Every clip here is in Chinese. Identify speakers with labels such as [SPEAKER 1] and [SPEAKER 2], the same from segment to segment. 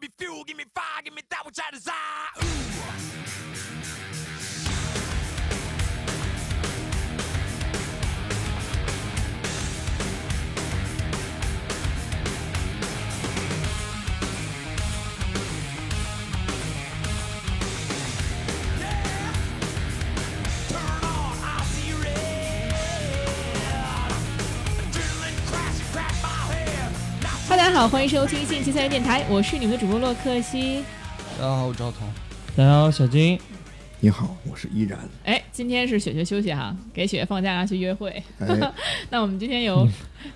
[SPEAKER 1] me fuel, give me fire, give me that which I desire. Ooh. Turn on, I see red. Adrenaline crashing, crack my head. Now
[SPEAKER 2] 哈，大家好，欢迎收听新奇三人电台，我是你们的主播洛克西。
[SPEAKER 3] 大家好，我赵彤。
[SPEAKER 4] 大家好，小金，
[SPEAKER 5] 你好，我是依然。
[SPEAKER 2] 哎，今天是雪雪休息哈，给雪雪放假去约会。
[SPEAKER 5] 哎，
[SPEAKER 2] 那我们今天
[SPEAKER 4] 嗯
[SPEAKER 2] 有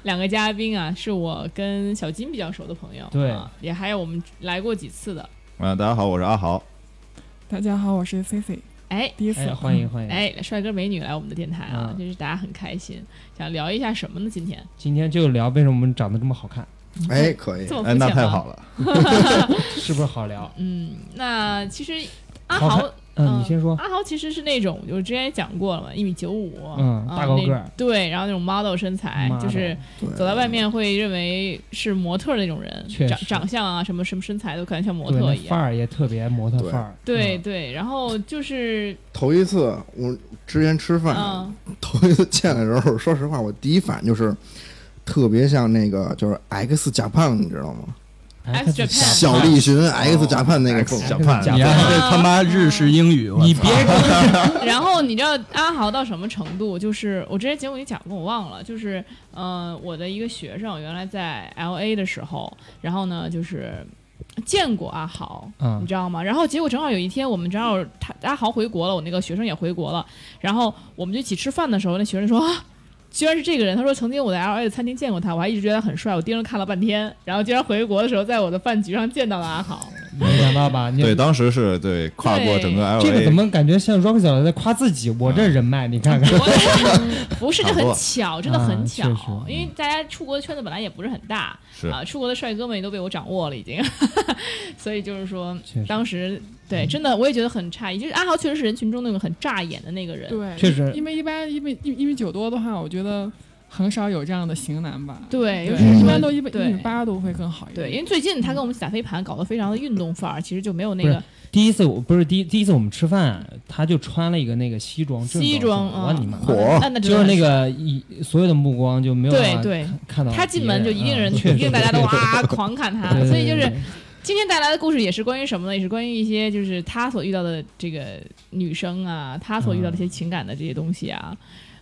[SPEAKER 2] 两个嘉宾啊，是我跟小金比较熟的朋友，
[SPEAKER 4] 对
[SPEAKER 2] 啊，也还有我们来过几次的。
[SPEAKER 6] 啊，大家好，我是阿豪。
[SPEAKER 7] 大家好，我是 C C，
[SPEAKER 2] 哎
[SPEAKER 7] 第一次、
[SPEAKER 4] 哎，欢迎欢迎。
[SPEAKER 2] 哎，帅哥美女来我们的电台啊，
[SPEAKER 4] 嗯
[SPEAKER 2] 就是大家很开心，想聊一下什么呢？今天
[SPEAKER 4] 今天就聊为什么我们长得这么好看，
[SPEAKER 5] 哎，可以
[SPEAKER 2] 这。么
[SPEAKER 6] 哎，
[SPEAKER 2] 肤
[SPEAKER 6] 那
[SPEAKER 2] 浅啊
[SPEAKER 6] 太
[SPEAKER 2] 吗？
[SPEAKER 6] 好了。
[SPEAKER 4] 是不是好聊？
[SPEAKER 2] 嗯，那其实阿
[SPEAKER 4] 好看
[SPEAKER 2] 豪
[SPEAKER 4] 嗯，你先说。
[SPEAKER 2] 阿豪其实是那种，我之前也讲过了嘛，一米九五，
[SPEAKER 4] 嗯
[SPEAKER 2] 啊
[SPEAKER 4] 大高个儿
[SPEAKER 2] 那对，然后那种 model 身材，
[SPEAKER 4] Model
[SPEAKER 2] 就是
[SPEAKER 5] 对
[SPEAKER 2] 走在外面会认为是模特儿那种人，
[SPEAKER 4] 确
[SPEAKER 2] 长
[SPEAKER 4] 实
[SPEAKER 2] 长相啊，什么什么身材都可能像模
[SPEAKER 4] 对，
[SPEAKER 2] 特
[SPEAKER 4] 那
[SPEAKER 2] 一
[SPEAKER 4] 范
[SPEAKER 2] 样。
[SPEAKER 4] 儿也特别模特
[SPEAKER 5] 对
[SPEAKER 4] 范儿。
[SPEAKER 2] 对
[SPEAKER 4] 嗯，
[SPEAKER 2] 对，然后就是，
[SPEAKER 5] 头一次我之前吃饭，
[SPEAKER 2] 嗯，
[SPEAKER 5] 头一次见的时候，说 实话，我第一反应就是特别像那个就是 X 假胖，你知道吗？
[SPEAKER 4] 哎
[SPEAKER 2] X
[SPEAKER 4] 他
[SPEAKER 2] Japan
[SPEAKER 5] 小栗旬 X 假胖那个
[SPEAKER 6] 哦
[SPEAKER 5] 凤
[SPEAKER 6] X 假胖
[SPEAKER 4] 假
[SPEAKER 3] 你看
[SPEAKER 4] 胖，
[SPEAKER 3] 这他妈日式英语，我
[SPEAKER 4] 你
[SPEAKER 3] 操
[SPEAKER 4] 别
[SPEAKER 2] 然后你知道阿豪到什么程度？就是我之前节目里讲过，我忘了。就是呃，我的一个学生原来在 L A 的时候，然后呢，就是见过阿豪，
[SPEAKER 4] 嗯
[SPEAKER 2] 你知道吗？然后结果正好有一天，我们正好他阿豪回国了，我那个学生也回国了，然后我们就一起吃饭的时候，那学生说啊。居然是这个人，他说曾经我在 L A 的餐厅见过他，我还一直觉得他很帅，我盯着看了半天，然后居然回国的时候在我的饭局上见到了阿 豪，
[SPEAKER 4] 没想到吧？你
[SPEAKER 6] 对，当时是对跨过整个 L A，
[SPEAKER 4] 这个怎么感觉像 Rock 小在夸自己？我这人脉，你
[SPEAKER 2] 嗯
[SPEAKER 4] 看看。
[SPEAKER 2] 我 不是这
[SPEAKER 6] 差不
[SPEAKER 2] 很
[SPEAKER 6] 多
[SPEAKER 2] 巧，真的很巧，
[SPEAKER 4] 啊确实嗯
[SPEAKER 2] 因为大家出国的圈子本来也不是很大
[SPEAKER 6] 是
[SPEAKER 2] 啊，出国的帅哥们也都被我掌握了已经， 所以就是说
[SPEAKER 4] 确实
[SPEAKER 2] 当时对真的我也觉得很诧异，就是阿豪确实是人群中那个很扎眼的那个人，
[SPEAKER 7] 对，
[SPEAKER 4] 确实
[SPEAKER 7] 因为一般一米一一米九多的话，我觉得很少有这样的型男吧。
[SPEAKER 2] 对
[SPEAKER 7] 对
[SPEAKER 2] 就是
[SPEAKER 7] 一般都一米
[SPEAKER 2] 对
[SPEAKER 7] 一米八都会更好一点。
[SPEAKER 2] 对，因为最近他跟我们一起打飞盘，搞得非常的运动范儿，其实就没有那
[SPEAKER 4] 不是
[SPEAKER 2] 个
[SPEAKER 4] 第一次我不是第一第一次我们吃饭，他就穿了一个那个西装，正
[SPEAKER 2] 西装
[SPEAKER 4] 我
[SPEAKER 2] 啊
[SPEAKER 4] 你妈，，
[SPEAKER 5] 火
[SPEAKER 2] 那那真
[SPEAKER 4] 就
[SPEAKER 2] 的
[SPEAKER 4] 是
[SPEAKER 2] 很
[SPEAKER 4] 那个一所有的目光就没有
[SPEAKER 2] 对
[SPEAKER 4] 办法
[SPEAKER 2] 对，
[SPEAKER 4] 看到
[SPEAKER 2] 他进门就一定
[SPEAKER 4] 别
[SPEAKER 2] 人，
[SPEAKER 4] 嗯 确
[SPEAKER 2] 一定
[SPEAKER 4] 实
[SPEAKER 2] 大家都哇狂看他，
[SPEAKER 4] 对对
[SPEAKER 2] 所以就
[SPEAKER 4] 对
[SPEAKER 2] 是
[SPEAKER 4] 对
[SPEAKER 2] 今天带来的故事也是关于什么呢？也是关于一些就是他所遇到的这个女生啊，他所遇到的一些情感的这些东西啊。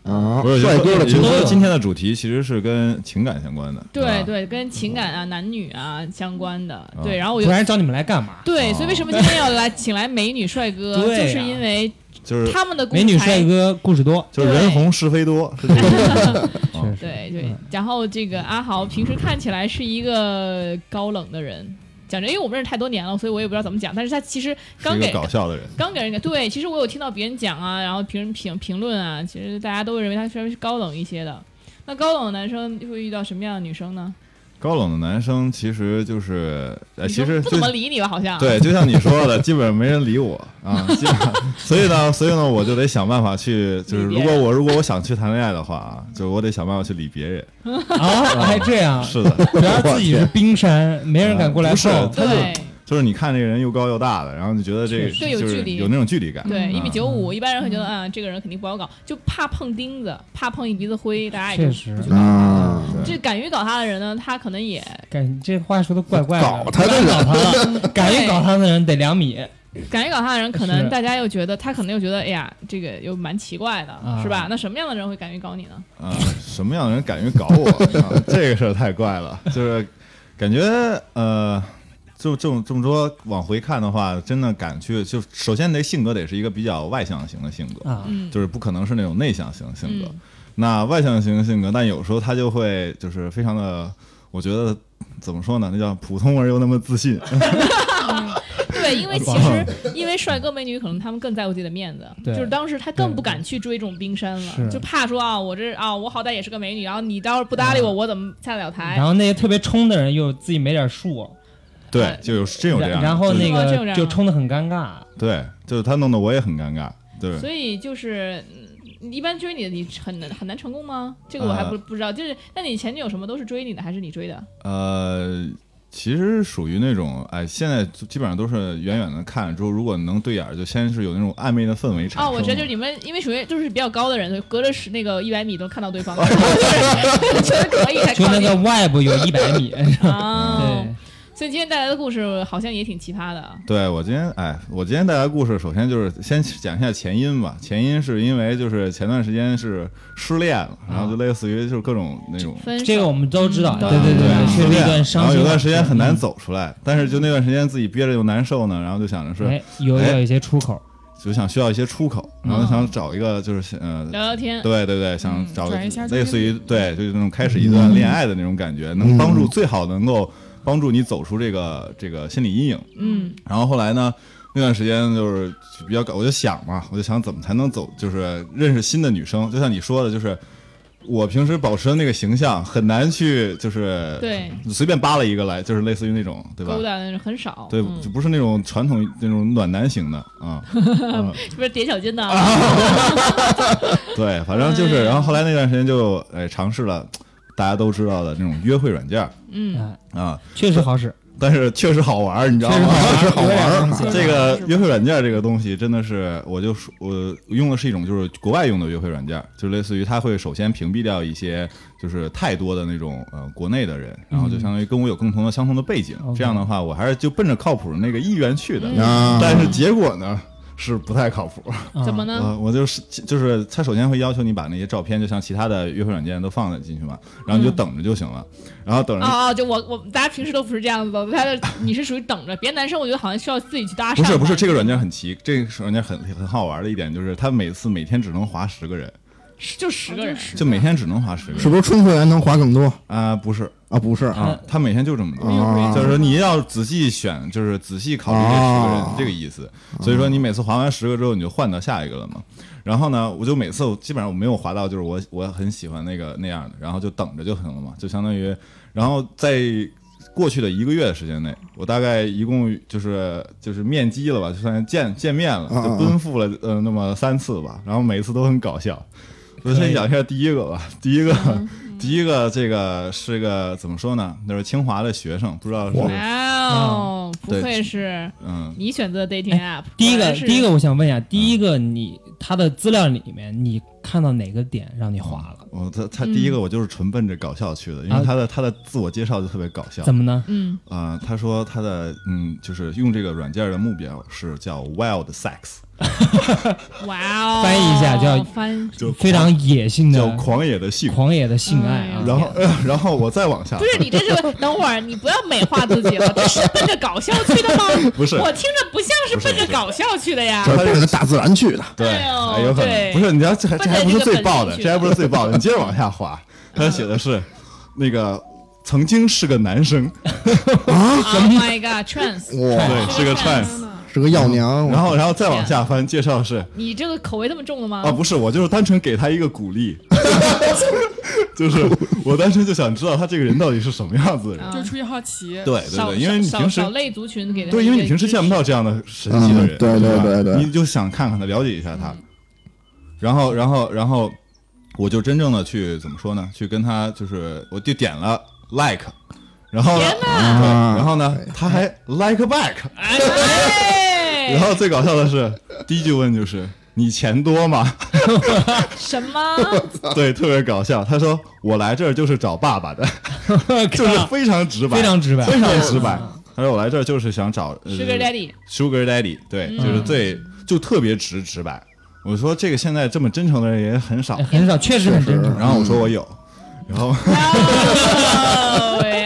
[SPEAKER 5] 啊
[SPEAKER 6] 不是，，
[SPEAKER 5] 帅哥的
[SPEAKER 6] 其实
[SPEAKER 5] 情
[SPEAKER 4] 都有
[SPEAKER 6] 今天的主题其实是跟情感相关的。
[SPEAKER 2] 对
[SPEAKER 6] 是吧，
[SPEAKER 2] 对，跟情感啊、男女啊相关的。对，
[SPEAKER 6] 嗯
[SPEAKER 2] 然后我
[SPEAKER 4] 不
[SPEAKER 2] 就
[SPEAKER 4] 然找你们来干嘛？
[SPEAKER 2] 对，
[SPEAKER 6] 哦
[SPEAKER 2] 所以为什么今天要来请来美女帅哥，
[SPEAKER 4] 对
[SPEAKER 2] 就
[SPEAKER 4] 呀
[SPEAKER 2] 是因为
[SPEAKER 6] 就是
[SPEAKER 2] 他们的故
[SPEAKER 4] 美
[SPEAKER 2] 事
[SPEAKER 4] 女
[SPEAKER 2] 才
[SPEAKER 4] 帅。哥故事多，
[SPEAKER 6] 就是人红是非 多，是这个意思啊
[SPEAKER 4] 确实
[SPEAKER 2] 对对
[SPEAKER 4] 嗯，
[SPEAKER 2] 然后这个阿豪平时看起来是一个高冷的人，讲真，因为我们认识太多年了，所以我也不知道怎么讲。但是他其实
[SPEAKER 6] 是
[SPEAKER 2] 刚
[SPEAKER 6] 一
[SPEAKER 2] 给
[SPEAKER 6] 个搞笑的人。
[SPEAKER 2] 刚给人感对，其实我有听到别人讲啊，然后别人评评论啊，其实大家都认为他稍微是高冷一些的。那高冷的男生会遇到什么样的女生呢？
[SPEAKER 6] 高冷的男生其实就是，呃，
[SPEAKER 2] 女
[SPEAKER 6] 其
[SPEAKER 2] 生
[SPEAKER 6] 实就
[SPEAKER 2] 不怎么理你吧，好像。
[SPEAKER 6] 对，就像你说的，基本上没人理我啊，基本上所以呢，所以呢，我就得想办法去，就是
[SPEAKER 2] 理
[SPEAKER 6] 如
[SPEAKER 2] 别
[SPEAKER 6] 果
[SPEAKER 2] 人
[SPEAKER 6] 我如果我想去谈恋爱的话啊，就是我得想办法去理别人。
[SPEAKER 4] 啊，还这样，
[SPEAKER 6] 是 的，
[SPEAKER 4] 主要自己是冰山，没人敢过来
[SPEAKER 6] 不是
[SPEAKER 4] 碰。
[SPEAKER 6] 他
[SPEAKER 2] 对
[SPEAKER 6] 就是你看这个人又高又大的，然后你觉得这个
[SPEAKER 2] 确实
[SPEAKER 6] 就
[SPEAKER 2] 对有距
[SPEAKER 6] 是
[SPEAKER 2] 离
[SPEAKER 6] 有那种距离感。
[SPEAKER 2] 对，一米
[SPEAKER 6] 啊
[SPEAKER 2] 九五，一般人会觉得啊，这个人肯定不好搞，就怕碰钉子，怕碰一鼻子灰，大家也
[SPEAKER 4] 确
[SPEAKER 2] 就
[SPEAKER 4] 实
[SPEAKER 2] 不去搞他。
[SPEAKER 6] 嗯
[SPEAKER 5] 啊，
[SPEAKER 2] 这敢于搞他的人呢，他可能也
[SPEAKER 4] 感这话说的怪怪的，
[SPEAKER 5] 搞他
[SPEAKER 4] 不
[SPEAKER 5] 的
[SPEAKER 4] 敢
[SPEAKER 5] 人
[SPEAKER 4] 搞他了， 敢于搞他的人得两米。
[SPEAKER 2] 敢于搞他的人，可能
[SPEAKER 4] 是
[SPEAKER 2] 大家又觉得他可能又觉得，哎呀，这个又蛮奇怪的，是吧
[SPEAKER 4] 啊？
[SPEAKER 2] 那什么样的人会敢于搞你呢？
[SPEAKER 6] 啊，什么样的人敢于搞我？ 啊、这个事儿太怪了，就是感觉呃，就这么这么说，往回看的话，真的敢去，就首先得性格得是一个比较外向型的性格，
[SPEAKER 4] 啊，
[SPEAKER 2] 嗯，
[SPEAKER 6] 就是不可能是那种内向型的性格。
[SPEAKER 2] 嗯
[SPEAKER 6] 那外向型的性格，但有时候他就会就是非常的，我觉得怎么说呢？那叫普通而又那么自信。
[SPEAKER 2] 对，
[SPEAKER 4] 啊
[SPEAKER 2] 因为其实因为帅哥美女可能他们更在乎自己的面子，就
[SPEAKER 4] 对
[SPEAKER 2] 是当时他更不敢去追这种冰山了，
[SPEAKER 4] 是
[SPEAKER 2] 就怕说啊，我这啊，我好歹也是个美女，然后你到时候不搭理我，我怎么下得了台
[SPEAKER 4] 啊然？后那些特别冲的人又自己没点数，
[SPEAKER 6] 对，就有真有这
[SPEAKER 4] 然
[SPEAKER 6] 样的。
[SPEAKER 4] 然后
[SPEAKER 6] 就是
[SPEAKER 4] 那
[SPEAKER 2] 哦这种
[SPEAKER 4] 个
[SPEAKER 2] 人
[SPEAKER 4] 就冲的很尴尬。
[SPEAKER 6] 对，就是他弄得我也很尴尬。对，
[SPEAKER 2] 所以就是。嗯一般追你的你很难很难成
[SPEAKER 4] 啊
[SPEAKER 2] 功吗？这个我还不、不知道。就是那你前女友什么都是追你的，还是你追的？
[SPEAKER 6] 呃，其实属于那种，哎，现在基本上都是远远的看，之后如果能对眼儿，就先是有那种暧昧的氛围产生。
[SPEAKER 2] 哦，我觉得就是你们，因为属于就是比较高的人，隔着十那个一百米都能看到对 方，觉哎得可以才
[SPEAKER 4] 就
[SPEAKER 2] 靠
[SPEAKER 4] 那
[SPEAKER 2] 近
[SPEAKER 4] 个外部有一百 米，
[SPEAKER 2] 啊。
[SPEAKER 4] 对，
[SPEAKER 2] 所以今天带来的故事好像也挺奇葩的，
[SPEAKER 6] 对我今天，哎，我今天带来的故事，首先就是先讲一下前因吧。前因是因为就是前段时间是失恋了，然后就类似于就是各种那种
[SPEAKER 2] 分手
[SPEAKER 4] 这个我们都知道，
[SPEAKER 2] 嗯
[SPEAKER 4] 对
[SPEAKER 2] 对
[SPEAKER 4] 对对，
[SPEAKER 6] 失
[SPEAKER 4] 是那
[SPEAKER 6] 恋，
[SPEAKER 4] 段嗯
[SPEAKER 6] 然
[SPEAKER 4] 伤
[SPEAKER 6] 后
[SPEAKER 4] 心，
[SPEAKER 6] 有段时间很难走出来，但是就那段时间自己憋着又难受呢，然后就想着是
[SPEAKER 4] 哎，有
[SPEAKER 6] 哎
[SPEAKER 4] 有一些出口，
[SPEAKER 6] 就想需要一些出口，然后想找一个就是呃
[SPEAKER 2] 聊聊天，
[SPEAKER 6] 对对对，想
[SPEAKER 7] 嗯
[SPEAKER 6] 找个
[SPEAKER 7] 转移一下注意
[SPEAKER 6] 类
[SPEAKER 7] 力
[SPEAKER 6] 似于对，就是那种开始一段恋爱的那种感觉，能帮助最好能够帮助你走出这个这个心理阴影。
[SPEAKER 2] 嗯，
[SPEAKER 6] 然后后来呢，那段时间就是比较搞，我就想嘛，我就想怎么才能走，就是认识新的女生。就像你说的，就是我平时保持的那个形象很难去，就是
[SPEAKER 2] 对，
[SPEAKER 6] 随便扒拉一个来，就是类似于那种，对吧
[SPEAKER 2] 勾？搭的人很少，
[SPEAKER 6] 对，
[SPEAKER 2] 嗯
[SPEAKER 6] 就不是那种传统那种暖男型的啊。嗯
[SPEAKER 2] 是不是叠小金的啊？
[SPEAKER 6] 对，反正就
[SPEAKER 2] 哎
[SPEAKER 6] 是，然后后来那段时间就哎尝试了大家都知道的那种约会软件儿
[SPEAKER 2] 嗯，
[SPEAKER 4] 啊，
[SPEAKER 6] 啊，
[SPEAKER 4] 确实好使，
[SPEAKER 6] 但是确实好玩儿，你知道吗？
[SPEAKER 5] 是好玩儿啊，
[SPEAKER 6] 这个约会软件儿这个东西真的是，我就说我用的是一种就是国外用的约会软件儿，就类似于它会首先屏蔽掉一些就是太多的那种呃国内的人，然后就相当于跟我有共同的相同的背景，
[SPEAKER 5] 嗯
[SPEAKER 4] OK
[SPEAKER 6] 这样的话我还是就奔着靠谱那个意愿去的，
[SPEAKER 5] 啊，
[SPEAKER 6] 但是结果呢是不太靠谱。
[SPEAKER 4] 啊
[SPEAKER 2] 怎么呢？
[SPEAKER 6] 我我就是就是，他首先会要求你把那些照片，就像其他的约会软件都放在进去嘛，然后你就等着就行了，然后等着。
[SPEAKER 2] 哦哦，就我我大家平时都不是这样子的，他的你是属于等着，别的男生我觉得好像需要自己去搭讪。
[SPEAKER 6] 不是不是，这个软件很奇，这个软件很很好玩的一点就是，它每次每天只能划十个人，
[SPEAKER 2] 是就十个人，
[SPEAKER 6] 就每天只能划十个
[SPEAKER 5] 是
[SPEAKER 6] 人
[SPEAKER 5] 不是春回来能划更多
[SPEAKER 6] 啊、不是
[SPEAKER 5] 啊？不是啊，
[SPEAKER 6] 啊，它每天就这么多。
[SPEAKER 7] 哦
[SPEAKER 4] 哦
[SPEAKER 5] 啊
[SPEAKER 6] 就是说你要仔细选，就是仔细考虑这十个人、
[SPEAKER 5] 哦
[SPEAKER 6] 这个意思。所以说你每次划完十个之后，你就换到下一个了嘛。然后呢，我就每次我基本上我没有划到，就是我我很喜欢那个那样的，然后就等着就行了嘛，就相当于，然后在过去的一个月的时间内，我大概一共就是就是面基了吧，就算见见面了，
[SPEAKER 5] 嗯
[SPEAKER 6] 就奔赴了呃那么三次吧，然后每次都很搞笑。我先讲一下第一个吧，第一个，第一个这个是个怎么说呢？就是清华的学生，不知道是
[SPEAKER 2] 哇哦，不
[SPEAKER 6] 对
[SPEAKER 2] 愧是
[SPEAKER 6] 嗯，
[SPEAKER 2] 你选择的 dating app。
[SPEAKER 4] 哎第
[SPEAKER 2] 果
[SPEAKER 4] 一个，
[SPEAKER 2] 然是
[SPEAKER 4] 第一个，我想问一下，第一个你他的资料里面，你看到哪个点让你滑了？
[SPEAKER 6] 我他他第一个我就是纯奔着搞笑去的，因
[SPEAKER 4] 啊
[SPEAKER 6] 为他的他的自我介绍就特别搞笑
[SPEAKER 4] 怎。么呢？
[SPEAKER 2] 嗯，
[SPEAKER 6] 啊，他说他的嗯，就是用这个软件的目标是叫 wild sex，
[SPEAKER 2] 哇哦，
[SPEAKER 4] 翻译一下叫
[SPEAKER 2] 翻，
[SPEAKER 6] 就
[SPEAKER 4] 非常野性
[SPEAKER 6] 叫
[SPEAKER 4] 的、
[SPEAKER 6] 狂野的性。
[SPEAKER 4] 狂野的性爱啊！
[SPEAKER 6] 然后，呃然后我再往下
[SPEAKER 2] 不，是你这 是等会儿你不要美化自己了，这是奔着搞笑去的吗？
[SPEAKER 6] 不是
[SPEAKER 2] 我听着不像是奔着搞笑去的呀。
[SPEAKER 5] 这是奔着大自然去的。
[SPEAKER 6] 对，
[SPEAKER 2] 哎呦
[SPEAKER 6] 哎有可能
[SPEAKER 2] 对
[SPEAKER 6] 不是你要这还这还不是最爆的，
[SPEAKER 2] 奔着这个本能去的
[SPEAKER 6] 这还不是最爆的，你接着往下滑，他写的是那个曾经是个男生，
[SPEAKER 2] Oh my god，trans，
[SPEAKER 5] 哇，
[SPEAKER 6] 对，是个 trans，
[SPEAKER 5] 是个药
[SPEAKER 2] 嗯
[SPEAKER 5] 娘，
[SPEAKER 6] 然后然后再往下翻，介绍是
[SPEAKER 2] 你这个口味这么重了吗？
[SPEAKER 6] 啊，不是，我就是单纯给他一个鼓励， 就是我单纯就想知道他这个人到底是什么样子的人。
[SPEAKER 2] 啊
[SPEAKER 7] 就出于好奇，
[SPEAKER 6] 对对
[SPEAKER 2] 少
[SPEAKER 6] 对，因为你
[SPEAKER 2] 少
[SPEAKER 6] 平
[SPEAKER 2] 少
[SPEAKER 6] 时
[SPEAKER 2] 类族群给他
[SPEAKER 6] 对，
[SPEAKER 2] 一
[SPEAKER 6] 因为
[SPEAKER 2] 个
[SPEAKER 6] 你平时
[SPEAKER 2] 支
[SPEAKER 6] 见不
[SPEAKER 2] 持
[SPEAKER 6] 到这样的神奇的人，
[SPEAKER 5] 嗯对对
[SPEAKER 6] 吧
[SPEAKER 5] 对对
[SPEAKER 6] 你就想看看他，了解一下他，然后然后然后我就真正的去怎么说呢？去跟他就是我就点了 like，然后呢，对
[SPEAKER 5] 啊
[SPEAKER 6] 然后呢，他还 like back，
[SPEAKER 2] 哎
[SPEAKER 6] 然后最搞笑的是第一句问就是你钱多吗？
[SPEAKER 2] 什 么？
[SPEAKER 6] 对，特别搞笑。他说：“我来这儿就是找爸爸的，就是非常直白，
[SPEAKER 4] 非常直白
[SPEAKER 6] 非常直白。”他说：“我来这儿就是想找呃
[SPEAKER 2] Sugar Daddy，
[SPEAKER 6] Sugar Daddy，对，就是最就特别直直白。”我说：“这个现在这么真诚的人也很少
[SPEAKER 4] 哎。很少，确实很真诚。
[SPEAKER 6] 然后我说：“我有。”然 后，
[SPEAKER 2] 哦哟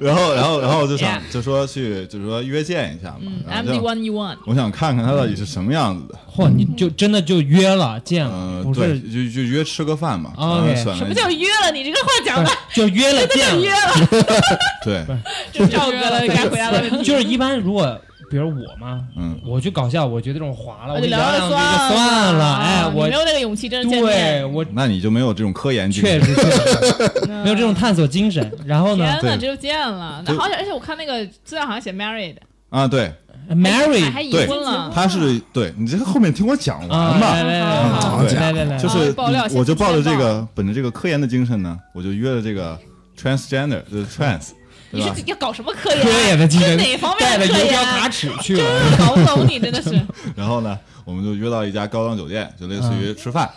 [SPEAKER 6] 然后，然后，然后我就想
[SPEAKER 2] Yeah 嗯
[SPEAKER 6] 就说去，就说约见一下嘛。然后
[SPEAKER 2] ，I'm the
[SPEAKER 6] 就
[SPEAKER 2] one you want。
[SPEAKER 6] 我想看看他到底是什么样子的。
[SPEAKER 4] 嚯，你
[SPEAKER 2] 嗯
[SPEAKER 4] 就真的就约了见了，
[SPEAKER 6] 嗯，
[SPEAKER 4] 不
[SPEAKER 6] 对，
[SPEAKER 4] 嗯是
[SPEAKER 6] 就就约吃个饭嘛。
[SPEAKER 4] OK
[SPEAKER 6] 然后选了
[SPEAKER 2] 什么叫约了？你这个话讲 的
[SPEAKER 4] 就约了见
[SPEAKER 2] 约
[SPEAKER 4] 了，
[SPEAKER 2] 了，
[SPEAKER 6] 对？
[SPEAKER 2] 这是赵哥 的该回答的问题。
[SPEAKER 4] 就是一般如果。比如我嘛，
[SPEAKER 6] 嗯
[SPEAKER 4] 我去搞笑，我觉得这种滑了，
[SPEAKER 2] 我
[SPEAKER 4] 我
[SPEAKER 2] 就聊
[SPEAKER 4] 聊两句
[SPEAKER 2] 算
[SPEAKER 4] 就算了，
[SPEAKER 2] 啊
[SPEAKER 4] 哎，我
[SPEAKER 2] 你没有那个勇气真的见
[SPEAKER 4] 对
[SPEAKER 2] 面。
[SPEAKER 4] 我
[SPEAKER 6] 那你就没有这种科研精神
[SPEAKER 4] 确实确实没有这种探索精神。然后呢
[SPEAKER 2] 天哪，
[SPEAKER 6] 对
[SPEAKER 2] 这哦就见了。
[SPEAKER 6] 就
[SPEAKER 2] 好像而且我看那个资料好像写 married，
[SPEAKER 6] 啊？对，
[SPEAKER 2] 还还
[SPEAKER 4] ，Mary
[SPEAKER 2] 已
[SPEAKER 6] 对
[SPEAKER 2] 婚了。
[SPEAKER 6] 他是对你这个后面听我讲
[SPEAKER 4] 啊，
[SPEAKER 6] 完
[SPEAKER 4] 哎
[SPEAKER 6] 吧，
[SPEAKER 4] 来来来
[SPEAKER 2] 好
[SPEAKER 5] 好
[SPEAKER 4] 来来来来，
[SPEAKER 6] 就
[SPEAKER 2] 啊
[SPEAKER 6] 是
[SPEAKER 2] 爆料
[SPEAKER 6] 我就抱着这
[SPEAKER 2] 先
[SPEAKER 6] 个本着这个科研的精神呢，我就约了这个 transgender 就是 trans
[SPEAKER 2] 你
[SPEAKER 6] 对吧
[SPEAKER 2] 是要搞什么科研？
[SPEAKER 4] 科研的精神
[SPEAKER 2] 是哪方面
[SPEAKER 4] 带着
[SPEAKER 2] 的科
[SPEAKER 4] 油
[SPEAKER 2] 研
[SPEAKER 4] 条
[SPEAKER 2] 啊？
[SPEAKER 4] 卡尺去
[SPEAKER 2] 真
[SPEAKER 4] 了。
[SPEAKER 2] 是搞不懂你，真的是
[SPEAKER 6] 然后呢，我们就约到一家高档酒店，就类似
[SPEAKER 4] 嗯
[SPEAKER 6] 于吃饭。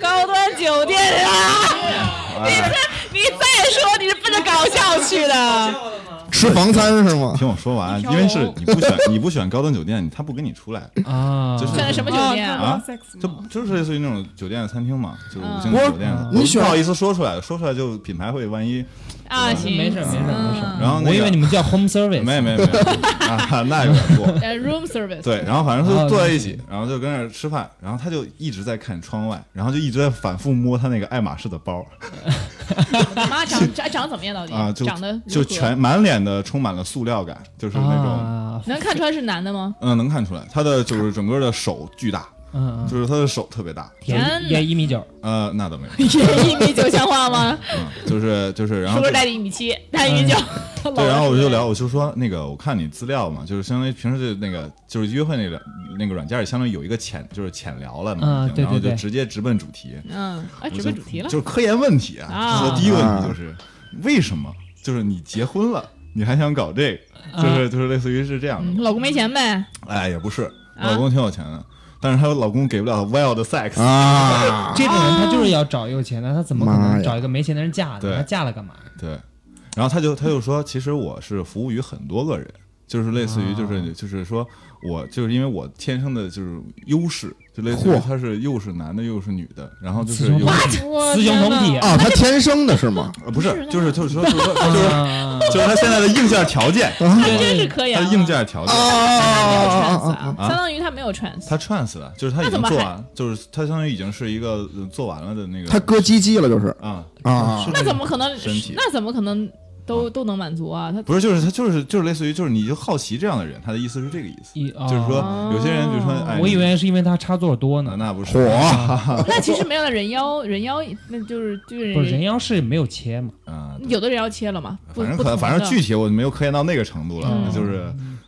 [SPEAKER 2] 高端酒店啊！
[SPEAKER 6] 哎，
[SPEAKER 2] 你再说你是奔着搞笑去的，
[SPEAKER 5] 吃房餐是吗？
[SPEAKER 6] 听我说完，
[SPEAKER 7] 一条
[SPEAKER 6] 因
[SPEAKER 7] 龙
[SPEAKER 6] 为是
[SPEAKER 4] 哦
[SPEAKER 6] 你不选 你不选高端酒店，他不跟你出来，
[SPEAKER 4] 啊，
[SPEAKER 6] 就是
[SPEAKER 2] 选的什么酒店啊？
[SPEAKER 6] 啊
[SPEAKER 7] sex
[SPEAKER 6] 就
[SPEAKER 4] 哦
[SPEAKER 7] 吗？
[SPEAKER 6] 就是类似于那种酒店的餐厅嘛，就是五星
[SPEAKER 5] 嗯
[SPEAKER 6] 酒店的。
[SPEAKER 5] 你
[SPEAKER 6] 我
[SPEAKER 5] 选
[SPEAKER 6] 不好意思说出来，说出来就品牌会万一。
[SPEAKER 2] 啊，行，嗯
[SPEAKER 4] 没事没事没事。
[SPEAKER 6] 然后那个
[SPEAKER 4] 嗯我以为你们叫 home service，
[SPEAKER 6] 没没没 啊，那有点过。
[SPEAKER 2] 呃，room service，
[SPEAKER 6] 对，然后反正就坐在一起，然后就跟那儿吃饭，然后他就一直在看窗外，然后就一直在反复摸他那个爱马仕的包
[SPEAKER 2] 你 妈长长长怎么样到底？
[SPEAKER 6] 啊，就
[SPEAKER 2] 长得如何
[SPEAKER 6] 就全满脸的充满了塑料感，就是那种
[SPEAKER 4] 啊，
[SPEAKER 2] 能看出来是男 的吗？
[SPEAKER 6] 嗯能看出来他的就是整个的手巨大，
[SPEAKER 4] 嗯嗯，
[SPEAKER 6] 就是他的手特别大，
[SPEAKER 4] 也
[SPEAKER 2] 天哪
[SPEAKER 4] 也一米九，
[SPEAKER 6] 呃，那倒没有，
[SPEAKER 2] 也一米九像话吗？
[SPEAKER 6] 嗯，就是就是，然
[SPEAKER 2] 是
[SPEAKER 6] 后
[SPEAKER 2] 不是带着一米七，带一米九？
[SPEAKER 6] 对，然后我就聊，
[SPEAKER 2] 老了
[SPEAKER 6] 我就说那个，我看你资料嘛，就是相当于平时就那个就是约会那个那个软件里，相当于有一个浅就是浅聊了嘛，
[SPEAKER 4] 嗯
[SPEAKER 6] 已经
[SPEAKER 4] 对
[SPEAKER 6] 然后
[SPEAKER 4] 对
[SPEAKER 6] 就
[SPEAKER 4] 对
[SPEAKER 6] 直接直奔主题，
[SPEAKER 2] 是不是，嗯，啊，
[SPEAKER 6] 我
[SPEAKER 2] 直
[SPEAKER 6] 就
[SPEAKER 2] 奔主题了，
[SPEAKER 6] 就是科研问题
[SPEAKER 2] 啊
[SPEAKER 6] 说第一个问题就是为什么，就是你结婚了，你还想搞这个，就是就是类似于是这样的，
[SPEAKER 2] 啊嗯，老公没钱呗，
[SPEAKER 6] 哎，也不是，
[SPEAKER 2] 啊
[SPEAKER 6] 老公挺有钱的，但是她老公给不了她 wild sex，
[SPEAKER 5] 啊，
[SPEAKER 4] 这种人他就是要找有钱的，他怎么可能找一个没钱的人嫁
[SPEAKER 6] 妈
[SPEAKER 4] 呢？
[SPEAKER 6] 呀
[SPEAKER 4] 他嫁了干嘛？
[SPEAKER 6] 对，然后他就他就说，其实我是服务于很多个人，就是类似于就是、
[SPEAKER 2] 啊
[SPEAKER 6] 就是说我就是因为我天生的就是优势，就类似于他是又是男的又是女的，然后就是
[SPEAKER 4] 雌雄
[SPEAKER 6] 有
[SPEAKER 4] 同体，雌雄同体
[SPEAKER 5] 啊，他天生的是吗？
[SPEAKER 6] 呃不是
[SPEAKER 2] 不是啊
[SPEAKER 6] 就是就是说就是说就是说
[SPEAKER 4] 啊，
[SPEAKER 6] 就是他现在的硬件条 件，
[SPEAKER 2] 他真是科研
[SPEAKER 6] 他
[SPEAKER 2] 啊，
[SPEAKER 6] 的硬件条件。
[SPEAKER 2] trans
[SPEAKER 5] 啊
[SPEAKER 2] 啊，
[SPEAKER 6] 啊
[SPEAKER 2] 相当于他没有 trans，
[SPEAKER 6] 他 trans 了，就是他已
[SPEAKER 2] 那
[SPEAKER 6] 经
[SPEAKER 2] 怎么
[SPEAKER 6] 做
[SPEAKER 2] 还
[SPEAKER 6] 完，就是他相当于已经是一个呃做完了的那个。
[SPEAKER 5] 他割鸡鸡了就是
[SPEAKER 6] 啊，
[SPEAKER 5] 啊
[SPEAKER 6] 是，
[SPEAKER 2] 那怎么可能
[SPEAKER 6] 身体？
[SPEAKER 2] 那怎么可能都都能满足啊？他
[SPEAKER 6] 不是，就是他就是就是类似于就是你就好奇这样的人，他的意思是这个意思，
[SPEAKER 4] 一啊
[SPEAKER 6] 就是说有些人比如说哎，
[SPEAKER 4] 哦我以
[SPEAKER 6] 你
[SPEAKER 4] 为是因为他插座多
[SPEAKER 6] 啊
[SPEAKER 4] 呢，
[SPEAKER 6] 那不是
[SPEAKER 5] 火
[SPEAKER 2] 那其实没有了人妖，人妖那就是就是
[SPEAKER 4] 不是人妖是没有切嘛？
[SPEAKER 6] 嗯，对
[SPEAKER 2] 有的人妖切了嘛，不
[SPEAKER 6] 反正
[SPEAKER 2] 不
[SPEAKER 6] 可能
[SPEAKER 2] 同
[SPEAKER 6] 反
[SPEAKER 2] 的
[SPEAKER 6] 正具体我没有科研到那个程度了，
[SPEAKER 2] 嗯
[SPEAKER 6] 就是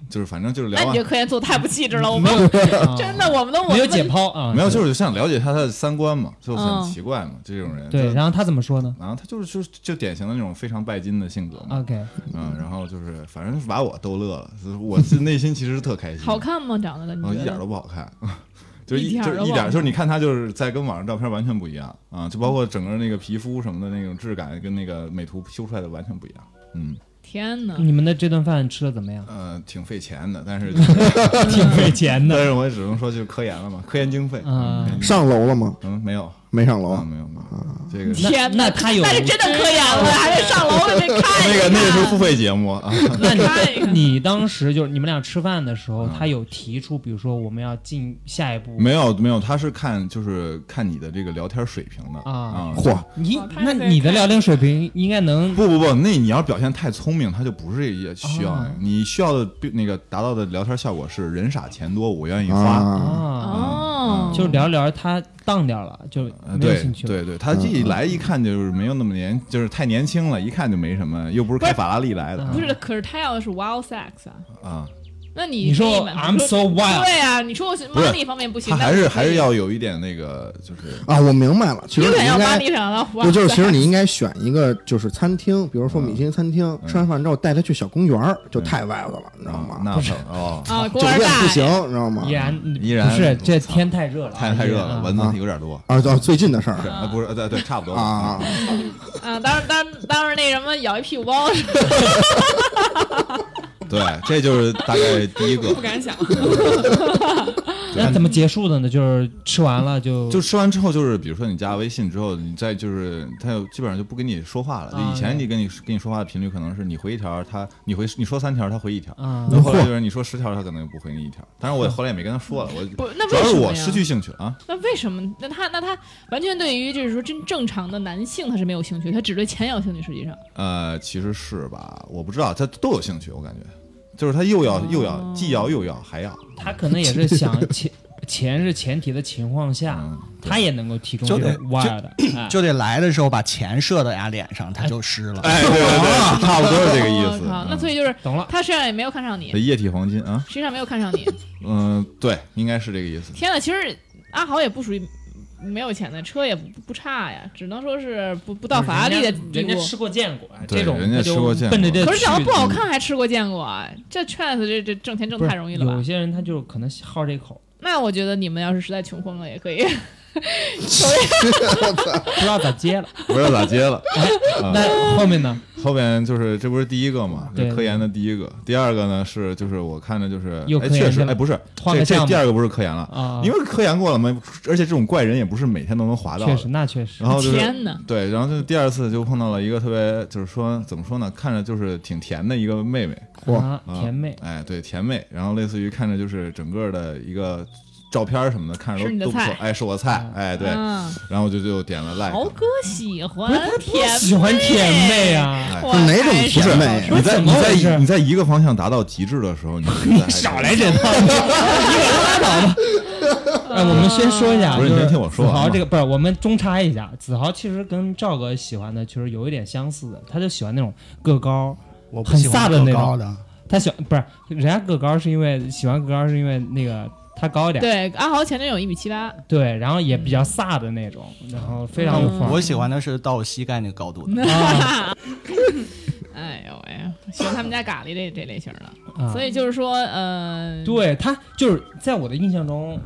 [SPEAKER 6] 就是反正就是聊
[SPEAKER 2] 那
[SPEAKER 6] 啊
[SPEAKER 2] 你
[SPEAKER 6] 完
[SPEAKER 2] 这科研做的太不细致了，我们
[SPEAKER 4] 没有，
[SPEAKER 2] 真的我们都我
[SPEAKER 4] 啊没有
[SPEAKER 2] 们
[SPEAKER 4] 解剖啊，
[SPEAKER 6] 啊没有就是想了解他的三观嘛，就
[SPEAKER 2] 嗯
[SPEAKER 6] 很奇怪嘛，这种人
[SPEAKER 4] 对。
[SPEAKER 6] 就
[SPEAKER 4] 然后他怎么说呢
[SPEAKER 6] 然后他就是就是就典型的那种非常拜金的性格嘛，
[SPEAKER 4] ？OK，
[SPEAKER 6] 嗯，然后就是反正是把我逗乐了， 就是我是内心其实是特开心的，
[SPEAKER 2] 好看吗？长得你
[SPEAKER 6] 嗯，一
[SPEAKER 2] 觉
[SPEAKER 6] 点
[SPEAKER 2] 得？
[SPEAKER 6] 都不好看， 就是
[SPEAKER 2] 一点
[SPEAKER 6] 就
[SPEAKER 2] 儿
[SPEAKER 6] 是
[SPEAKER 2] 都
[SPEAKER 6] 一
[SPEAKER 2] 不
[SPEAKER 6] 点
[SPEAKER 2] 好
[SPEAKER 6] 儿，就是你看他就是在跟网上照片完全不一样啊，就包括整个那个皮肤什么的那种质感跟那个美图修出来的完全不一样，嗯？
[SPEAKER 2] 天哪！
[SPEAKER 4] 你们的这顿饭吃的怎么样
[SPEAKER 6] 呃，挺费钱的，但 是
[SPEAKER 4] 挺费钱
[SPEAKER 6] 但。是我也只能说就是科研了嘛，科研经费，
[SPEAKER 4] 嗯
[SPEAKER 6] 嗯
[SPEAKER 5] 上楼了吗？
[SPEAKER 6] 嗯，没有，
[SPEAKER 5] 没上楼
[SPEAKER 6] 啊，
[SPEAKER 5] 啊，
[SPEAKER 6] 没有，没有，这个是
[SPEAKER 4] 那
[SPEAKER 2] 天哪
[SPEAKER 4] 那他 有
[SPEAKER 2] 那是真的科研了，还是上楼得看 一
[SPEAKER 6] 那个
[SPEAKER 2] 看
[SPEAKER 6] 那个是付费节 目啊，
[SPEAKER 4] 那你
[SPEAKER 2] 看 一看
[SPEAKER 4] 你当时就是你们俩吃饭的时候，
[SPEAKER 6] 嗯
[SPEAKER 4] 他有提出，比如说我们要进下一步，
[SPEAKER 6] 没有没有，他是看就是看你的这个聊天水平的
[SPEAKER 4] 啊
[SPEAKER 5] 嚯，
[SPEAKER 4] 你
[SPEAKER 7] 哦他
[SPEAKER 4] 那
[SPEAKER 7] 是在
[SPEAKER 4] 你的
[SPEAKER 7] 看
[SPEAKER 4] 聊天水平应该能
[SPEAKER 6] 不不不，那你要表现太聪明，他就不是也需要、
[SPEAKER 4] 哦
[SPEAKER 6] 你需要的那个达到的聊天效果是人傻钱多，我愿意花。
[SPEAKER 5] 啊，
[SPEAKER 4] 啊，
[SPEAKER 2] 哦，
[SPEAKER 6] 嗯
[SPEAKER 4] 就聊聊他荡掉了，就
[SPEAKER 6] 呃
[SPEAKER 4] 没有
[SPEAKER 6] 对
[SPEAKER 4] 兴趣了。嗯
[SPEAKER 6] 对对，他一来一看就是没有那么年，就是太年轻了，一看就没什么，又不是开法拉利来的
[SPEAKER 4] 嗯
[SPEAKER 2] 不是，可是他要的是 wild sex 啊，
[SPEAKER 6] 啊，
[SPEAKER 2] 那你
[SPEAKER 4] 你说
[SPEAKER 2] 可以满足
[SPEAKER 4] I'm so wild，
[SPEAKER 2] 对啊，你说我是
[SPEAKER 6] 不是
[SPEAKER 2] money 方面不行，
[SPEAKER 6] 他还
[SPEAKER 2] 那
[SPEAKER 6] 是
[SPEAKER 2] 我可以
[SPEAKER 6] 还是要有一点那个，就是
[SPEAKER 5] 啊，我明白了，其实
[SPEAKER 2] 永
[SPEAKER 5] 你
[SPEAKER 2] 远要
[SPEAKER 5] 应该
[SPEAKER 2] money 上的
[SPEAKER 5] 不就是，其实你应该选一个就是餐厅，比如说米其林餐厅，吃完饭之后带他去小公园儿，就太外头了，你知道
[SPEAKER 6] 啊，
[SPEAKER 5] 吗？
[SPEAKER 6] 那可哦，
[SPEAKER 2] 啊，
[SPEAKER 5] 酒
[SPEAKER 2] 公园
[SPEAKER 5] 店
[SPEAKER 2] 大
[SPEAKER 5] 不行，你知道吗
[SPEAKER 4] 依？然
[SPEAKER 6] 啊依然
[SPEAKER 4] 不是这
[SPEAKER 6] 我操
[SPEAKER 4] 天太热了，
[SPEAKER 6] 太太热了，
[SPEAKER 4] 啊
[SPEAKER 6] 蚊子
[SPEAKER 5] 啊
[SPEAKER 6] 有点多。
[SPEAKER 5] 啊，到最近的事儿
[SPEAKER 6] 是，啊，不是，呃对对，差不多了
[SPEAKER 5] 啊，
[SPEAKER 2] 啊，当时当时当时那什么咬一屁股包是吧
[SPEAKER 6] 对，这就是大概第一 个
[SPEAKER 7] 不， 敢想，
[SPEAKER 4] 那怎么结束的呢？就是吃完了就
[SPEAKER 6] 就吃完之后，就是比如说你加微信之后，你再就是他有基本上就不跟你说话了。就
[SPEAKER 4] 啊
[SPEAKER 6] 以前你跟你跟你说话的频率可能是你回一条，他你回你说三条，他回一条。
[SPEAKER 4] 啊
[SPEAKER 6] 那后来就是你说十条，他可能不回你一条。当然我后来也没跟他说了，我
[SPEAKER 2] 不那
[SPEAKER 6] 主
[SPEAKER 2] 为
[SPEAKER 6] 要
[SPEAKER 2] 什
[SPEAKER 6] 是
[SPEAKER 2] 么
[SPEAKER 6] 我
[SPEAKER 2] 呀
[SPEAKER 6] 失去兴趣了啊。
[SPEAKER 2] 那为什么？那他那他完全对于就是说真正常的男性他是没有兴趣，他只对钱有兴趣。实际上，
[SPEAKER 6] 呃，其实是吧，我不知道，他都有兴趣，我感觉，就是他又要又要既要又要还要，
[SPEAKER 4] 他可能也是想钱 钱是前提的情况下
[SPEAKER 6] 嗯，
[SPEAKER 4] 他也能够提供
[SPEAKER 8] 就
[SPEAKER 4] 这种
[SPEAKER 8] 得
[SPEAKER 4] wild 的。哎
[SPEAKER 8] 就得来的时候把钱射到人家脸上，他就湿了。
[SPEAKER 6] 哎，对对 对，差不多是这个意 思嗯哎
[SPEAKER 2] 我哦靠，。那所
[SPEAKER 6] 以
[SPEAKER 2] 以就是
[SPEAKER 4] 懂了，
[SPEAKER 2] 他实际上也没有看上你，
[SPEAKER 6] 液体黄金啊，
[SPEAKER 2] 实际上没有看上你。
[SPEAKER 6] 嗯，对，应该是这个意思。
[SPEAKER 2] 天呐，其实阿豪也不属于没有钱的，车也不不差呀，只能说是不不到法拉利的地
[SPEAKER 4] 人
[SPEAKER 2] 步
[SPEAKER 4] 家。吃过见过，啊
[SPEAKER 6] 对
[SPEAKER 4] 这种
[SPEAKER 6] 人家
[SPEAKER 4] 他就
[SPEAKER 6] 吃过见过
[SPEAKER 4] 奔着这，
[SPEAKER 2] 可是长得不好。看还吃过见过，啊这 trans 这这挣钱挣
[SPEAKER 4] 不是
[SPEAKER 2] 太容易了吧
[SPEAKER 4] 有？些人他就可能好这口，
[SPEAKER 2] 那我觉得你们要是实在穷疯了，也可以
[SPEAKER 4] 不知道咋接了。
[SPEAKER 6] 不知道咋接了。啊
[SPEAKER 4] 那后面呢？
[SPEAKER 6] 后边就是这不是第一个嘛，
[SPEAKER 4] 对
[SPEAKER 6] 这科研的第一个，第二个呢是就是我看着就是
[SPEAKER 4] 又
[SPEAKER 6] 哎
[SPEAKER 4] 科研
[SPEAKER 6] 确实
[SPEAKER 4] 去了
[SPEAKER 6] 哎不是
[SPEAKER 4] 换
[SPEAKER 6] 这
[SPEAKER 4] 个项
[SPEAKER 6] 这
[SPEAKER 4] 目
[SPEAKER 6] 第二个不是科研了，
[SPEAKER 4] 啊，
[SPEAKER 6] 因为科研过了嘛，而且这种怪人也不是每天都能滑到
[SPEAKER 4] 确实
[SPEAKER 6] 的。
[SPEAKER 4] 那确实
[SPEAKER 6] 然，后就是
[SPEAKER 2] 天哪！
[SPEAKER 6] 对，然后就是第二次就碰到了一个特别就是说怎么说呢，看着就是挺甜的一个妹妹，
[SPEAKER 4] 啊
[SPEAKER 6] 啊
[SPEAKER 4] 甜妹，
[SPEAKER 6] 哎对甜妹，然后类似于看着就是整个的一个照片什么的，看着
[SPEAKER 2] 是你
[SPEAKER 6] 都都
[SPEAKER 2] 的
[SPEAKER 6] 不错
[SPEAKER 2] 菜，
[SPEAKER 6] 哎是我菜，哎对，哎
[SPEAKER 2] 嗯，
[SPEAKER 6] 然后我就就点了 like，
[SPEAKER 2] 豪哥喜欢
[SPEAKER 4] 不是他
[SPEAKER 2] 啊甜
[SPEAKER 4] 不喜欢甜妹啊，
[SPEAKER 6] 哎
[SPEAKER 2] 我
[SPEAKER 5] 是哪种
[SPEAKER 2] 还
[SPEAKER 5] 甜妹
[SPEAKER 2] 想说
[SPEAKER 6] 你在
[SPEAKER 4] 怎
[SPEAKER 6] 你
[SPEAKER 4] 么回
[SPEAKER 6] 在
[SPEAKER 4] 事
[SPEAKER 6] 你在一个方向达到极致的时候，你 就觉得还是
[SPEAKER 4] 少来这套，你可拉倒吧。哎，我们先说一下，
[SPEAKER 6] 不是
[SPEAKER 4] 就
[SPEAKER 6] 你先听我说啊
[SPEAKER 4] 子
[SPEAKER 6] 完嘛
[SPEAKER 4] 豪这个不是，我们中插一下，子豪其实跟赵哥喜欢的就是有一点相似的，他就喜欢那种个高，
[SPEAKER 8] 我不喜欢
[SPEAKER 4] 很飒的那
[SPEAKER 8] 个
[SPEAKER 4] 种
[SPEAKER 8] 高的，嗯
[SPEAKER 4] 他喜欢不是人家个高是因为喜欢个高是因为那个他高一点，
[SPEAKER 2] 对，阿豪前男友一米七八，
[SPEAKER 4] 对，然后也比较飒的那种，然后非常有
[SPEAKER 2] 嗯
[SPEAKER 4] 范儿。
[SPEAKER 8] 我喜欢的是到我膝盖那个高度的。
[SPEAKER 2] 哎呦喂、喜欢他们家咖喱这这类型的，
[SPEAKER 4] 啊
[SPEAKER 2] 所以就是说，呃，
[SPEAKER 4] 对他就是在我的印象中，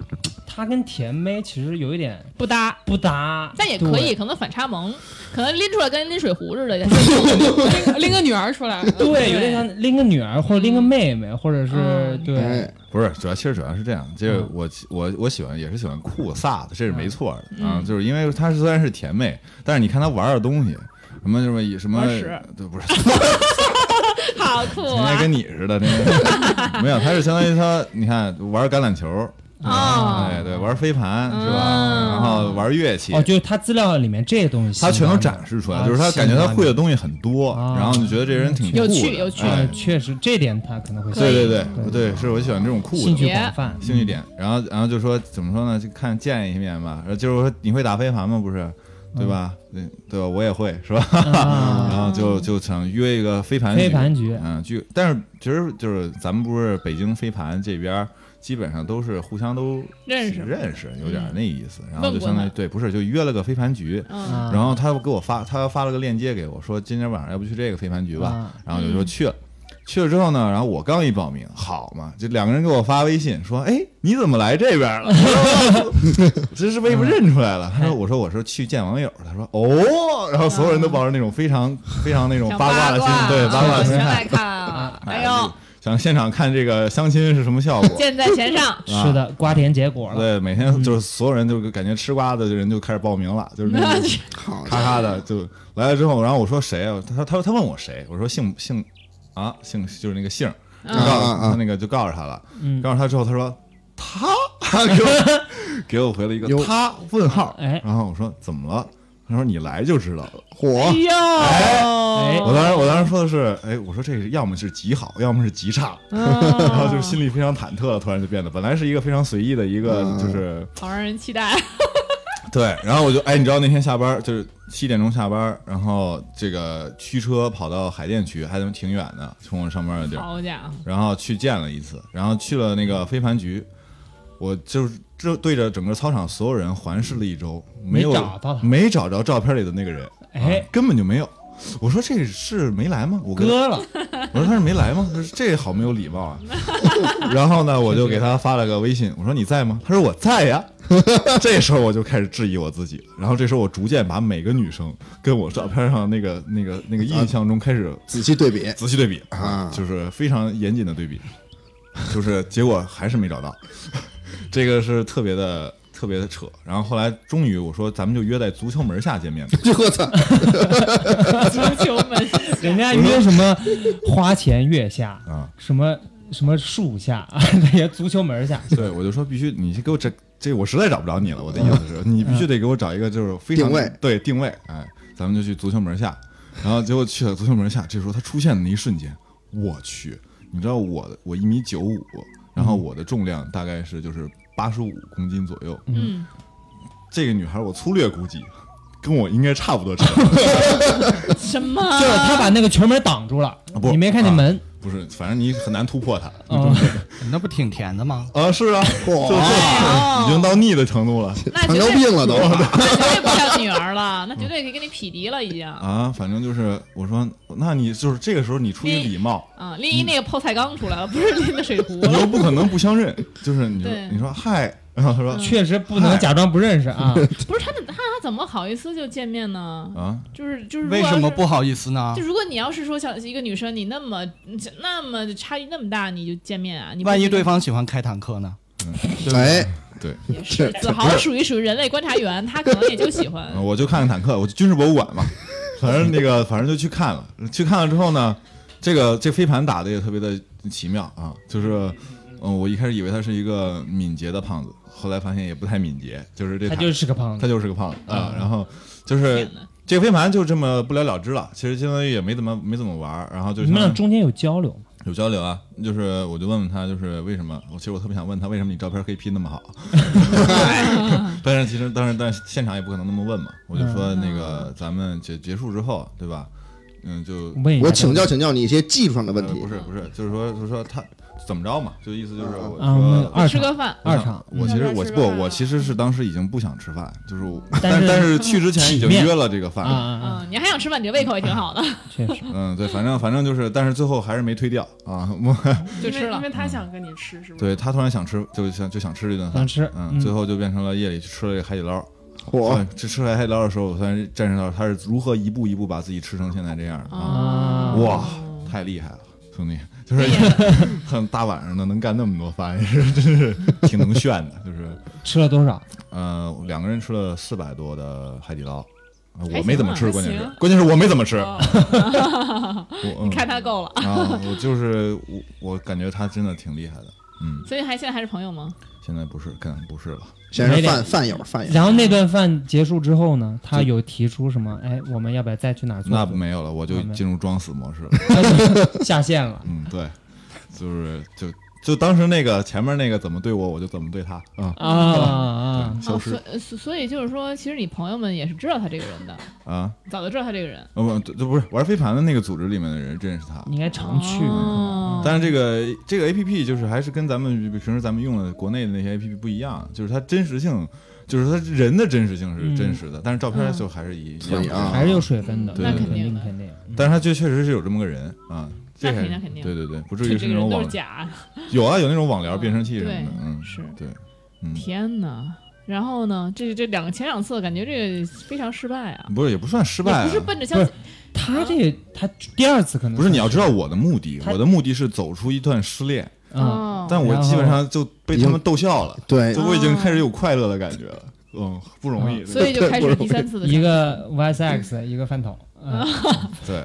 [SPEAKER 4] 他跟甜妹其实有一点
[SPEAKER 2] 不搭，
[SPEAKER 4] 不搭，
[SPEAKER 2] 但也可以，
[SPEAKER 4] 对。
[SPEAKER 2] 可能反差萌，可能拎出来跟拎水壶似的，
[SPEAKER 7] 拎个拎个女儿出来，
[SPEAKER 4] 对，有点像拎个女儿或者拎个妹妹，或者是
[SPEAKER 2] 嗯
[SPEAKER 4] 对，
[SPEAKER 5] 哎，
[SPEAKER 6] 不是，主要其实主要是这样，就是
[SPEAKER 4] 嗯
[SPEAKER 6] 我我我喜欢也是喜欢酷飒的，这是没错的、
[SPEAKER 2] 嗯
[SPEAKER 6] 啊，就是因为她虽然是甜妹，但是你看她玩的东西，什么什么以什么
[SPEAKER 2] 玩屎，
[SPEAKER 6] 对，不是
[SPEAKER 2] 好酷
[SPEAKER 6] 天天
[SPEAKER 2] 啊！
[SPEAKER 6] 跟你似的，那 个没有，她是相当于她，你看玩橄榄球，
[SPEAKER 2] 啊
[SPEAKER 6] 哎，对，玩飞盘是吧？
[SPEAKER 2] 嗯
[SPEAKER 6] 然后玩乐器。
[SPEAKER 4] 哦，就是啊他资料里面这些东西，
[SPEAKER 6] 她全都展示出来，就是她感觉她会的东西很多，
[SPEAKER 4] 啊
[SPEAKER 6] 然后你觉得这人挺酷的，
[SPEAKER 2] 有趣有趣
[SPEAKER 6] 哎
[SPEAKER 4] 呃，确实这点他可能会
[SPEAKER 6] 对对
[SPEAKER 4] 对
[SPEAKER 6] 对对，是我喜欢这种酷的
[SPEAKER 4] 兴趣广泛，
[SPEAKER 6] 兴趣点，然后然后就说怎么说呢？就看见一面吧。然后就是说你会打飞盘吗？不是，对吧？
[SPEAKER 2] 嗯
[SPEAKER 6] 对对吧？我也会，是吧？
[SPEAKER 4] 啊，
[SPEAKER 6] 然后就就想约一个飞盘
[SPEAKER 4] 飞
[SPEAKER 6] 局，
[SPEAKER 4] 盘局
[SPEAKER 6] 嗯，就但是其实就是咱们不是北京飞盘这边儿基本上都是互相都
[SPEAKER 2] 认识
[SPEAKER 6] 认识，有点儿那意思。然后
[SPEAKER 2] 问
[SPEAKER 6] 就
[SPEAKER 2] 过
[SPEAKER 6] 相当于
[SPEAKER 2] 吗
[SPEAKER 6] 对，不是就约了个飞盘局。
[SPEAKER 4] 啊
[SPEAKER 2] 嗯，
[SPEAKER 6] 然后他给我发，他发了个链接给我，说今天晚上要不去这个飞盘局吧？
[SPEAKER 4] 啊
[SPEAKER 6] 然后就说去了。去了之后呢，然后我刚一报名，好嘛，就两个人给我发微信说：“哎，你怎么来这边了？”这是被不认出来了。他说：“我说我是去见网友。”他说：“哦。”然后所有人都抱着那种非常非常那种
[SPEAKER 2] 想嗯
[SPEAKER 6] 八卦的心，对八卦的心
[SPEAKER 2] 全
[SPEAKER 6] 态，
[SPEAKER 2] 来看啊！哎
[SPEAKER 6] 就
[SPEAKER 2] 呦，
[SPEAKER 6] 想现场看这个相亲是什么效果。
[SPEAKER 2] 箭在弦上，
[SPEAKER 6] 啊
[SPEAKER 4] 是的，瓜田结果了，
[SPEAKER 6] 对，每天就是所有人就是感觉吃瓜的人就开始报名了，就是那种
[SPEAKER 5] 好
[SPEAKER 6] 咔咔的就来了之后，然后我说谁啊？他他他问我谁？我说姓姓啊姓就是那个姓儿，就
[SPEAKER 2] 嗯
[SPEAKER 6] 告诉
[SPEAKER 5] 啊啊啊
[SPEAKER 6] 他那个就告诉他了，
[SPEAKER 4] 嗯
[SPEAKER 6] 告诉他之后，他说他他给我给我回了一个
[SPEAKER 5] 哟
[SPEAKER 6] 他问号，
[SPEAKER 4] 哎
[SPEAKER 6] 然后我说怎么了？他说你来就知道了。
[SPEAKER 2] 哎
[SPEAKER 5] 火，
[SPEAKER 4] 哎
[SPEAKER 2] 呦，
[SPEAKER 6] 哦我当时我当时说的是，哎，我说这个要么是极好，要么是极差，然
[SPEAKER 2] 然
[SPEAKER 6] 后就是心里非常忐忑了，突然就变得本来是一个非常随意的一个
[SPEAKER 5] 嗯
[SPEAKER 6] 就是。
[SPEAKER 2] 好让人期待，
[SPEAKER 6] 对，然后我就哎，你知道那天下班儿就是七点钟下班儿，然后这个驱车跑到海淀区，还他妈挺远的，从我上班的地儿，
[SPEAKER 2] 好家伙，
[SPEAKER 6] 然后去见了一次，然后去了那个飞盘局，我就是就对着整个操场所有人环视了一周，没有
[SPEAKER 4] 没找到他
[SPEAKER 6] 没找着照片里的那个人，
[SPEAKER 4] 哎
[SPEAKER 6] 啊根本就没有。我说这是没来吗？我跟
[SPEAKER 4] 割了，
[SPEAKER 6] 我说他是没来吗？他说这好没有礼貌啊。 然后呢，我就给他发了个微信，我说你在吗？他说我在呀。 这时候我就开始质疑我自己了。然后这时候我逐渐把每个女生跟我照片上那个那个那个印象中开始
[SPEAKER 5] 仔细对比，
[SPEAKER 6] 仔细对比
[SPEAKER 5] 啊
[SPEAKER 6] 就是非常严谨的对比，就是结果还是没找到， 这个是特别的。特别的扯，然后后来终于我说咱们就约在足球门下见面吧，
[SPEAKER 5] 我操，
[SPEAKER 2] 足球门
[SPEAKER 4] 人家约什么花前月下
[SPEAKER 6] 啊，
[SPEAKER 4] 什么什么树下 啊，也足球门下，
[SPEAKER 6] 对，我就说必须，你给我这这，我实在找不着你了。我的意思是，你必须得给我找一个就是非常
[SPEAKER 5] 定位
[SPEAKER 6] 对定位。哎，咱们就去足球门下，然后结果去了足球门下，这时候他出现的那一瞬间，我去，你知道我的我一米九五，然后我的重量大概是就是八十五公斤左右，
[SPEAKER 2] 嗯，
[SPEAKER 6] 这个女孩我粗略估计。跟我应该差不多长，
[SPEAKER 2] 什
[SPEAKER 4] 就是
[SPEAKER 2] 么？
[SPEAKER 4] 他把那个球门挡住了
[SPEAKER 6] 啊不，
[SPEAKER 4] 你没看见门，
[SPEAKER 6] 不是，反正你很难突破它。
[SPEAKER 4] 嗯，
[SPEAKER 8] 那不挺甜的吗？
[SPEAKER 6] 啊，是啊，就是已经到腻的程度了
[SPEAKER 2] 那
[SPEAKER 5] 糖
[SPEAKER 2] 绝
[SPEAKER 5] 尿
[SPEAKER 2] 对
[SPEAKER 5] 病了都。
[SPEAKER 2] 那绝对不像女儿了，那绝对可以跟你匹敌了，已经。
[SPEAKER 6] 啊。反正就是我说，那你就是这个时候你出于礼貌，
[SPEAKER 2] 啊，拎一那个泡菜缸出来了，不是拎的水壶
[SPEAKER 6] 你又
[SPEAKER 2] 了。
[SPEAKER 6] 不可能不相认，就是你说
[SPEAKER 2] 对嗯
[SPEAKER 6] 你说嗨，然后他说
[SPEAKER 4] 确实不能假装不认 识啊。
[SPEAKER 2] 不是他怎他他怎么好意思就见面呢？
[SPEAKER 6] 啊，
[SPEAKER 2] 就是就是，
[SPEAKER 8] 为什么不？好意思呢
[SPEAKER 2] 就？如果你要是说想一个女生，你那么那么差异那么大，你就见面啊？你不
[SPEAKER 8] 万一对方喜欢开坦克呢？
[SPEAKER 5] 哎，
[SPEAKER 6] 对，
[SPEAKER 2] 也是子豪属于属于人类观察员，他可能也就喜欢
[SPEAKER 6] 呃我就看看坦克，我去军事博物馆嘛，反正那个反正就去看了，去看了之后呢，这个这飞盘打的也特别的奇妙啊，就是嗯、我一开始以为他是一个敏捷的胖子，后来发现也不太敏捷，就是这
[SPEAKER 4] 他
[SPEAKER 6] 坦
[SPEAKER 4] 就是嗯个胖
[SPEAKER 6] 他
[SPEAKER 4] 子，
[SPEAKER 6] 就是个胖子啊，然后就是
[SPEAKER 2] 天哪
[SPEAKER 6] 这个飞盘就这么不了了之了，其实相当于也没怎么没怎么玩儿，然后就
[SPEAKER 4] 你
[SPEAKER 6] 相
[SPEAKER 4] 们
[SPEAKER 6] 当于
[SPEAKER 4] 俩中间有交流吗？
[SPEAKER 6] 有交流啊，就是我就问问他，就是为什么？我其实我特别想问他，为什么你照片可以 P 那么好？ 但是其实当然，但是现场也不可能那么问嘛。我就说那个咱们结结束之后，对吧？嗯，就
[SPEAKER 4] 问一下
[SPEAKER 5] 我请教请教你一些技术上的问
[SPEAKER 6] 呃
[SPEAKER 5] 题
[SPEAKER 6] 不。是不是，就是说就是说他怎么着嘛，就意思就是我
[SPEAKER 4] 啊，我们
[SPEAKER 6] 说。
[SPEAKER 4] 二
[SPEAKER 2] 吃
[SPEAKER 4] 场
[SPEAKER 2] 个饭。
[SPEAKER 6] 我想
[SPEAKER 4] 二场
[SPEAKER 6] 我其实我
[SPEAKER 7] 吃个
[SPEAKER 6] 不，
[SPEAKER 7] 饭啊
[SPEAKER 6] 我其实是当时已经不想吃饭，就是我，
[SPEAKER 4] 但
[SPEAKER 6] 但
[SPEAKER 4] 是
[SPEAKER 6] 但是去之前已经
[SPEAKER 4] 体面
[SPEAKER 6] 约了这个饭
[SPEAKER 4] 啊，啊啊，
[SPEAKER 2] 嗯，你还想吃饭，你这胃口也挺好的，
[SPEAKER 4] 确实，
[SPEAKER 6] 嗯，对，反正反正就是，但是最后还是没推掉啊。 我
[SPEAKER 2] 就吃
[SPEAKER 7] 因为因
[SPEAKER 2] 了。
[SPEAKER 7] 为他想跟你吃，是不是？
[SPEAKER 6] 对他突然想吃，就想就想吃这顿饭
[SPEAKER 4] 想，吃，
[SPEAKER 6] 嗯，最后就变成了夜里去吃了一个海底捞。
[SPEAKER 5] 我
[SPEAKER 6] 哎这吃海底捞的时候，我算是见识到他是如何一步一步把自己吃成现在这样的啊！
[SPEAKER 2] 啊
[SPEAKER 6] 哇，太厉害了，兄弟，就是
[SPEAKER 2] 厉害
[SPEAKER 6] 很大晚上的能干那么多饭，也是真是挺能炫的。就是
[SPEAKER 4] 吃了多少？
[SPEAKER 6] 呃，两个人吃了四百多的海底捞，呃
[SPEAKER 2] 还
[SPEAKER 6] 我没怎
[SPEAKER 2] 行
[SPEAKER 6] 么
[SPEAKER 2] 啊
[SPEAKER 6] 吃，
[SPEAKER 7] 还
[SPEAKER 6] 关键是
[SPEAKER 7] 行
[SPEAKER 6] 关键是我没怎么吃。
[SPEAKER 7] 哦
[SPEAKER 6] 我
[SPEAKER 2] 你看他够了，
[SPEAKER 6] 嗯啊，我就是我，我感觉他真的挺厉害的。嗯，
[SPEAKER 2] 所以还现在还是朋友吗？
[SPEAKER 6] 现在不是，肯定不是了。
[SPEAKER 5] 显
[SPEAKER 4] 没
[SPEAKER 5] 然是
[SPEAKER 4] 脸
[SPEAKER 5] 饭饭友饭友。
[SPEAKER 4] 然后那顿饭结束之后呢，他有提出什么？哎，我们要不要再去哪儿坐
[SPEAKER 6] 那
[SPEAKER 4] 坐？
[SPEAKER 6] 没有了，我就
[SPEAKER 4] 啊没有
[SPEAKER 6] 进入装死模式了。
[SPEAKER 4] 下 线了。
[SPEAKER 6] 嗯，对，就是就就当时那个前面那个怎么对我，我就怎么对他啊，
[SPEAKER 4] 啊啊！
[SPEAKER 6] 消
[SPEAKER 2] 哦，
[SPEAKER 6] 失
[SPEAKER 2] 所呃所所以就是说，其实你朋友们也是知道他这 个人的，
[SPEAKER 6] 啊，
[SPEAKER 2] 早就知道他这个人。
[SPEAKER 6] 呃不，这这不是玩飞盘的那个组织里面的人认识他
[SPEAKER 4] 你。应该常去。
[SPEAKER 2] 哦
[SPEAKER 6] 但是这个这个 A P P 就是还是跟咱们平时咱们用的国内的那些 A P P 不一样，就是它真实性，就是它人的真实性是真
[SPEAKER 2] 嗯
[SPEAKER 6] 实的，但是照片就还是一
[SPEAKER 5] 所以
[SPEAKER 6] 一样的
[SPEAKER 5] 啊
[SPEAKER 4] 还是有水分的，
[SPEAKER 6] 对
[SPEAKER 4] 那
[SPEAKER 6] 对
[SPEAKER 4] 肯
[SPEAKER 2] 对
[SPEAKER 4] 定
[SPEAKER 2] 对
[SPEAKER 4] 肯定。
[SPEAKER 6] 但是它就确实是有这么个人啊，这还
[SPEAKER 2] 那肯定
[SPEAKER 6] 是
[SPEAKER 2] 肯定
[SPEAKER 6] 对对对，不至
[SPEAKER 2] 这
[SPEAKER 6] 于是
[SPEAKER 2] 这个
[SPEAKER 6] 那种
[SPEAKER 2] 人都
[SPEAKER 6] 网
[SPEAKER 2] 是假，
[SPEAKER 6] 有啊有那种网聊
[SPEAKER 2] 嗯
[SPEAKER 6] 变声器什么
[SPEAKER 2] 对
[SPEAKER 6] 的，嗯，
[SPEAKER 2] 是
[SPEAKER 6] 对，嗯，
[SPEAKER 2] 天哪！然后呢，这这两前两次感觉这个非常失败啊，
[SPEAKER 6] 不是也不算失败啊，
[SPEAKER 2] 也不是奔着相
[SPEAKER 4] 不他这他第二次可能
[SPEAKER 2] 嗯
[SPEAKER 6] 不是你要知道我的目的，
[SPEAKER 4] 他
[SPEAKER 6] 我的目的是走出一段失恋，
[SPEAKER 4] 啊，
[SPEAKER 2] 哦，
[SPEAKER 6] 嗯但我基本上就被他们逗笑了，
[SPEAKER 5] 对
[SPEAKER 6] 就，我已经开始有快乐的感觉了，嗯，不容
[SPEAKER 4] 哦
[SPEAKER 6] 易，
[SPEAKER 2] 所以就开始第三次的
[SPEAKER 4] 一个 YSX 一个饭桶，啊
[SPEAKER 6] 对。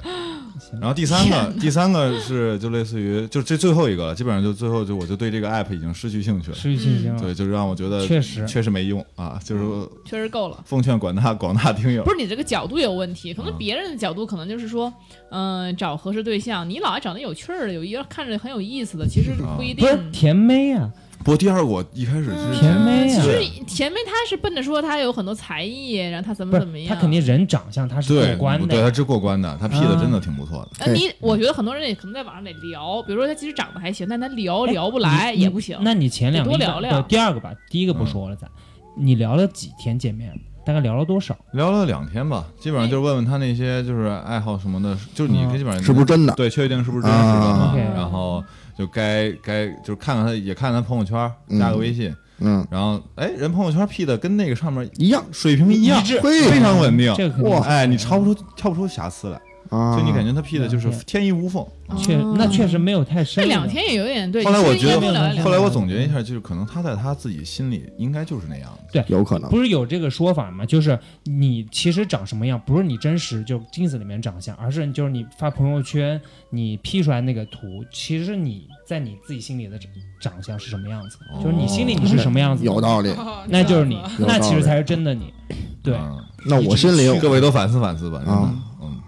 [SPEAKER 4] 行
[SPEAKER 6] 然后第三个，第三个是就类似于就这最后一个了，基本上就最后就我就对这个 app 已经失去兴趣了，
[SPEAKER 4] 失去信心
[SPEAKER 6] 对，
[SPEAKER 4] 了。
[SPEAKER 6] 就让我觉得
[SPEAKER 4] 确实嗯
[SPEAKER 6] 确实没用啊，就是
[SPEAKER 2] 确实够了。
[SPEAKER 6] 奉劝广大广大听友
[SPEAKER 2] 不，是你这个角度有问题，可能
[SPEAKER 6] 啊
[SPEAKER 2] 别人的角度可能就是说，嗯、找合适对象，你老爱找那有趣儿的，有一看着很有意思的，其实
[SPEAKER 6] 嗯
[SPEAKER 2] 不一
[SPEAKER 4] 不
[SPEAKER 2] 定。
[SPEAKER 4] 是甜妹啊，
[SPEAKER 6] 不过第二个我一开始是
[SPEAKER 4] 甜妹
[SPEAKER 2] 其
[SPEAKER 4] 啊，
[SPEAKER 2] 实前面他嗯是奔着说他有很多才艺，然后他怎
[SPEAKER 4] 不
[SPEAKER 2] 么怎么
[SPEAKER 4] 是
[SPEAKER 2] 样，
[SPEAKER 4] 他肯定人长相他是
[SPEAKER 6] 对
[SPEAKER 4] 过关
[SPEAKER 6] 对，
[SPEAKER 4] 的嗯
[SPEAKER 6] 他，是过关的，他 P 的真的挺不错的，
[SPEAKER 2] 那你我觉得很多人也可能在网上得聊，比如说他其实长得还行，但他聊
[SPEAKER 4] 哎
[SPEAKER 2] 聊不来
[SPEAKER 4] 你
[SPEAKER 2] 也不行。
[SPEAKER 4] 那你前两个
[SPEAKER 2] 得多聊聊
[SPEAKER 4] 不第二个吧，第一个不说了，咱你聊了几天见面？大概聊了多少？
[SPEAKER 6] 聊了两天吧，基本上就是问问他那些就是爱好什么的，就是你
[SPEAKER 4] 嗯
[SPEAKER 6] 基本上
[SPEAKER 5] 是不是真的？
[SPEAKER 6] 对，确定是不是真实的嘛
[SPEAKER 4] 啊？，OK
[SPEAKER 6] 然后就该该就是看看他，也看看他朋友圈，加个微信，
[SPEAKER 5] 嗯，
[SPEAKER 6] 然后哎，人朋友圈 P 的跟那个上面
[SPEAKER 5] 一样
[SPEAKER 6] 水平一样，
[SPEAKER 5] 嘿
[SPEAKER 6] 非常稳定。
[SPEAKER 4] 这个肯定
[SPEAKER 5] 哇
[SPEAKER 6] 哎，你超不出跳不出瑕疵来，
[SPEAKER 5] 啊！
[SPEAKER 6] 就你感觉他 P 的就是天衣无缝。
[SPEAKER 2] 哦
[SPEAKER 4] 确那确实没有太深
[SPEAKER 2] 这
[SPEAKER 4] 入
[SPEAKER 2] 两
[SPEAKER 4] 的。
[SPEAKER 2] 天也有点对。
[SPEAKER 6] 后来我觉
[SPEAKER 2] 其实应该多聊一
[SPEAKER 6] 得，
[SPEAKER 2] 聊
[SPEAKER 6] 后来我总结一下，就是可能他在他自己心里应该就是那样的。
[SPEAKER 5] 有可能
[SPEAKER 4] 不是有这个说法吗？就是你其实长什么样，不是你真实就镜子里面长相，而是就是你发朋友圈你 P 出来那个图，其实你在你自己心里的长长相是什么样子，
[SPEAKER 6] 哦
[SPEAKER 4] 就是你心里你是什么样子，
[SPEAKER 5] 有道理。
[SPEAKER 7] 哦
[SPEAKER 4] 那啊就是你，
[SPEAKER 7] 知道了
[SPEAKER 4] 那其实才是真的你。对，
[SPEAKER 6] 嗯
[SPEAKER 5] 那我心里有
[SPEAKER 6] 各位都反思反思吧，真的
[SPEAKER 5] 啊。
[SPEAKER 6] 嗯，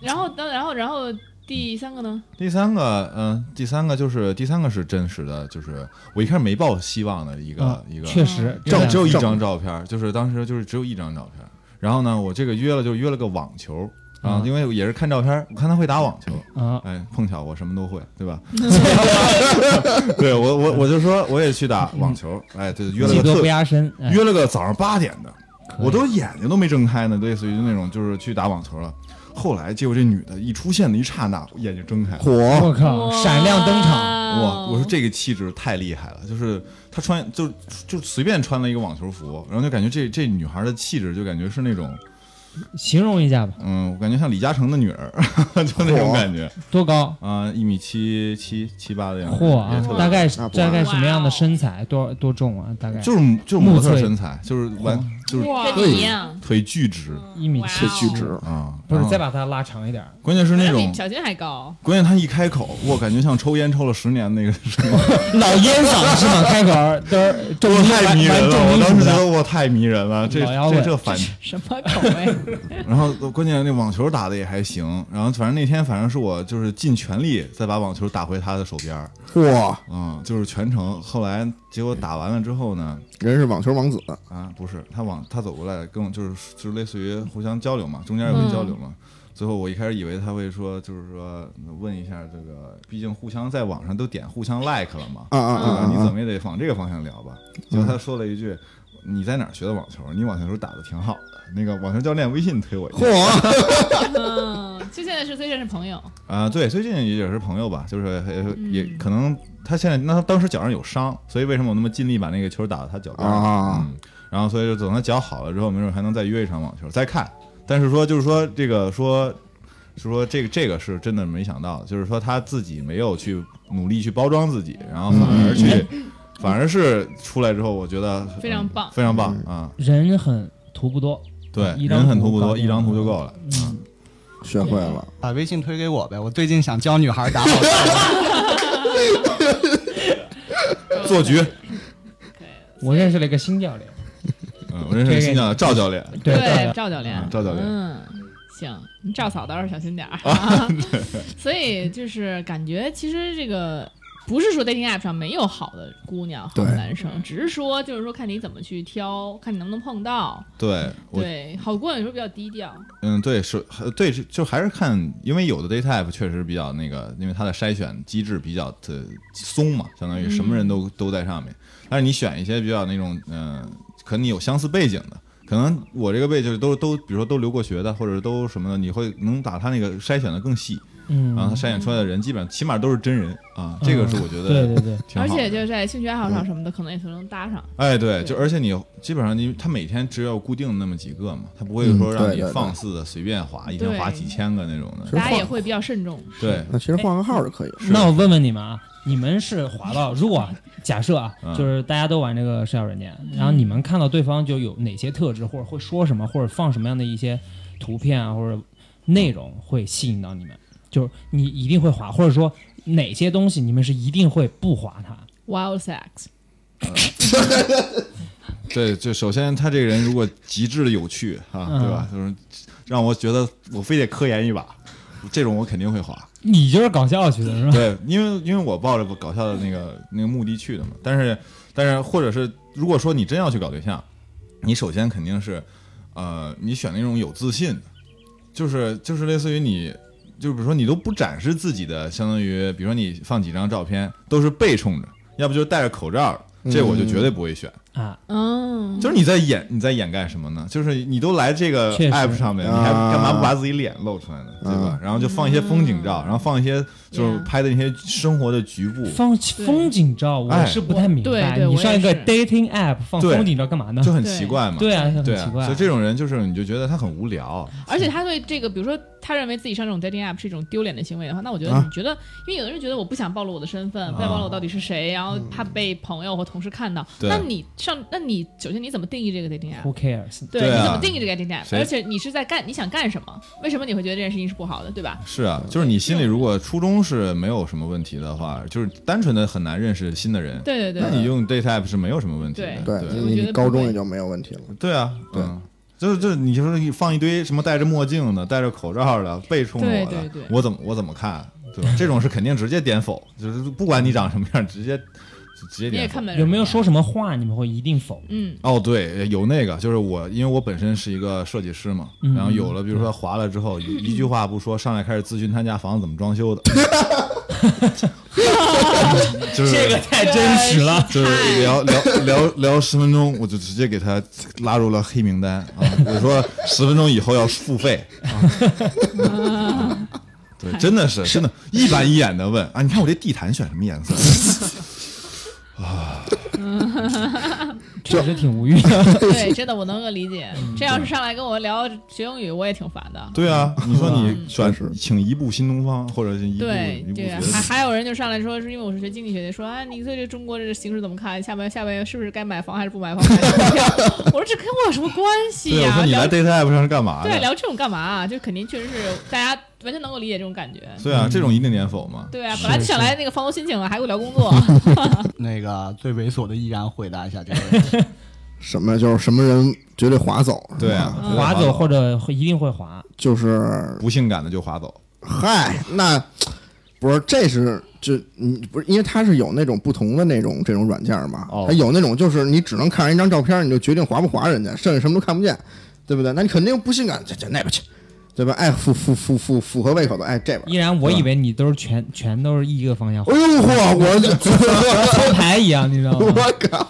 [SPEAKER 2] 然后当然后然后第三个呢？
[SPEAKER 6] 第三个，嗯，第三个就是第三个是真实的，就是我一开始没抱希望的一个一个
[SPEAKER 4] 啊嗯确实，
[SPEAKER 6] 只有只有一
[SPEAKER 5] 正
[SPEAKER 6] 张照片儿，就是当时就是只有一张照片儿。然后呢，我这个约了就约了个网球，啊
[SPEAKER 4] 啊，
[SPEAKER 6] 因为也是看照片儿，我看他会打网球，
[SPEAKER 4] 啊，
[SPEAKER 6] 哎，碰巧我什么都会，对 吧？对我我我就说我也去打网球，哎，对，约了
[SPEAKER 4] 技
[SPEAKER 6] 个
[SPEAKER 4] 多
[SPEAKER 6] 特
[SPEAKER 4] 嗯不压身，哎
[SPEAKER 6] 约了个早上八点的，
[SPEAKER 4] 可以
[SPEAKER 6] 我都眼睛都没睁开呢，类似于那种就是去打网球了。后来结果这女的一出现的一刹那，我眼睛睁开了，
[SPEAKER 5] 火
[SPEAKER 4] 我靠，啊闪亮登场，
[SPEAKER 6] 哇！
[SPEAKER 4] 嗯
[SPEAKER 6] 我说这个气质太厉害了，就是她穿就就随便穿了一个网球服，然后就感觉这这女孩的气质就感觉是那种，
[SPEAKER 4] 形容一下吧，
[SPEAKER 6] 嗯，我感觉像李嘉诚的女儿， 就那种感觉
[SPEAKER 4] 多高？
[SPEAKER 6] 啊，一、米七七七八的样子，
[SPEAKER 4] 嚯啊
[SPEAKER 6] 也特，别
[SPEAKER 4] 大概
[SPEAKER 5] 那不
[SPEAKER 4] 大概
[SPEAKER 2] 矮
[SPEAKER 4] 什么样的身材？多多重啊？大概
[SPEAKER 6] 就是就是模特身材，就是完就是
[SPEAKER 7] 哇
[SPEAKER 2] 跟你一样，
[SPEAKER 6] 腿巨直
[SPEAKER 4] 一米
[SPEAKER 2] 哇
[SPEAKER 4] 七
[SPEAKER 2] 这巨
[SPEAKER 5] 直
[SPEAKER 6] 啊，
[SPEAKER 4] 嗯不是，
[SPEAKER 6] 然后
[SPEAKER 4] 再把它拉长一点儿，
[SPEAKER 6] 关键是那
[SPEAKER 2] 可能
[SPEAKER 6] 种
[SPEAKER 2] 比小金还高，
[SPEAKER 6] 关键他一开口，我感觉像抽烟抽了十年 那个什么，
[SPEAKER 4] 老烟嗓 是吗？开口儿都是重
[SPEAKER 6] 我
[SPEAKER 4] 金
[SPEAKER 6] 太迷人了！
[SPEAKER 4] 重
[SPEAKER 6] 我
[SPEAKER 4] 金
[SPEAKER 6] 当
[SPEAKER 4] 属
[SPEAKER 6] 时觉
[SPEAKER 4] 的
[SPEAKER 6] 得我太迷人了，这
[SPEAKER 4] 老摇
[SPEAKER 6] 这
[SPEAKER 4] 滚
[SPEAKER 6] 这反，
[SPEAKER 2] 什么口味？
[SPEAKER 6] 然后关键那网球打的也还行，然后反正那天反正是我就是尽全力再把网球打回他的手边儿，
[SPEAKER 5] 嚯，
[SPEAKER 6] 嗯，就是全程。后来结果打完了之后呢，
[SPEAKER 5] 人是网球王子，
[SPEAKER 6] 啊，不是，他往他走过来跟我就是就是类似于互相交流嘛，中间也会交流嘛。最后我一开始以为他会说，就是说问一下这个，毕竟互相在网上都点互相 like 了嘛，
[SPEAKER 5] 啊啊
[SPEAKER 6] 对吧？
[SPEAKER 5] 啊
[SPEAKER 6] 嗯你
[SPEAKER 5] 啊
[SPEAKER 6] 怎
[SPEAKER 5] 啊！
[SPEAKER 6] 么也得往这个方向聊吧。结果他说了一句：“你在哪儿学的网球？你网球打的挺好的。”那个网球教练微信推我一下
[SPEAKER 5] 嚯，
[SPEAKER 2] 嗯，就现在是最认识朋友，
[SPEAKER 6] 啊、对，最近也是朋友吧，就是呃
[SPEAKER 2] 嗯
[SPEAKER 6] 也可能他现在那他当时脚上有伤，所以为什么我那么尽力把那个球打到他脚边上？
[SPEAKER 5] 啊
[SPEAKER 6] 嗯，然后所以就等他脚好了之后，没准还能再约一场网球再看。但是说就是说这个说是说这个这个是真的没想到，就是说他自己没有去努力去包装自己，然后反而去、反而是出来之后，我觉得
[SPEAKER 2] 非常
[SPEAKER 6] 嗯
[SPEAKER 2] 棒
[SPEAKER 6] 非常棒啊、
[SPEAKER 4] 人很图不多，
[SPEAKER 6] 对，
[SPEAKER 4] 一张
[SPEAKER 6] 人很
[SPEAKER 4] 图
[SPEAKER 6] 图不
[SPEAKER 4] 搞
[SPEAKER 6] 多，
[SPEAKER 4] 定
[SPEAKER 6] 一张图
[SPEAKER 4] 了
[SPEAKER 6] 就够了。
[SPEAKER 4] 嗯，
[SPEAKER 5] 学会了，
[SPEAKER 8] 把微信推给我呗，我最近想教女孩打网球。
[SPEAKER 6] 做局，
[SPEAKER 4] 我认识了一个新教练，
[SPEAKER 6] 嗯，我认识一个新教练赵教练，
[SPEAKER 4] 对
[SPEAKER 2] 对，赵教练
[SPEAKER 6] 嗯，赵教练
[SPEAKER 2] 嗯，行，赵嫂倒是小心点儿。
[SPEAKER 6] 啊
[SPEAKER 2] 所以就是感觉，其实这个不是说 dating app 上没有好的姑娘、好的
[SPEAKER 5] 对
[SPEAKER 2] 男生，只是说就是说看你怎么去挑，看你能不能碰到。
[SPEAKER 6] 对我
[SPEAKER 2] 对，好姑娘有时候比较低调，
[SPEAKER 6] 嗯，对，是，呃对，是就还是看，因为有的 data app 确实比较那个，因为它的筛选机制比较的松嘛，相当于什么人
[SPEAKER 5] 嗯
[SPEAKER 6] 都、都在上面。但是你选一些比较那种，嗯、可能你有相似背景的，可能我这个背景都都，比如说都留过学的，或者都什么的，你会能把它那个筛选的更细，
[SPEAKER 4] 嗯，
[SPEAKER 6] 然后它筛选出来的人基本上起码都是真人啊，这个是
[SPEAKER 5] 嗯
[SPEAKER 6] 我觉
[SPEAKER 4] 对
[SPEAKER 6] 得
[SPEAKER 4] 对对，
[SPEAKER 6] 挺好
[SPEAKER 2] 而
[SPEAKER 6] 的。
[SPEAKER 2] 且就是在兴趣爱好上什么的，可能也能搭上。
[SPEAKER 6] 哎，对，
[SPEAKER 2] 对
[SPEAKER 6] 就而且你基本上你他每天只有固定那么几个嘛，他不会
[SPEAKER 5] 嗯
[SPEAKER 6] 说让
[SPEAKER 5] 对
[SPEAKER 6] 你
[SPEAKER 5] 对对
[SPEAKER 6] 放肆的随便划，一天
[SPEAKER 2] 对
[SPEAKER 6] 划几千个那种的。
[SPEAKER 2] 大家也会比较慎重。
[SPEAKER 6] 对，哎
[SPEAKER 5] 那其实换个号就可以了。
[SPEAKER 4] 那我问问你们啊，你们是滑到，如果啊假设啊
[SPEAKER 6] 嗯，
[SPEAKER 4] 就是大家都玩这个社交软件，然后你们看到对方就有哪些特质，或者会说什么，或者放什么样的一些图片啊，或者内容会吸引到你们？就是你一定会滑，或者说哪些东西你们是一定会不滑它？
[SPEAKER 2] Wild sex，
[SPEAKER 6] 对，就首先他这个人如果极致的有趣啊，
[SPEAKER 4] 嗯
[SPEAKER 6] 对吧？就是让我觉得我非得科研一把，这种我肯定会划。
[SPEAKER 4] 你就是搞笑去的是吧？
[SPEAKER 6] 对，因为因为我抱着搞笑的那个那个目的去的嘛。但是但是，或者是如果说你真要去搞对象，你首先肯定是，呃，你选那种有自信的，就是就是类似于你，就比如说你都不展示自己的，相当于比如说你放几张照片都是背冲着，要不就是戴着口罩的，这我就绝对不会选。
[SPEAKER 4] 啊，
[SPEAKER 2] 嗯，
[SPEAKER 6] 就是你在掩你在掩盖什么呢？就是你都来这个
[SPEAKER 4] 确实
[SPEAKER 6] app 上面，你还干嘛不把自己脸露出来呢？对吧？然后就放一些风景照，然后放一些就是
[SPEAKER 2] 嗯
[SPEAKER 6] 拍的那些生活的局部，
[SPEAKER 4] 放风景照我
[SPEAKER 6] 哎
[SPEAKER 4] 是不太明白，
[SPEAKER 2] 对对
[SPEAKER 4] 你上一
[SPEAKER 2] 我
[SPEAKER 4] 个
[SPEAKER 2] 也是
[SPEAKER 4] dating app 放
[SPEAKER 6] 对
[SPEAKER 4] 风景照干嘛呢？
[SPEAKER 6] 就很奇怪嘛。
[SPEAKER 4] 对啊，很
[SPEAKER 6] 对
[SPEAKER 4] 奇
[SPEAKER 6] 啊，
[SPEAKER 4] 怪。
[SPEAKER 6] 所以这种人就是你就觉得他很无聊，
[SPEAKER 2] 而且他对这个，比如说他认为自己上这种 dating app 是一种丢脸的行为的话，那我觉得
[SPEAKER 5] 啊
[SPEAKER 2] 你觉得，因为有的人觉得我不想暴露我的身份，不想暴露我到底是谁，然后怕被朋友或同事看到。
[SPEAKER 6] 对
[SPEAKER 2] 那你上，那你首先你怎么定义这个 dating app？
[SPEAKER 4] Who cares？
[SPEAKER 2] 对，
[SPEAKER 6] 对啊
[SPEAKER 2] 你怎么定义这个 dating app？
[SPEAKER 6] 谁
[SPEAKER 2] 而且你是在干，你想干什么？为什么你会觉得这件事情是不好的，对吧？
[SPEAKER 6] 是啊，就是你心里如果初衷是没有什么问题的话，就是单纯的很难认识新的人。
[SPEAKER 2] 对对
[SPEAKER 6] 那你
[SPEAKER 2] 对，
[SPEAKER 6] 用 date app 是没有什么问题的。
[SPEAKER 2] 对
[SPEAKER 5] 对，
[SPEAKER 6] 对
[SPEAKER 2] 我觉
[SPEAKER 5] 你
[SPEAKER 2] 得
[SPEAKER 5] 你高
[SPEAKER 2] 不会
[SPEAKER 5] 中也就没有问题了。
[SPEAKER 6] 对啊，
[SPEAKER 5] 对
[SPEAKER 6] 嗯。就是就是，你就说你放一堆什么戴着墨镜的、戴着口罩的、背冲着我的，
[SPEAKER 2] 对对对
[SPEAKER 6] 我怎么我怎么看，对吧？这种是肯定直接颠覆，就是不管你长什么样，直接直接
[SPEAKER 2] 你也
[SPEAKER 6] 点
[SPEAKER 2] 看
[SPEAKER 6] 头。
[SPEAKER 2] 本人
[SPEAKER 4] 有没有说什么话你们会一定否？
[SPEAKER 2] 嗯
[SPEAKER 6] 哦，对，有那个，就是我，因为我本身是一个设计师嘛，
[SPEAKER 4] 嗯
[SPEAKER 6] 然后有了，比如说划了之后，一一句话不说，上来开始咨询他家房子怎么装 修的， 就是
[SPEAKER 4] 这个太真实了，
[SPEAKER 6] 就是聊聊聊聊十分钟，我就直接给他拉入了黑名单啊！我说十分钟以后要付费啊！对，真的是真的，一板一眼的问啊！你看我这地毯选什么颜色？啊
[SPEAKER 4] 确实挺无语的。
[SPEAKER 2] 对，真的我能够理解。
[SPEAKER 6] 嗯
[SPEAKER 2] 这要是上来跟我聊学英语，我也挺烦的。
[SPEAKER 6] 对啊，你说你选
[SPEAKER 5] 确实请
[SPEAKER 6] 请一部新东方，或者是一部
[SPEAKER 2] 嗯对啊
[SPEAKER 6] 一，部
[SPEAKER 2] 这个
[SPEAKER 6] 别
[SPEAKER 2] 还
[SPEAKER 6] 的，
[SPEAKER 2] 还有人就上来说，是因为我是学经济学的，说啊，你对这中国这形势怎么看？下半下半月是不是该买房还是 不买房？买股票我说这跟我有什么关系
[SPEAKER 6] 对，我
[SPEAKER 2] 呀、
[SPEAKER 6] 说你
[SPEAKER 2] 聊
[SPEAKER 6] 来 data app 上是干嘛
[SPEAKER 2] 对
[SPEAKER 6] 的？
[SPEAKER 2] 聊这种干嘛、啊就肯定确实是大家完全能够理解这种感觉。
[SPEAKER 6] 对啊，这种一定点否嘛？
[SPEAKER 2] 对啊，本来就想来那个放松心情了，还给我聊工作。啊
[SPEAKER 8] 那个最猥琐的依然回答一下这个问题。
[SPEAKER 5] 什么就是什么人绝对划走，是
[SPEAKER 6] 对
[SPEAKER 5] 吧
[SPEAKER 6] 啊，
[SPEAKER 2] 嗯
[SPEAKER 4] 划走或者会一定会划，
[SPEAKER 6] 嗯
[SPEAKER 5] 就是
[SPEAKER 6] 不性感的就划走，
[SPEAKER 5] 嗨，那不是这是这你不是因为它是有那种不同的那种这种软件嘛？
[SPEAKER 6] 哦
[SPEAKER 5] 它有那种就是你只能看上一张照片，你就决定划不划人家，甚至什么都看不见，对不对？那你肯定不性感，这这那边去，对吧？哎，符符符符符合胃口的，哎这
[SPEAKER 4] 依
[SPEAKER 5] 边。
[SPEAKER 4] 然我以为你都是全全都是一个方向划
[SPEAKER 5] 哎，呦嚯，我就
[SPEAKER 4] 抽牌一样，你知道吗？
[SPEAKER 5] 我靠！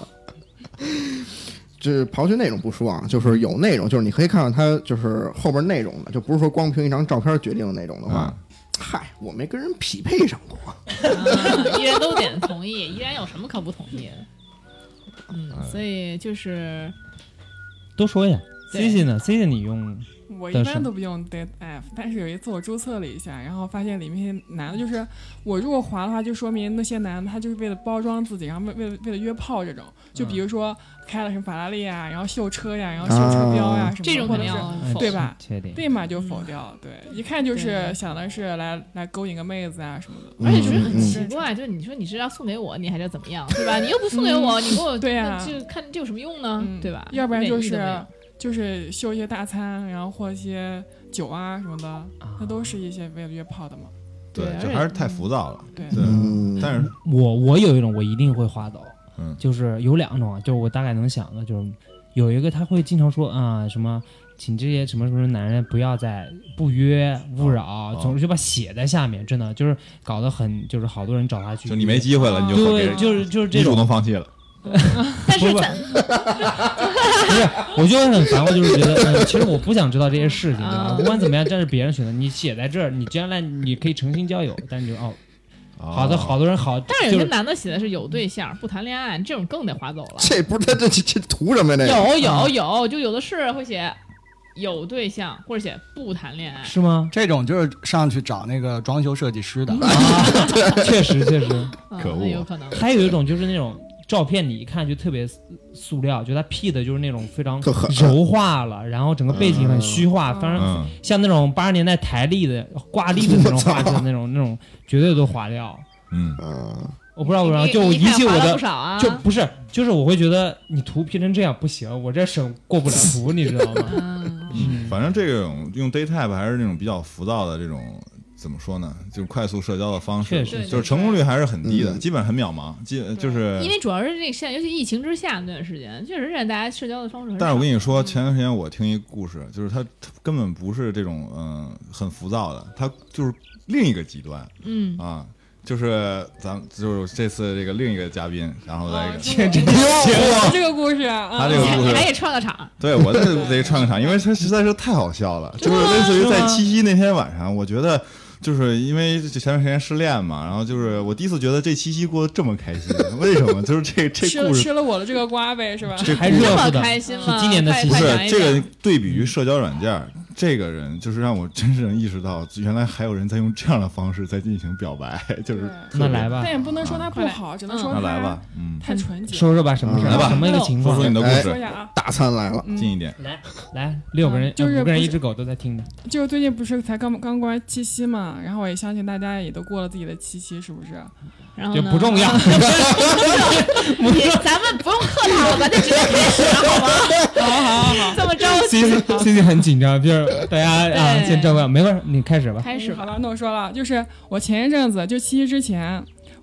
[SPEAKER 5] 就是刨去那种不说啊，就是有那种，就是你可以看看它就是后边内容的，就不是说光凭一张照片决定的那
[SPEAKER 2] 嗯
[SPEAKER 5] 种的
[SPEAKER 6] 啊嗯
[SPEAKER 5] 话，嗨，我没跟人匹配上过。
[SPEAKER 2] 啊依然都点同意，依然有什么可不同意的？嗯，
[SPEAKER 6] 哎
[SPEAKER 2] 所以就是
[SPEAKER 4] 多说呀
[SPEAKER 2] 对
[SPEAKER 4] ，C C 呢？C C 你
[SPEAKER 6] 嗯
[SPEAKER 4] 用
[SPEAKER 7] 我
[SPEAKER 4] 但
[SPEAKER 7] 一
[SPEAKER 4] 是
[SPEAKER 7] 般都不用 Date App，但是有一次我注册了一下，然后发现里面男的，就是我如果滑的话，就说明那些男的他就是为了包装自己，然后为为了为了约炮这种，就比如
[SPEAKER 4] 嗯
[SPEAKER 7] 说开了什么法拉利啊，然后秀车呀、然后秀车标
[SPEAKER 5] 啊
[SPEAKER 7] 呀、什么的，
[SPEAKER 2] 这种嗯
[SPEAKER 7] 或
[SPEAKER 2] 肯
[SPEAKER 7] 者
[SPEAKER 2] 定
[SPEAKER 7] 是
[SPEAKER 2] 要
[SPEAKER 4] 嗯
[SPEAKER 6] 哎
[SPEAKER 2] 否
[SPEAKER 7] 对吧
[SPEAKER 4] 确定。
[SPEAKER 7] 立马就否掉了，对，一看就是想的是来来勾引个妹子啊什么的。
[SPEAKER 2] 而且就是很
[SPEAKER 5] 嗯
[SPEAKER 2] 奇怪，啊就是你说你是要送给我，你还是要怎么样，对吧？你又不送给我，你给我
[SPEAKER 7] 嗯对呀
[SPEAKER 2] 就看这有什么用呢
[SPEAKER 7] 嗯，，
[SPEAKER 2] 对吧？
[SPEAKER 7] 要不然就
[SPEAKER 2] 一点意义都没
[SPEAKER 7] 是
[SPEAKER 2] 有
[SPEAKER 7] 就是秀一些大餐，然后或一些酒啊什么的，那都是一些为了约炮的嘛。
[SPEAKER 6] 对
[SPEAKER 2] 对，而
[SPEAKER 6] 就
[SPEAKER 2] 且
[SPEAKER 6] 还是太浮躁了。
[SPEAKER 7] 对
[SPEAKER 6] 对，
[SPEAKER 5] 嗯，
[SPEAKER 6] 但是
[SPEAKER 4] 我我有一种我一定会划走，
[SPEAKER 6] 嗯
[SPEAKER 4] 就是有两种啊，就是我大概能想的，就是有一个他会经常说啊、什么，请这些什么什么男人不要再不约勿扰，
[SPEAKER 6] 哦
[SPEAKER 4] 总是就把写在下面，真的就是搞得很就是好多人找他去，
[SPEAKER 6] 就你没机会了，你就和别
[SPEAKER 4] 对，
[SPEAKER 6] 人，
[SPEAKER 4] 就是就是
[SPEAKER 6] 你
[SPEAKER 4] 这
[SPEAKER 6] 主
[SPEAKER 4] 种
[SPEAKER 6] 动，放弃了。
[SPEAKER 2] 但是
[SPEAKER 4] 不
[SPEAKER 2] 咱
[SPEAKER 4] 不是，我就会很烦，我就是觉 得，嗯，其实我不想知道这些事情，
[SPEAKER 2] 啊
[SPEAKER 4] 啊、不管怎么样，这是别人选择，你写在这儿，你将来你可以诚心 交友，但是你就哦，好的，好多人好，
[SPEAKER 2] 但是有
[SPEAKER 4] 就
[SPEAKER 2] 些
[SPEAKER 4] 是
[SPEAKER 2] 男的写的是有对象不谈恋爱，这种更得划走了。
[SPEAKER 5] 这不是他这这这图什么呀？这
[SPEAKER 2] 有
[SPEAKER 5] 个
[SPEAKER 2] 有有，就有的是会写有对象，或者写不谈恋爱。
[SPEAKER 4] 是 吗？
[SPEAKER 8] 这种就是上去找那个装修设计师的，
[SPEAKER 4] 确实确实。
[SPEAKER 2] 嗯
[SPEAKER 6] 可恶
[SPEAKER 2] 那有可能。
[SPEAKER 4] 还有一种就是那种照片，你一看就特别塑料，就它 P 的就是那种非常
[SPEAKER 5] 特狠
[SPEAKER 4] 柔化了，然后整个背景很虚化，
[SPEAKER 7] 嗯
[SPEAKER 4] 反正
[SPEAKER 6] 嗯，
[SPEAKER 4] 像那种八十年代台历的挂历的那种 画质，那种那种绝对都划掉。
[SPEAKER 6] 嗯，
[SPEAKER 5] 啊，
[SPEAKER 4] 我不知道为啥，
[SPEAKER 2] 你
[SPEAKER 4] 就我
[SPEAKER 2] 你
[SPEAKER 4] 一
[SPEAKER 2] 看
[SPEAKER 4] 切我
[SPEAKER 2] 划了
[SPEAKER 4] 的
[SPEAKER 2] 不少啊，
[SPEAKER 4] 就不是，就是我会觉得你图 P 成这样不行，我这审过不了 图，你知道吗？
[SPEAKER 2] 嗯，
[SPEAKER 4] 嗯，
[SPEAKER 6] 反正这种用 day type 还是那种比较浮躁的这种，怎么说呢？就是快速社交的方式
[SPEAKER 4] 确，实
[SPEAKER 6] 就是成功率还是很低的，
[SPEAKER 5] 嗯
[SPEAKER 6] 基本很渺茫。基就是
[SPEAKER 2] 因，为主要是这个现在，尤其疫情之下那段时间，确实是大家社交的方式很少。
[SPEAKER 6] 但是我跟你说，前段时间我听一故事，就是他根本不是这种嗯、呃很浮躁的，他就是另一个极端
[SPEAKER 2] 嗯，
[SPEAKER 6] 啊。就是咱就是这次这个另一个嘉宾，然后
[SPEAKER 2] 哦
[SPEAKER 6] 来一个，
[SPEAKER 7] 这这这个故事啊，
[SPEAKER 6] 他这个故
[SPEAKER 2] 你
[SPEAKER 6] 事
[SPEAKER 2] 还得串个场，
[SPEAKER 6] 对我得得串个场，因为它实在是太好笑了，啊就是类似于在七夕那天晚上，我觉得。就是因为前段时间失恋嘛，然后就是我第一次觉得这七夕过得这么开心，为什么？就是这这
[SPEAKER 7] 吃
[SPEAKER 6] 故
[SPEAKER 7] 了
[SPEAKER 6] 事
[SPEAKER 7] 吃了我的这个瓜呗，是吧？
[SPEAKER 6] 这
[SPEAKER 4] 还
[SPEAKER 6] 故事
[SPEAKER 4] 热
[SPEAKER 2] 这
[SPEAKER 4] 乎
[SPEAKER 2] 么
[SPEAKER 4] 的，
[SPEAKER 2] 开心吗？
[SPEAKER 4] 是今年的
[SPEAKER 2] 快
[SPEAKER 4] 七夕
[SPEAKER 6] 不
[SPEAKER 2] 快
[SPEAKER 6] 是
[SPEAKER 2] 讲一
[SPEAKER 6] 这个
[SPEAKER 2] 讲
[SPEAKER 6] 对比于社交软件儿，这个人就是让我真正意识到，原来还有人在用这样的方式在进行表白，就是特别
[SPEAKER 4] 那来吧
[SPEAKER 7] 嗯但，也不能说他不好，只能说
[SPEAKER 6] 啊那
[SPEAKER 7] 他
[SPEAKER 6] 来吧，嗯，
[SPEAKER 7] 太纯洁。
[SPEAKER 4] 说说吧，什么事儿
[SPEAKER 6] 来吧
[SPEAKER 4] 什么一个情
[SPEAKER 6] 说
[SPEAKER 4] 况
[SPEAKER 6] 说？你的故
[SPEAKER 5] 哎
[SPEAKER 7] 说一
[SPEAKER 6] 事，
[SPEAKER 7] 下啊，
[SPEAKER 5] 大餐来了，
[SPEAKER 6] 近一点，
[SPEAKER 4] 来来，六个人，
[SPEAKER 7] 嗯就是
[SPEAKER 4] 呃五个人，
[SPEAKER 7] 不
[SPEAKER 4] 一
[SPEAKER 7] 是
[SPEAKER 4] 只狗都在听着。
[SPEAKER 7] 就是最近不是才刚刚过完七夕嘛，然后我也相信大家也都过了自己的七夕，是不是？
[SPEAKER 2] 然后
[SPEAKER 4] 就
[SPEAKER 2] 呢
[SPEAKER 4] 不 重要
[SPEAKER 2] 你咱们不用客套了，咱就直接开始好吗？好好好，这么着急
[SPEAKER 4] C C C C 很紧张，就是大家啊
[SPEAKER 2] 对
[SPEAKER 7] 嗯
[SPEAKER 4] 先照顾，没关系，你开始吧。
[SPEAKER 7] 哎
[SPEAKER 2] 开始吧
[SPEAKER 7] 好。了，那我说了，就是我前一阵子就七夕之前，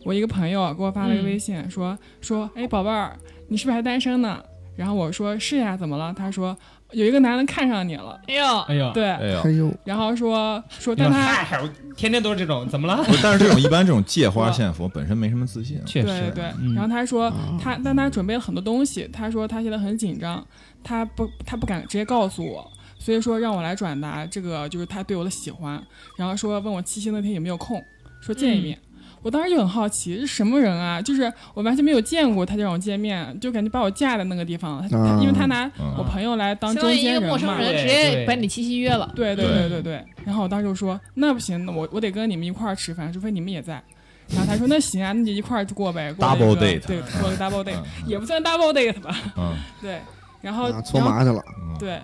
[SPEAKER 7] 我我一个朋友给我发了个
[SPEAKER 2] 嗯
[SPEAKER 7] 微信，说说，哎，宝贝儿，你是不是还单身呢？然后我说是呀，怎么了？他说有一个男的看上你了，
[SPEAKER 2] 哎呦，
[SPEAKER 4] 哎呦，
[SPEAKER 7] 对，
[SPEAKER 6] 哎呦
[SPEAKER 5] 哎，呦，
[SPEAKER 7] 然后说说，
[SPEAKER 4] 你说
[SPEAKER 7] 但他
[SPEAKER 4] 嗨，我天天都是这种，怎么了？
[SPEAKER 6] 不是但是这种一般这种借花献佛本身没什么自信啊，
[SPEAKER 4] 确
[SPEAKER 7] 对
[SPEAKER 4] 实，
[SPEAKER 7] 对，
[SPEAKER 4] 嗯
[SPEAKER 7] 然后他说他，但他准备了很多东西，他说他现在很紧张，他不他不敢直接告诉我，所以说让我来转达这个就是他对我的喜欢，然后说问我七夕那天有没有空，说见一面。
[SPEAKER 2] 嗯
[SPEAKER 7] 我当时就很好奇，这什么人啊？就是我完全没有见过他这种见面，就感觉把我架在那个地方了。他他因为他拿
[SPEAKER 6] 嗯
[SPEAKER 7] 我朋友来当
[SPEAKER 2] 啊相
[SPEAKER 7] 中
[SPEAKER 2] 当于一
[SPEAKER 7] 间
[SPEAKER 2] 个
[SPEAKER 7] 人嘛，
[SPEAKER 2] 陌生人
[SPEAKER 4] 对
[SPEAKER 2] 直接
[SPEAKER 4] 对
[SPEAKER 2] 把你七夕约了，
[SPEAKER 7] 对对
[SPEAKER 6] 对
[SPEAKER 7] 对对对。然后我当时就说那不行，那我我得跟你们一块儿吃饭，除非你们也在。然后他说那行啊，那就一块儿过呗过
[SPEAKER 6] Double
[SPEAKER 7] 这个
[SPEAKER 6] date
[SPEAKER 7] 对，过个 double date，
[SPEAKER 6] 嗯
[SPEAKER 7] 也不算 double date 吧？
[SPEAKER 6] 嗯
[SPEAKER 7] 对，然后
[SPEAKER 5] 啊，搓
[SPEAKER 7] 然后
[SPEAKER 5] 麻去了，
[SPEAKER 6] 嗯，
[SPEAKER 7] 对，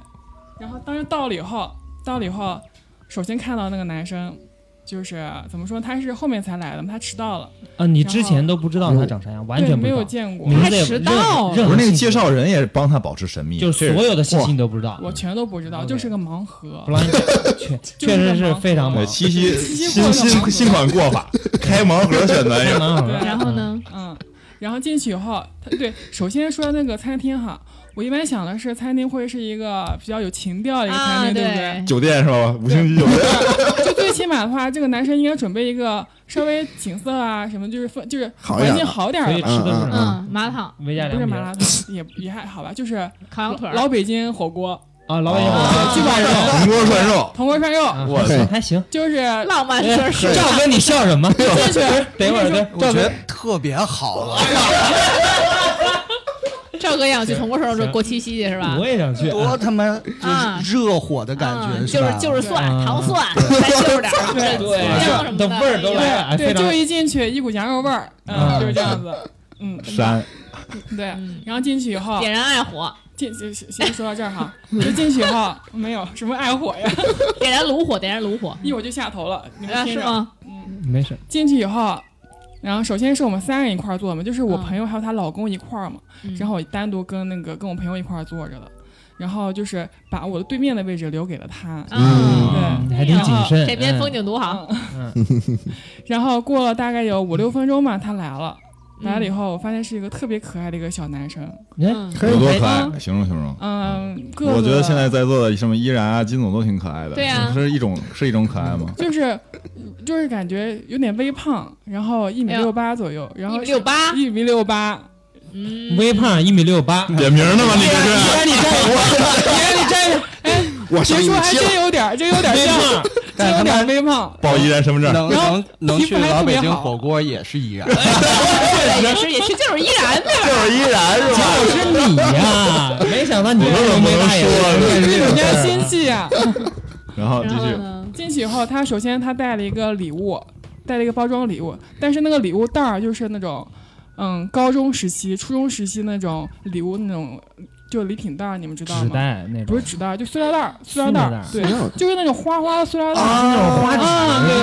[SPEAKER 7] 然后当时到了以后，到了以后，首先看到那个男生，就是怎么说，他是后面才来的嘛，他迟到了，
[SPEAKER 4] 啊，你之前都不知道他长啥样，完
[SPEAKER 7] 对，
[SPEAKER 4] 全不
[SPEAKER 7] 没
[SPEAKER 4] 知
[SPEAKER 7] 有
[SPEAKER 4] 道，
[SPEAKER 7] 见过，
[SPEAKER 4] 名字也
[SPEAKER 2] 还迟到
[SPEAKER 4] 任
[SPEAKER 6] 不
[SPEAKER 4] 何
[SPEAKER 6] 是那个
[SPEAKER 4] 信息
[SPEAKER 6] 介绍人也帮他保持神秘，
[SPEAKER 4] 就
[SPEAKER 6] 这
[SPEAKER 4] 所有的信息你都不知道
[SPEAKER 7] 我全都不知道，
[SPEAKER 4] OK
[SPEAKER 7] 就是个盲盒。
[SPEAKER 4] ，blind，确 确实是非常
[SPEAKER 6] 对
[SPEAKER 4] 猛，
[SPEAKER 6] 七夕
[SPEAKER 7] 七
[SPEAKER 6] 新
[SPEAKER 7] 夕过了盲盒
[SPEAKER 6] 新新款过法，开盲盒选择一
[SPEAKER 4] 太
[SPEAKER 6] 个，
[SPEAKER 4] 蛮好
[SPEAKER 7] 对
[SPEAKER 4] 了。
[SPEAKER 2] 然后呢，
[SPEAKER 7] 嗯，然后进去以后，他对，首先说那个餐厅哈，我一般想的是餐厅会是一个比较有情调的一个餐
[SPEAKER 2] 啊，
[SPEAKER 7] 厅，对不
[SPEAKER 2] 对，
[SPEAKER 6] 酒店是吧？五星级酒店，
[SPEAKER 7] 对？就最起码的话，这个男生应该准备一个稍微景色啊什么，就是氛就是
[SPEAKER 5] 好一
[SPEAKER 7] 环
[SPEAKER 5] 点
[SPEAKER 7] 境
[SPEAKER 5] 的
[SPEAKER 7] 好点儿
[SPEAKER 4] 所以
[SPEAKER 7] 的
[SPEAKER 4] 吃
[SPEAKER 7] 吧。
[SPEAKER 4] 的是什么？
[SPEAKER 2] 嗯，麻辣烫、
[SPEAKER 4] 维加
[SPEAKER 7] 不
[SPEAKER 4] 凉
[SPEAKER 7] 是
[SPEAKER 4] 皮
[SPEAKER 7] 麻辣
[SPEAKER 4] 儿
[SPEAKER 7] 烫，也也还好吧，就是
[SPEAKER 2] 烤羊腿儿，
[SPEAKER 7] 老北京火锅，
[SPEAKER 4] 啊，老板
[SPEAKER 2] 啊
[SPEAKER 4] 娘，
[SPEAKER 7] 基本上
[SPEAKER 6] 铜哦锅涮肉，
[SPEAKER 7] 铜锅涮肉，
[SPEAKER 4] 啊
[SPEAKER 6] 我
[SPEAKER 4] 还行还行。
[SPEAKER 7] 就是
[SPEAKER 4] 哎
[SPEAKER 2] 浪漫就是
[SPEAKER 4] 赵哥，你笑什么？
[SPEAKER 7] 就是
[SPEAKER 4] 等一会儿，等一会儿
[SPEAKER 8] 我
[SPEAKER 4] 赵
[SPEAKER 8] 觉
[SPEAKER 4] 哥
[SPEAKER 8] 得特别好啊了，
[SPEAKER 2] 赵哥也想去铜锅涮肉
[SPEAKER 4] 行
[SPEAKER 2] 过七夕去是吧？
[SPEAKER 4] 我也想去。
[SPEAKER 8] 多他妈
[SPEAKER 2] 啊
[SPEAKER 8] 就是热火的感觉，
[SPEAKER 2] 嗯就是
[SPEAKER 8] 吧
[SPEAKER 2] 就是蒜
[SPEAKER 4] 嗯
[SPEAKER 2] 糖蒜，咱就是点 儿
[SPEAKER 4] 对
[SPEAKER 2] 酱什么的
[SPEAKER 4] 等味儿都来了，哎
[SPEAKER 7] 对
[SPEAKER 4] 非
[SPEAKER 7] 对，
[SPEAKER 4] 常
[SPEAKER 7] 就一进去一股羊肉味儿，
[SPEAKER 4] 啊
[SPEAKER 7] 嗯，就是这样子，嗯，
[SPEAKER 5] 啊
[SPEAKER 6] 山
[SPEAKER 7] 对
[SPEAKER 2] 嗯。
[SPEAKER 7] 然后进去以后，
[SPEAKER 2] 点燃爱火，
[SPEAKER 7] 进进先先说到这 儿哈，就进去以后没有什么爱火呀，
[SPEAKER 2] 点燃炉火，点燃炉火，
[SPEAKER 7] 一会儿就下头了，你们
[SPEAKER 2] 啊，
[SPEAKER 7] 听
[SPEAKER 2] 是
[SPEAKER 7] 着。
[SPEAKER 2] 吗？
[SPEAKER 4] 没事。
[SPEAKER 7] 进去以后，然后首先是我们三人一块儿坐嘛，就是我
[SPEAKER 2] 嗯
[SPEAKER 7] 朋友还有她老公一块儿嘛，
[SPEAKER 2] 嗯
[SPEAKER 7] 然后我单独跟那个跟我朋友一块儿坐着的，然后就是把我的对面的位置留给了他，
[SPEAKER 2] 嗯，
[SPEAKER 7] 对。
[SPEAKER 4] 还挺谨慎。嗯
[SPEAKER 2] 这边风
[SPEAKER 4] 景
[SPEAKER 2] 景独好，
[SPEAKER 4] 嗯，
[SPEAKER 7] 然后过了大概有五六分钟吧，他来了。来了以
[SPEAKER 2] 嗯
[SPEAKER 7] 后，我发现是一个特别可爱的一个小男生，
[SPEAKER 4] 嗯，
[SPEAKER 2] 嗯
[SPEAKER 6] 有多可
[SPEAKER 7] 嗯
[SPEAKER 6] 爱？形容形容。
[SPEAKER 7] 嗯，个
[SPEAKER 6] 我觉得
[SPEAKER 7] 子
[SPEAKER 6] 现在在座的什么依然啊、金总都挺可爱的，
[SPEAKER 2] 对啊
[SPEAKER 6] 是一种是一种可爱吗？
[SPEAKER 7] 就是就是感觉有点微胖，然后一米
[SPEAKER 2] 哎呦
[SPEAKER 7] 六八左右，然
[SPEAKER 2] 一
[SPEAKER 7] 后
[SPEAKER 2] 米六八，
[SPEAKER 7] 一米六八，
[SPEAKER 2] 嗯，
[SPEAKER 4] 微胖一米六八，
[SPEAKER 6] 点名呢吗？你这是
[SPEAKER 7] 啊
[SPEAKER 5] 我上
[SPEAKER 7] 别
[SPEAKER 5] 一
[SPEAKER 7] 说
[SPEAKER 5] 米
[SPEAKER 7] 还
[SPEAKER 5] 七了，
[SPEAKER 7] 真有点儿，真有点儿像，真有点儿微胖。
[SPEAKER 6] 报依然身份证，
[SPEAKER 8] 能
[SPEAKER 7] 然后
[SPEAKER 8] 能能
[SPEAKER 7] 皮
[SPEAKER 8] 去
[SPEAKER 7] 肤还
[SPEAKER 8] 老
[SPEAKER 7] 特
[SPEAKER 8] 北
[SPEAKER 7] 别
[SPEAKER 8] 京
[SPEAKER 7] 好
[SPEAKER 8] 火锅也是一样，
[SPEAKER 2] 对也是也是就是依然的，
[SPEAKER 6] 就是依然是吧？
[SPEAKER 4] 就是你呀！没想到你
[SPEAKER 6] 我都
[SPEAKER 4] 这
[SPEAKER 6] 不
[SPEAKER 4] 没
[SPEAKER 6] 能
[SPEAKER 4] 大
[SPEAKER 6] 说
[SPEAKER 4] 眼
[SPEAKER 6] 了
[SPEAKER 4] 睛，
[SPEAKER 7] 人家心细啊。
[SPEAKER 6] 然
[SPEAKER 4] 啊
[SPEAKER 6] 后继
[SPEAKER 2] 然后
[SPEAKER 6] 续，
[SPEAKER 2] 呢？
[SPEAKER 7] 进去以后，他首先他带了一个礼物，带了一个包装礼物，但是那个礼物袋儿就是那种，嗯，高中时期、初中时期那种礼物那种，就礼品袋儿，你们知道
[SPEAKER 4] 纸
[SPEAKER 7] 吗？
[SPEAKER 4] 袋那种，
[SPEAKER 7] 不是纸袋儿，就塑料袋儿，塑料
[SPEAKER 4] 塑
[SPEAKER 7] 袋
[SPEAKER 4] 料
[SPEAKER 7] 儿
[SPEAKER 4] 袋儿，
[SPEAKER 5] 哎
[SPEAKER 7] 对，就是那种花花的塑料袋儿，
[SPEAKER 4] 那种花纸
[SPEAKER 7] 啊对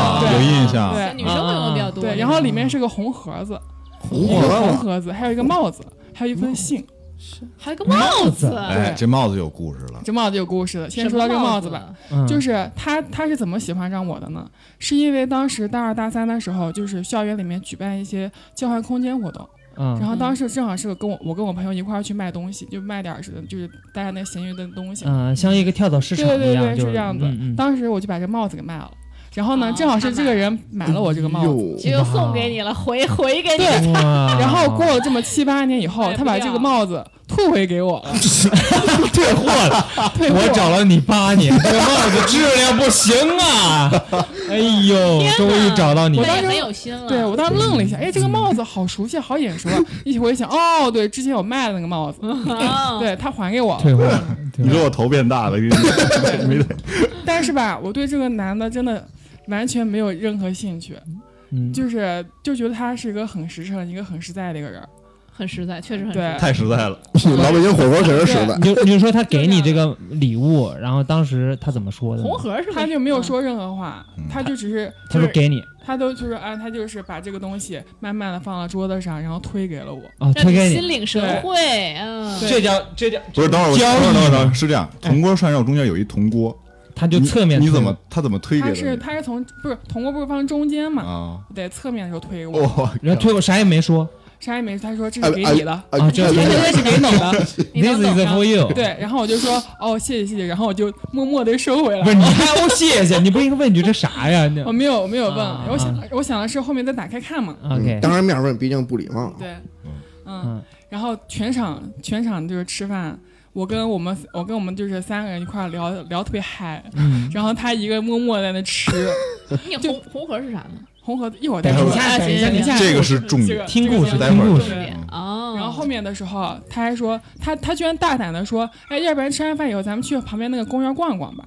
[SPEAKER 6] 哦，
[SPEAKER 7] 对
[SPEAKER 6] 有印象，
[SPEAKER 7] 对
[SPEAKER 2] 女生会用的比较多，
[SPEAKER 7] 对，然后里面是个红盒子，
[SPEAKER 5] 红
[SPEAKER 7] 一个红
[SPEAKER 5] 了，
[SPEAKER 7] 盒子，还有一个帽子，还有一封信。
[SPEAKER 2] 还有个帽子，
[SPEAKER 6] 哎，
[SPEAKER 7] 对
[SPEAKER 6] 这帽子有故事了，
[SPEAKER 7] 这帽子有故事的，先说到这个帽子吧。，
[SPEAKER 4] 嗯
[SPEAKER 7] 就是他他是怎么喜欢上我的呢？是因为当时大二大三的时候，就是校园里面举办一些交换空间活动，然
[SPEAKER 4] 嗯
[SPEAKER 7] 后当时正好是跟我我跟我朋友一块儿去卖东西，就卖点儿是就是大家那闲鱼的东西。
[SPEAKER 4] 嗯，像一个跳蚤市场
[SPEAKER 7] 对对
[SPEAKER 4] 一样，
[SPEAKER 7] 对，
[SPEAKER 4] 就是
[SPEAKER 7] 这样子。
[SPEAKER 4] 嗯嗯
[SPEAKER 7] 当时我就把这帽子给卖了，然后呢
[SPEAKER 2] 哦，
[SPEAKER 7] 正好是这个人买了我这个帽子。
[SPEAKER 5] 哟，
[SPEAKER 2] 这
[SPEAKER 4] 哦
[SPEAKER 2] 又送给你了，回回给你，
[SPEAKER 4] 哇
[SPEAKER 7] 然后过了这么七八年以后，
[SPEAKER 2] 哎
[SPEAKER 7] 他把
[SPEAKER 2] 不要
[SPEAKER 7] 这个帽子退回给我 了，
[SPEAKER 4] 退货了，
[SPEAKER 7] 退 回
[SPEAKER 4] 我
[SPEAKER 7] 了
[SPEAKER 4] 找了你八年，这帽子质量不行 啊！哎呦，终于找到你
[SPEAKER 2] 我
[SPEAKER 4] 了，
[SPEAKER 2] 当时很有心了，
[SPEAKER 7] 对我当时愣了一下，哎，这个帽子好熟悉，好眼熟啊！一回想，哦，对，之前我卖的那个帽子，
[SPEAKER 2] 哦，
[SPEAKER 7] 对他还给我了。
[SPEAKER 4] 退货了，退
[SPEAKER 6] 你
[SPEAKER 4] 货
[SPEAKER 6] 说
[SPEAKER 4] 了
[SPEAKER 6] 我头变大了，给你没得
[SPEAKER 7] 但是吧，我对这个男的真的完全没有任何兴趣，
[SPEAKER 4] 嗯
[SPEAKER 7] 就是就觉得他是一个很实诚、一个很实在的一个人。
[SPEAKER 2] 很实在，确实很实在
[SPEAKER 7] 对，
[SPEAKER 6] 太实在了，
[SPEAKER 5] 老北京火锅确实实在，
[SPEAKER 4] 你 就你就说他给你这个礼物，然后当时他怎么说的呢？
[SPEAKER 2] 红盒是不是
[SPEAKER 7] 他就没有，说任何话，他就只是
[SPEAKER 4] 他说给你
[SPEAKER 7] 他都就是啊，他就是把这个东西慢慢的放到桌子上，然后推给了我。
[SPEAKER 4] 啊，
[SPEAKER 2] 嗯让
[SPEAKER 4] 推
[SPEAKER 2] 你
[SPEAKER 4] 给你
[SPEAKER 2] 心，领神会，嗯，
[SPEAKER 7] 对
[SPEAKER 4] 这叫这叫
[SPEAKER 6] 不是，等会儿我
[SPEAKER 4] 交
[SPEAKER 6] 等
[SPEAKER 4] 易
[SPEAKER 6] 会儿等会儿等会儿是这样，铜锅涮肉中间有一铜锅，
[SPEAKER 4] 他就侧面
[SPEAKER 6] 你你
[SPEAKER 4] 推
[SPEAKER 6] 怎么他怎么推
[SPEAKER 7] 他
[SPEAKER 6] 给
[SPEAKER 7] 是
[SPEAKER 6] 的
[SPEAKER 7] 他是从不是同过步放中间
[SPEAKER 6] 你
[SPEAKER 7] 嘛，
[SPEAKER 6] 啊？哦
[SPEAKER 7] 在侧面的时候推我，
[SPEAKER 6] 哇，
[SPEAKER 4] 然后推我啥也没说
[SPEAKER 7] 啥也没说，他说这
[SPEAKER 5] 哎
[SPEAKER 7] 是给你的，
[SPEAKER 4] 啊，这
[SPEAKER 7] 这这 是给你的， 你
[SPEAKER 4] ，This
[SPEAKER 7] 等
[SPEAKER 4] is
[SPEAKER 7] 等啊
[SPEAKER 4] for you。
[SPEAKER 7] 对，然后我就说哦，谢谢谢谢，然后我就默默的收回来
[SPEAKER 4] 不是。你还要谢谢，你不应该问一句这啥呀？你
[SPEAKER 7] 我没有我没有问，
[SPEAKER 4] 啊
[SPEAKER 7] 我想
[SPEAKER 4] 啊
[SPEAKER 7] 我想的是后面再打开看嘛。
[SPEAKER 4] OK，
[SPEAKER 5] 嗯当然面问，毕竟不礼貌。
[SPEAKER 7] 对，
[SPEAKER 6] 嗯
[SPEAKER 7] 嗯，然后全场全场就是吃饭，我跟我们我跟我们就是三个人一块儿聊聊特别嗨，
[SPEAKER 4] 嗯，
[SPEAKER 7] 然后他一个默默在那 吃
[SPEAKER 2] 你
[SPEAKER 7] 就
[SPEAKER 2] 红红河是啥呢？
[SPEAKER 7] 红河，一会儿再
[SPEAKER 4] 等
[SPEAKER 7] 说啊
[SPEAKER 4] 一。下，等一下，等一下，
[SPEAKER 6] 这个是重
[SPEAKER 7] 这
[SPEAKER 6] 点
[SPEAKER 7] 个，
[SPEAKER 4] 听故事，
[SPEAKER 7] 这个
[SPEAKER 4] 听故
[SPEAKER 7] 对
[SPEAKER 4] 事。
[SPEAKER 2] 哦，
[SPEAKER 7] 然后后面的时候，他还说他他居然大胆的说，哎，要不然吃完饭以后咱们去旁边那个公园逛逛 吧。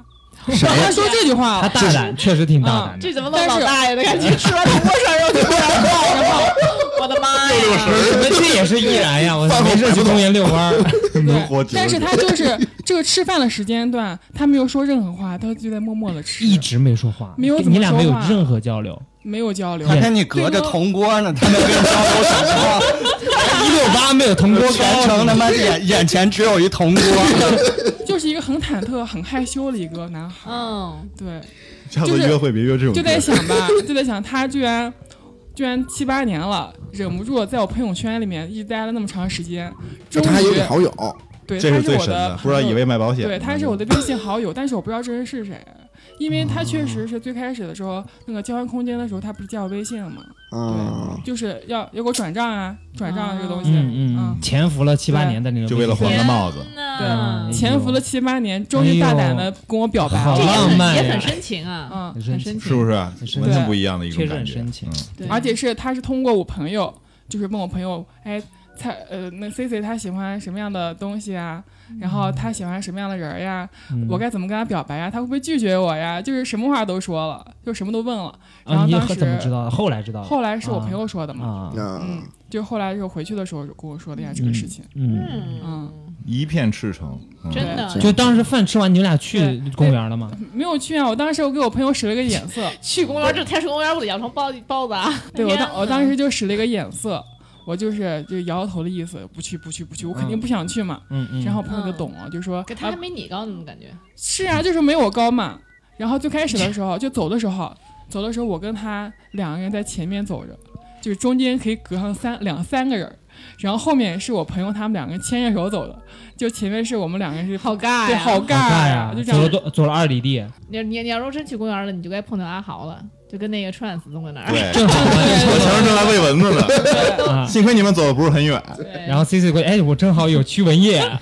[SPEAKER 5] 谁
[SPEAKER 7] 他说这句话
[SPEAKER 4] 他
[SPEAKER 7] 了，
[SPEAKER 4] 大胆，确实挺大胆的。
[SPEAKER 2] 这怎么
[SPEAKER 7] 但
[SPEAKER 2] 老老
[SPEAKER 7] 是
[SPEAKER 2] 大爷的 感觉？吃完火锅涮肉就过来逛了，我的妈
[SPEAKER 7] 嗯
[SPEAKER 2] 呀！
[SPEAKER 4] 我这也是依然呀，我
[SPEAKER 5] 饭后
[SPEAKER 4] 没事
[SPEAKER 5] 百
[SPEAKER 4] 去
[SPEAKER 5] 度
[SPEAKER 4] 公园遛弯儿。
[SPEAKER 6] 能活久
[SPEAKER 7] 但是他就是这个吃饭的时间段，他没有说任何话，他就在默默的吃，
[SPEAKER 4] 一直没说话，
[SPEAKER 7] 没有怎么
[SPEAKER 4] 你俩没有
[SPEAKER 7] 说话
[SPEAKER 4] 任何交流，
[SPEAKER 7] 没有交流
[SPEAKER 8] 他。跟你隔着铜锅呢，他能跟你交流什么？
[SPEAKER 4] 一六八没有铜锅
[SPEAKER 8] 全程他妈眼眼前只有一铜锅，
[SPEAKER 7] 就是一个很忐忑、很害羞的一个男孩。
[SPEAKER 2] 嗯，
[SPEAKER 7] 对，
[SPEAKER 6] 下次
[SPEAKER 7] 就是
[SPEAKER 6] 约会别约这种
[SPEAKER 7] 就
[SPEAKER 6] 地
[SPEAKER 7] 在
[SPEAKER 6] 儿，
[SPEAKER 7] 想吧，
[SPEAKER 6] 嗯
[SPEAKER 7] 就在想他居然居然七八年了，忍不住在我朋友圈里面一直待了那么长时间，终
[SPEAKER 5] 他还有
[SPEAKER 7] 于
[SPEAKER 5] 你好友，
[SPEAKER 7] 对
[SPEAKER 6] 这
[SPEAKER 7] 他
[SPEAKER 6] 是
[SPEAKER 7] 是
[SPEAKER 6] 最
[SPEAKER 7] 我
[SPEAKER 6] 神
[SPEAKER 7] 的
[SPEAKER 6] 的，
[SPEAKER 7] 朋
[SPEAKER 6] 不知道
[SPEAKER 7] 友
[SPEAKER 6] 以为卖保险。
[SPEAKER 7] 对他是我的微信好友，但是我不知道这人是谁。因为他确实是最开始的时候，那个交换空间的时候，他不是加我微信了吗？
[SPEAKER 5] 啊，
[SPEAKER 7] 就是要要给我转账啊，转账啊这个东西，
[SPEAKER 4] 嗯嗯，潜伏了七八年的那种，
[SPEAKER 6] 就为了换个帽子，
[SPEAKER 2] 呐
[SPEAKER 4] 嗯
[SPEAKER 7] 潜伏了七八年，终于大胆的跟我表白
[SPEAKER 4] 哎呦
[SPEAKER 2] 这
[SPEAKER 4] 好
[SPEAKER 2] 也
[SPEAKER 7] 了，
[SPEAKER 4] 浪漫
[SPEAKER 2] 很
[SPEAKER 4] 呀
[SPEAKER 2] 也很深情啊，
[SPEAKER 4] 很
[SPEAKER 7] 嗯，
[SPEAKER 2] 很
[SPEAKER 4] 深
[SPEAKER 2] 深情，
[SPEAKER 4] 情，
[SPEAKER 6] 是不是？
[SPEAKER 4] 深
[SPEAKER 6] 完全
[SPEAKER 7] 情
[SPEAKER 6] 不一样的一种
[SPEAKER 4] 确实
[SPEAKER 6] 感
[SPEAKER 4] 很
[SPEAKER 6] 觉
[SPEAKER 4] 深。情
[SPEAKER 6] 嗯。
[SPEAKER 2] 对
[SPEAKER 7] 而且是他是通过我朋友，就是问我朋友，哎，他呃那 C C 他喜欢什么样的东西啊？然后他喜欢什么样的人儿呀？
[SPEAKER 4] 嗯
[SPEAKER 7] 我该怎么跟他表白呀？他会不会拒绝我呀？就是什么话都说了，就什么都问了。然
[SPEAKER 4] 啊，
[SPEAKER 7] 后
[SPEAKER 4] 你
[SPEAKER 7] 当时
[SPEAKER 4] 怎么知道的？后来知道的
[SPEAKER 7] 后来是我朋友说的嘛，
[SPEAKER 4] 啊，
[SPEAKER 5] 那
[SPEAKER 7] 嗯，就后来是我回去的时候跟我说的呀，这个事情。
[SPEAKER 4] 嗯，
[SPEAKER 2] 嗯，
[SPEAKER 6] 一片赤诚，嗯
[SPEAKER 2] 真的
[SPEAKER 4] 就当时饭吃完，你们俩去公园 了吗？
[SPEAKER 7] 没有去啊！我当时我给我朋友使了个眼色，
[SPEAKER 2] 去公园这天是公园，我得养成包包子啊！
[SPEAKER 7] 对我当我当
[SPEAKER 2] 时
[SPEAKER 7] 时就使了一个眼色，我就是就摇头的意思，不去不去不去，我肯定不想去嘛。
[SPEAKER 4] 嗯嗯，
[SPEAKER 7] 然后我朋友就懂了，就说
[SPEAKER 2] 他
[SPEAKER 7] 啊
[SPEAKER 2] 还没你高呢，感觉
[SPEAKER 7] 是啊，就是没我高嘛。然后最开始的时候，就走的时候，走的时候我跟他两个人在前面走着，就是中间可以隔上三两三个人儿，然后后面是我朋友他们两个人牵着手走的，就前面是我们两个人是
[SPEAKER 2] 好尬
[SPEAKER 7] 对，
[SPEAKER 2] 呀！
[SPEAKER 7] 好尬
[SPEAKER 4] 尬
[SPEAKER 7] 呀、
[SPEAKER 4] 呀，
[SPEAKER 7] 就这
[SPEAKER 4] 走了
[SPEAKER 7] 样。
[SPEAKER 4] 多走了二里 地，
[SPEAKER 2] 你你你要说真去公园了，你就该碰到阿豪了，就跟那个 trans 总在那儿。
[SPEAKER 6] 对，
[SPEAKER 4] 正好
[SPEAKER 6] 我前面正在喂蚊子 呢，
[SPEAKER 4] 啊。
[SPEAKER 6] 幸亏你们走的不是很远。
[SPEAKER 7] 对
[SPEAKER 4] 然后 C C 过去，哎，我正好有驱蚊液，
[SPEAKER 5] 哎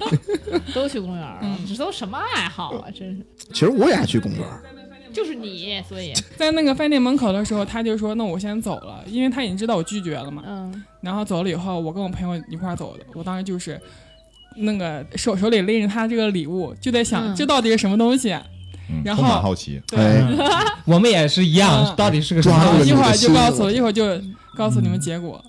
[SPEAKER 2] 都去公园儿了，这都什么爱好啊？真是，
[SPEAKER 5] 其实我也爱去公园，
[SPEAKER 2] 就是你，所 以，
[SPEAKER 7] 在那个饭店门口的时候，他就说：“那我先走了，因为他已经知道我拒绝了嘛。”
[SPEAKER 2] 嗯，
[SPEAKER 7] 然后走了以后，我跟我朋友一块儿走的，我当时就是那个手手里拎着他这个礼物，就在想、
[SPEAKER 2] 嗯
[SPEAKER 7] 这到底是什么东西、啊
[SPEAKER 6] 嗯
[SPEAKER 7] 然
[SPEAKER 6] 充
[SPEAKER 7] 后
[SPEAKER 6] 满好奇，
[SPEAKER 7] 对，
[SPEAKER 5] 哎
[SPEAKER 4] 嗯我们也是一
[SPEAKER 7] 嗯
[SPEAKER 4] 样，到底是个什
[SPEAKER 5] 抓
[SPEAKER 7] 然
[SPEAKER 5] 住
[SPEAKER 7] 后
[SPEAKER 4] 么？
[SPEAKER 5] 了
[SPEAKER 7] 一
[SPEAKER 5] 你
[SPEAKER 7] 会
[SPEAKER 5] 的
[SPEAKER 7] 儿就
[SPEAKER 5] 心
[SPEAKER 7] 告
[SPEAKER 5] 了，
[SPEAKER 7] 诉了，一会儿就告诉你们结果。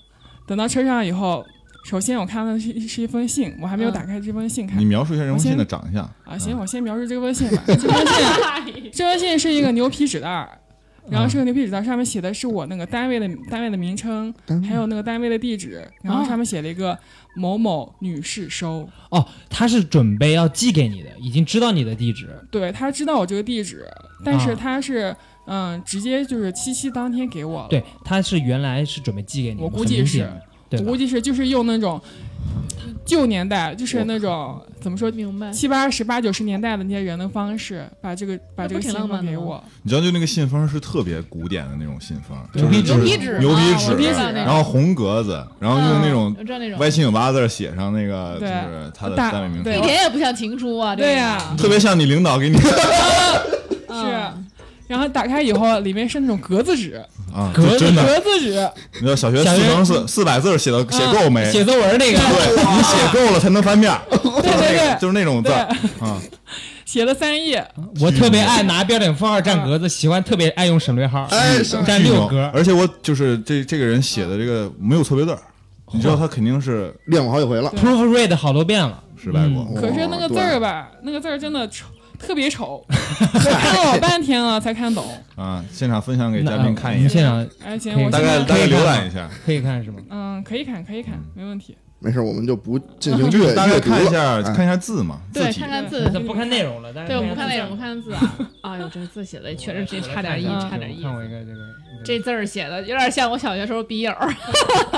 [SPEAKER 7] 等到车上以后，首先我看到的是是一封信，我还没有
[SPEAKER 2] 嗯
[SPEAKER 7] 打开这封信看
[SPEAKER 6] 你、描述一下这封信的
[SPEAKER 7] 我
[SPEAKER 6] 长相
[SPEAKER 7] 啊。行，我先描述这封信吧。 这封信，
[SPEAKER 2] 啊 哎
[SPEAKER 7] 这封信是一个牛皮纸袋儿，然后是个牛皮纸袋儿，上面写的是我那个单位的单位的名称，还有那个单位的地址，然后上面写了一个某某女士收。
[SPEAKER 4] 哦，他是准备要寄给你的，已经知道你的地址，
[SPEAKER 7] 对他知道我这个地址，但是
[SPEAKER 4] 啊
[SPEAKER 7] 他是嗯直接就是七夕当天给我了。
[SPEAKER 4] 对，他是原来是准备寄给你的，
[SPEAKER 7] 我估
[SPEAKER 4] 很
[SPEAKER 7] 计
[SPEAKER 4] 明
[SPEAKER 7] 是
[SPEAKER 4] 显，对
[SPEAKER 7] 我
[SPEAKER 4] 吧
[SPEAKER 7] 估计是就是用那种旧年代，就是那种怎么说
[SPEAKER 2] 明白。
[SPEAKER 7] 七八十、八九十年代的那些人的方式，把这个把
[SPEAKER 2] 那不
[SPEAKER 7] 这个
[SPEAKER 2] 挺
[SPEAKER 7] 信
[SPEAKER 2] 浪
[SPEAKER 7] 封
[SPEAKER 2] 漫的
[SPEAKER 7] 给
[SPEAKER 2] 吗
[SPEAKER 7] 我。
[SPEAKER 6] 你知道，就那个信封是特别古典的那种信封，
[SPEAKER 4] 牛
[SPEAKER 6] 就是
[SPEAKER 4] 逼纸
[SPEAKER 2] 牛皮纸，
[SPEAKER 6] 牛皮纸
[SPEAKER 2] 啊我知道那，
[SPEAKER 6] 然后红格子，然后用那种
[SPEAKER 2] 嗯我知道那种，
[SPEAKER 6] 歪七扭八的字儿写上那个就
[SPEAKER 7] 对
[SPEAKER 6] 是他的
[SPEAKER 7] 大
[SPEAKER 6] 单位名
[SPEAKER 7] 对
[SPEAKER 2] 一
[SPEAKER 6] 称，
[SPEAKER 2] 点也不像情书啊。这个
[SPEAKER 7] 对呀
[SPEAKER 6] 特别像你领导给你
[SPEAKER 2] 嗯
[SPEAKER 7] 然后打开以后，里面是那种格子纸，
[SPEAKER 6] 啊，
[SPEAKER 4] 格
[SPEAKER 6] 就
[SPEAKER 4] 子
[SPEAKER 6] 真的，
[SPEAKER 7] 格子纸，
[SPEAKER 6] 你知道小学
[SPEAKER 4] 小
[SPEAKER 6] 四
[SPEAKER 4] 学嗯
[SPEAKER 6] 乘四四百字儿写到写够没？
[SPEAKER 4] 写作文那个，
[SPEAKER 6] 对你写够了才能翻面儿，
[SPEAKER 7] 对对对，
[SPEAKER 6] 就是那种字儿啊，
[SPEAKER 7] 写了三页，
[SPEAKER 4] 我特别爱拿标点符号占格子，喜欢特别爱用省略号，
[SPEAKER 5] 哎，
[SPEAKER 4] 占
[SPEAKER 6] 巨
[SPEAKER 4] 六
[SPEAKER 6] 牛
[SPEAKER 4] 格。
[SPEAKER 6] 而且我就是这这个人写的这个没有错别字儿，你知道他肯定是
[SPEAKER 5] 练过好几回了，
[SPEAKER 4] proofread 好多遍了，
[SPEAKER 6] 失败过。
[SPEAKER 5] 哇
[SPEAKER 7] 可是那个字儿吧，那个字儿真的丑，特别丑，我看了我半天了才看懂，
[SPEAKER 6] 啊，现场分享给
[SPEAKER 4] 嗯那
[SPEAKER 6] 嘉宾看一
[SPEAKER 4] 你
[SPEAKER 6] 眼，
[SPEAKER 4] 现场
[SPEAKER 7] 而且
[SPEAKER 4] 可以
[SPEAKER 7] 我
[SPEAKER 6] 大
[SPEAKER 7] 现
[SPEAKER 6] 概
[SPEAKER 7] 在
[SPEAKER 6] 大概浏览一下。
[SPEAKER 4] 可以看是吗？
[SPEAKER 7] 嗯可以看可以看
[SPEAKER 6] 嗯
[SPEAKER 7] 没问题，
[SPEAKER 5] 没事，我们就不进 行阅
[SPEAKER 6] 大概
[SPEAKER 5] 阅读
[SPEAKER 6] 看一
[SPEAKER 5] 了。
[SPEAKER 6] 下
[SPEAKER 5] 哎
[SPEAKER 6] 看一下字嘛，字
[SPEAKER 2] 对，
[SPEAKER 6] 体
[SPEAKER 2] 看看字，
[SPEAKER 4] 不看内容了，但是
[SPEAKER 2] 对，我们不
[SPEAKER 4] 看
[SPEAKER 2] 看内
[SPEAKER 4] 字
[SPEAKER 2] 容，不看字啊。 哎呦，这字写的确实这差点意，
[SPEAKER 4] 我来
[SPEAKER 2] 差
[SPEAKER 4] 看
[SPEAKER 2] 点
[SPEAKER 4] 一
[SPEAKER 2] 意
[SPEAKER 4] 啊下我看
[SPEAKER 2] 思。
[SPEAKER 4] 过一个这个
[SPEAKER 2] 这字儿写的有点像我小学时候笔友儿，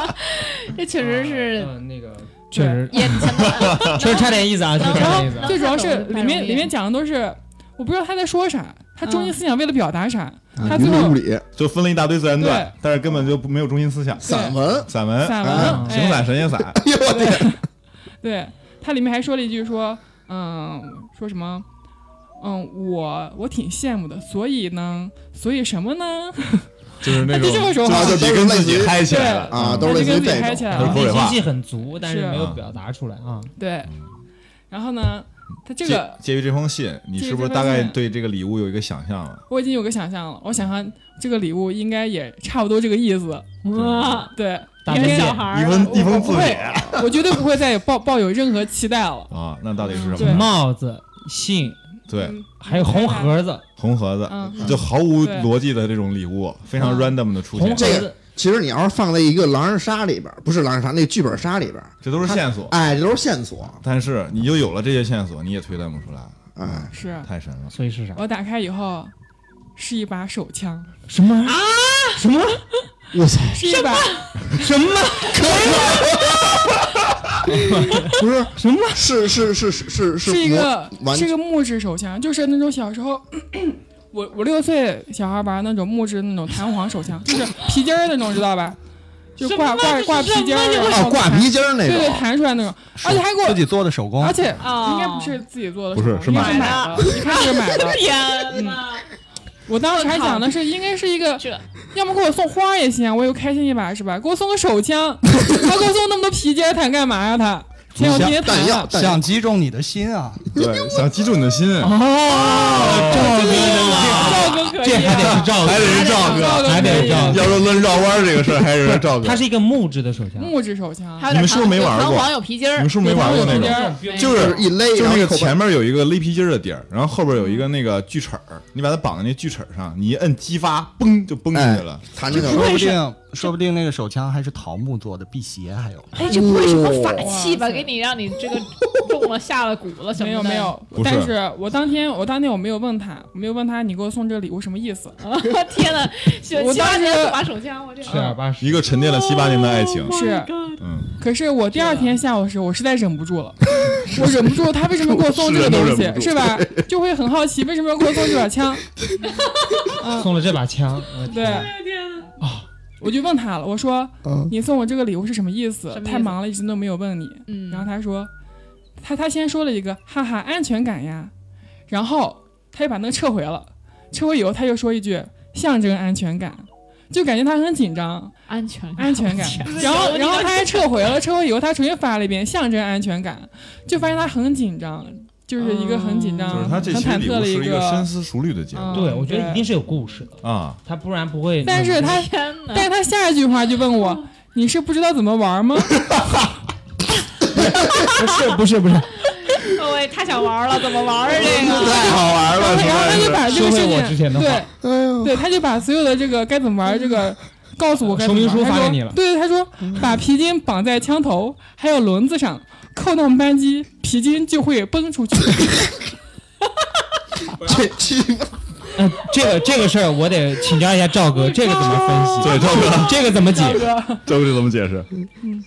[SPEAKER 2] 这确实是
[SPEAKER 4] 啊。嗯那个确实
[SPEAKER 2] 也前段
[SPEAKER 4] 确实差点意 思 啊，确实差点意思
[SPEAKER 2] 然。后
[SPEAKER 7] 最主要是
[SPEAKER 2] 看懂
[SPEAKER 7] 里
[SPEAKER 2] 看
[SPEAKER 7] 面
[SPEAKER 2] 懂嗯
[SPEAKER 7] 里面讲的都是，我不知道他在说啥，他中心思想为了表达啥，他
[SPEAKER 5] 啊云
[SPEAKER 7] 最
[SPEAKER 5] 里雾
[SPEAKER 7] 后
[SPEAKER 5] 里
[SPEAKER 6] 就分了一大堆自然段
[SPEAKER 7] 对，
[SPEAKER 6] 但是根本就不没有中心思想。
[SPEAKER 5] 散文，
[SPEAKER 6] 散文，
[SPEAKER 7] 散文
[SPEAKER 6] 啊
[SPEAKER 7] 哎
[SPEAKER 6] 行散神也散，
[SPEAKER 7] 对他里面还说了一句说，嗯，说什么？嗯，我我挺羡慕的，所以呢，所以什么呢？
[SPEAKER 6] 就是那种
[SPEAKER 7] 就这么说话
[SPEAKER 6] 就是自己跟自己嗨起来了
[SPEAKER 7] 对
[SPEAKER 5] 啊
[SPEAKER 6] 嗯
[SPEAKER 5] 都是类
[SPEAKER 7] 就
[SPEAKER 5] 似于
[SPEAKER 7] 跟自己
[SPEAKER 5] 这
[SPEAKER 7] 嗨
[SPEAKER 5] 种
[SPEAKER 7] 起来
[SPEAKER 4] 啊
[SPEAKER 6] 都是
[SPEAKER 7] 了
[SPEAKER 6] 口。水
[SPEAKER 4] 信
[SPEAKER 6] 话
[SPEAKER 4] 息很足，但是
[SPEAKER 7] 是
[SPEAKER 4] 没有表达出来啊。
[SPEAKER 7] 对，然后呢，他这
[SPEAKER 6] 介
[SPEAKER 7] 个
[SPEAKER 6] 介于这封信，你是不是大概对这个礼物有一个想象了？
[SPEAKER 7] 我已经有个想象了，我想象这个礼物应该也差不多这个意思。
[SPEAKER 2] 哇，
[SPEAKER 7] 对，
[SPEAKER 4] 大
[SPEAKER 7] 因为
[SPEAKER 4] 分
[SPEAKER 2] 小
[SPEAKER 4] 裂
[SPEAKER 2] 孩
[SPEAKER 6] 一
[SPEAKER 2] 儿啊
[SPEAKER 6] 封一封字
[SPEAKER 7] 我
[SPEAKER 6] 帖
[SPEAKER 7] 我绝对不会再有抱抱有任何期待了。
[SPEAKER 6] 啊，那到底是什
[SPEAKER 7] 对
[SPEAKER 6] 么？
[SPEAKER 4] 帽子、信，
[SPEAKER 6] 对，
[SPEAKER 7] 嗯
[SPEAKER 4] 还有红，盒子，
[SPEAKER 6] 红盒子
[SPEAKER 7] 嗯
[SPEAKER 6] 就毫无
[SPEAKER 7] 对
[SPEAKER 6] 逻辑的这种礼物，非常
[SPEAKER 7] 嗯
[SPEAKER 6] random 的出
[SPEAKER 4] 红
[SPEAKER 6] 现，
[SPEAKER 4] 盒
[SPEAKER 5] 这
[SPEAKER 4] 子
[SPEAKER 5] 个其实你要是放在一个狼人杀里边儿，不是狼人杀，那个剧本杀里边儿，
[SPEAKER 6] 这都是线索。
[SPEAKER 7] 啊
[SPEAKER 5] 哎，这都是线索，
[SPEAKER 6] 但是你就有了这些线索，你也推断不出来，
[SPEAKER 5] 哎，
[SPEAKER 7] 是
[SPEAKER 6] 太神了。
[SPEAKER 4] 所以是啥？
[SPEAKER 7] 我打开以后是一把手枪，
[SPEAKER 4] 什么啊？什么？
[SPEAKER 5] 我操，
[SPEAKER 7] 是一把
[SPEAKER 4] 什么？
[SPEAKER 5] 不是
[SPEAKER 4] 什么？
[SPEAKER 5] 是是是是是
[SPEAKER 7] 是一
[SPEAKER 5] 魔
[SPEAKER 7] 个
[SPEAKER 5] 完
[SPEAKER 7] 是一个木质手枪，就是那种小时候。 我我六岁小孩玩那种木质那种弹簧手枪，就是皮筋儿那种，知道吧？就挂挂挂皮筋儿，
[SPEAKER 8] 啊
[SPEAKER 7] 然
[SPEAKER 5] 哦
[SPEAKER 7] 后
[SPEAKER 5] 挂
[SPEAKER 7] 弹
[SPEAKER 5] 皮筋儿那
[SPEAKER 7] 对对，
[SPEAKER 5] 种，
[SPEAKER 7] 弹出来那种，而且还给
[SPEAKER 8] 自
[SPEAKER 7] 我，
[SPEAKER 8] 己做的手工
[SPEAKER 7] 而，且
[SPEAKER 2] 哦
[SPEAKER 7] 应该不是自己做的，
[SPEAKER 6] 不是是
[SPEAKER 7] 应该
[SPEAKER 2] 买
[SPEAKER 7] 是买的，一看就是 买的。
[SPEAKER 2] 天哪！
[SPEAKER 7] 我当时还想的是，应该是一个
[SPEAKER 2] 这，
[SPEAKER 7] 要么给我送花也行，我又开心一把是吧？给我送个 手枪，他给我送那么多皮筋儿弹干嘛呀？他天，我天天弹
[SPEAKER 5] 弹药
[SPEAKER 7] 了，
[SPEAKER 5] 弹药
[SPEAKER 8] 想击中你的心啊！
[SPEAKER 6] 对，想击中你的心，
[SPEAKER 7] 哦
[SPEAKER 4] 嗯
[SPEAKER 7] 赵哥可以
[SPEAKER 4] 这还得是
[SPEAKER 7] 啊，
[SPEAKER 4] 照
[SPEAKER 6] 还得是赵
[SPEAKER 7] 赵
[SPEAKER 6] 哥
[SPEAKER 7] 哥。
[SPEAKER 4] 还
[SPEAKER 7] 可
[SPEAKER 4] 得
[SPEAKER 7] 以
[SPEAKER 4] 照
[SPEAKER 7] 啊
[SPEAKER 6] 要说论绕弯儿这个事儿，还是赵哥
[SPEAKER 4] 它。是一个木质的手枪，
[SPEAKER 7] 木质手枪，
[SPEAKER 2] 还有
[SPEAKER 6] 你
[SPEAKER 2] 点
[SPEAKER 6] 们是不是
[SPEAKER 2] 弹
[SPEAKER 6] 没玩
[SPEAKER 2] 弹
[SPEAKER 6] 过
[SPEAKER 2] 簧有皮筋
[SPEAKER 6] 你
[SPEAKER 2] 儿
[SPEAKER 6] 们，是不是没玩过那种
[SPEAKER 7] 对？
[SPEAKER 6] 就是
[SPEAKER 5] 一勒，
[SPEAKER 6] 就
[SPEAKER 5] 然
[SPEAKER 6] 是
[SPEAKER 5] 后
[SPEAKER 6] 那个
[SPEAKER 5] 扣
[SPEAKER 6] 前
[SPEAKER 5] 把
[SPEAKER 6] 面有一个勒皮筋儿的地儿，然后后边有一个那个锯齿儿，你把它绑在那锯齿儿上，你一摁激发，嘣就崩进去了。
[SPEAKER 5] 哎弹进去
[SPEAKER 8] 说
[SPEAKER 5] 了，
[SPEAKER 8] 不定，说不定那个手枪还是桃木做的，辟邪还有。
[SPEAKER 7] 嗯
[SPEAKER 2] 哎，这不是什么法器吧？
[SPEAKER 7] 哇塞
[SPEAKER 2] 给你让你 这个中了下了蛊了什么的？
[SPEAKER 7] 没有没，有
[SPEAKER 6] 不是，
[SPEAKER 7] 但是我当天我当天我没有问他，我没有问他你给我送这礼物什么意思，
[SPEAKER 2] 天哪！
[SPEAKER 7] 我
[SPEAKER 2] 七
[SPEAKER 7] 当
[SPEAKER 2] 八
[SPEAKER 7] 时
[SPEAKER 2] 年的啊把手枪，我这
[SPEAKER 4] 是二啊八十
[SPEAKER 6] 一个沉淀了七八年的爱情，
[SPEAKER 2] Oh
[SPEAKER 7] 是，
[SPEAKER 6] 嗯，
[SPEAKER 7] 可是我第二天下午时，我实在忍不住了， 我忍不住他为什么给我送这个东
[SPEAKER 5] 是忍不
[SPEAKER 7] 西，
[SPEAKER 5] 住
[SPEAKER 7] 是吧？就会很好奇为什么要给我送这把枪，
[SPEAKER 4] 送了这把枪，我
[SPEAKER 7] 对，
[SPEAKER 4] 天
[SPEAKER 7] 我就问他了，我说
[SPEAKER 5] 嗯
[SPEAKER 7] 你送我这个礼物是什么意思？
[SPEAKER 2] 什么意思
[SPEAKER 7] 太忙了，一直都没有问你。
[SPEAKER 2] 嗯，
[SPEAKER 7] 然后他说，他他先说了一个哈哈安全感呀，然后他又把那个撤回了，撤回以后他又说一句象征安全感，就感觉他很紧张，
[SPEAKER 2] 安全
[SPEAKER 7] 安全感。然后然后他还撤回了，撤回以后他重新发了一遍象征安全感，就发现他很紧张，就是一个很紧张、
[SPEAKER 6] 哦就是他这
[SPEAKER 7] 嗯很
[SPEAKER 6] 其实礼
[SPEAKER 7] 忐忑
[SPEAKER 6] 物
[SPEAKER 7] 的
[SPEAKER 6] 是一个深
[SPEAKER 7] 个。
[SPEAKER 6] 思熟虑的结果
[SPEAKER 7] 嗯
[SPEAKER 4] 对我觉得一定是有故事的，
[SPEAKER 6] 啊。
[SPEAKER 4] 他不然不会。
[SPEAKER 7] 但是他，
[SPEAKER 2] 天哪！
[SPEAKER 7] 但是他下一句话就问我，你是不知道怎么玩吗？
[SPEAKER 4] 不是不是不是，
[SPEAKER 2] 各位太想玩了，怎么玩儿啊这个？
[SPEAKER 6] 太好玩
[SPEAKER 5] 啊
[SPEAKER 7] 然后
[SPEAKER 6] 了，实
[SPEAKER 7] 然后
[SPEAKER 6] 在。
[SPEAKER 7] 他就
[SPEAKER 4] 收
[SPEAKER 7] 是把这个
[SPEAKER 4] 回
[SPEAKER 7] 事情
[SPEAKER 4] 我之前的话
[SPEAKER 7] 对，
[SPEAKER 5] 哎
[SPEAKER 7] 对，他就把所有的这个该怎么
[SPEAKER 5] 嗯
[SPEAKER 7] 玩儿这个。告诉我该怎么玩儿
[SPEAKER 4] 说明书
[SPEAKER 7] 他
[SPEAKER 4] 发
[SPEAKER 7] 说
[SPEAKER 4] 给你了
[SPEAKER 7] 对，他说把皮筋绑在枪头，还有轮子上，扣动扳机，皮筋就会 崩出去。
[SPEAKER 5] 这这
[SPEAKER 4] 嗯，这个这个事儿我得请教一下赵哥，这个怎么分析？
[SPEAKER 6] 对赵 哥，
[SPEAKER 4] 这个怎么 解？
[SPEAKER 6] 赵哥这怎么解释？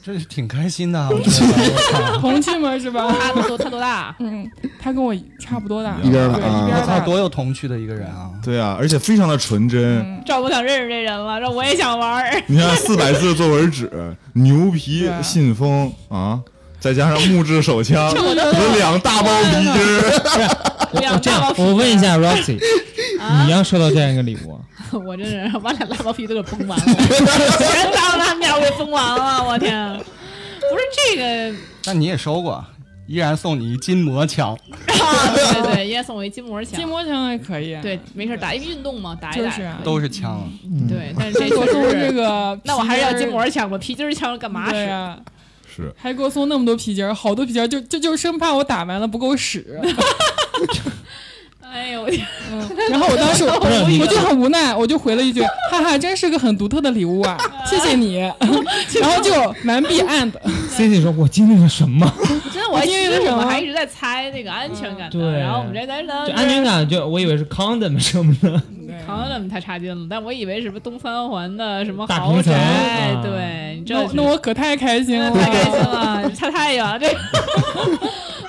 [SPEAKER 8] 这是挺开心的啊！我觉得
[SPEAKER 7] 同趣嘛，是吧？
[SPEAKER 2] 他多他多大？啊
[SPEAKER 7] 嗯，他跟我差不多大，
[SPEAKER 5] 一边儿
[SPEAKER 7] 对，
[SPEAKER 5] 大啊
[SPEAKER 7] 一边儿
[SPEAKER 8] 我操，
[SPEAKER 7] 大。
[SPEAKER 8] 多有童趣的一个人啊！
[SPEAKER 6] 对啊，而且非常的纯真。
[SPEAKER 7] 嗯，
[SPEAKER 2] 赵我想认识这人了，让我也想玩儿。
[SPEAKER 6] 你看四百字作文纸，牛皮
[SPEAKER 7] 对
[SPEAKER 6] 信封啊，再加上木质手 枪
[SPEAKER 2] 我都
[SPEAKER 6] 和两大包皮筋儿，
[SPEAKER 2] 两
[SPEAKER 4] 这
[SPEAKER 2] 大
[SPEAKER 4] 样
[SPEAKER 2] 包，皮，
[SPEAKER 4] 我问一下 Roxy，你要收到这样一个礼物，
[SPEAKER 2] 啊
[SPEAKER 4] 啊
[SPEAKER 2] 我真是把俩大包皮都给崩完了，全当着他面我给崩完了，我天！不是这个，
[SPEAKER 8] 那你也收过，依然送你一筋膜枪，
[SPEAKER 2] 啊、对对，也送我一筋膜
[SPEAKER 7] 筋
[SPEAKER 2] 枪。
[SPEAKER 7] 膜枪也可以。啊
[SPEAKER 2] 对，，没事，打一运动嘛，打一打。
[SPEAKER 7] 就是啊
[SPEAKER 8] 都是枪。
[SPEAKER 2] 对，但是
[SPEAKER 7] 他
[SPEAKER 2] 这
[SPEAKER 7] 给我送
[SPEAKER 2] 确实
[SPEAKER 7] 这
[SPEAKER 2] 是，
[SPEAKER 7] 个，
[SPEAKER 2] 那我还是要筋。膜枪吧，皮筋儿枪干嘛使？
[SPEAKER 7] 对啊呀，
[SPEAKER 6] 是
[SPEAKER 7] 还给我送那么多皮筋儿，好多皮筋儿，就就就生怕我打完了不够使。
[SPEAKER 2] 哎呦，我天！
[SPEAKER 7] 嗯， 然后 我当时我
[SPEAKER 4] 是你
[SPEAKER 7] 我就很无奈，我就回了一句：“ 哈哈，真是个很独特的礼物啊，谢谢你。”然后就完毕 and
[SPEAKER 4] C C 说：“我经历了什么？
[SPEAKER 2] 真的，我还
[SPEAKER 7] 我
[SPEAKER 2] 其
[SPEAKER 7] 经历
[SPEAKER 2] 实
[SPEAKER 7] 了什
[SPEAKER 2] 我
[SPEAKER 7] 么
[SPEAKER 2] 们还一直在猜那个安全感
[SPEAKER 4] 嗯
[SPEAKER 2] 呢。
[SPEAKER 4] 对
[SPEAKER 2] 然后我们这在那
[SPEAKER 4] 就安全感，就我以为是 condom 什么的。
[SPEAKER 7] 对
[SPEAKER 2] 唐那么太差劲了，但我以为什么东三环的什么
[SPEAKER 4] 大
[SPEAKER 2] 豪
[SPEAKER 4] 平层
[SPEAKER 2] 宅，
[SPEAKER 4] 啊
[SPEAKER 2] 对，你知道
[SPEAKER 7] 那那我可太开心 了，
[SPEAKER 2] 太开心 了，差太远了， 这个。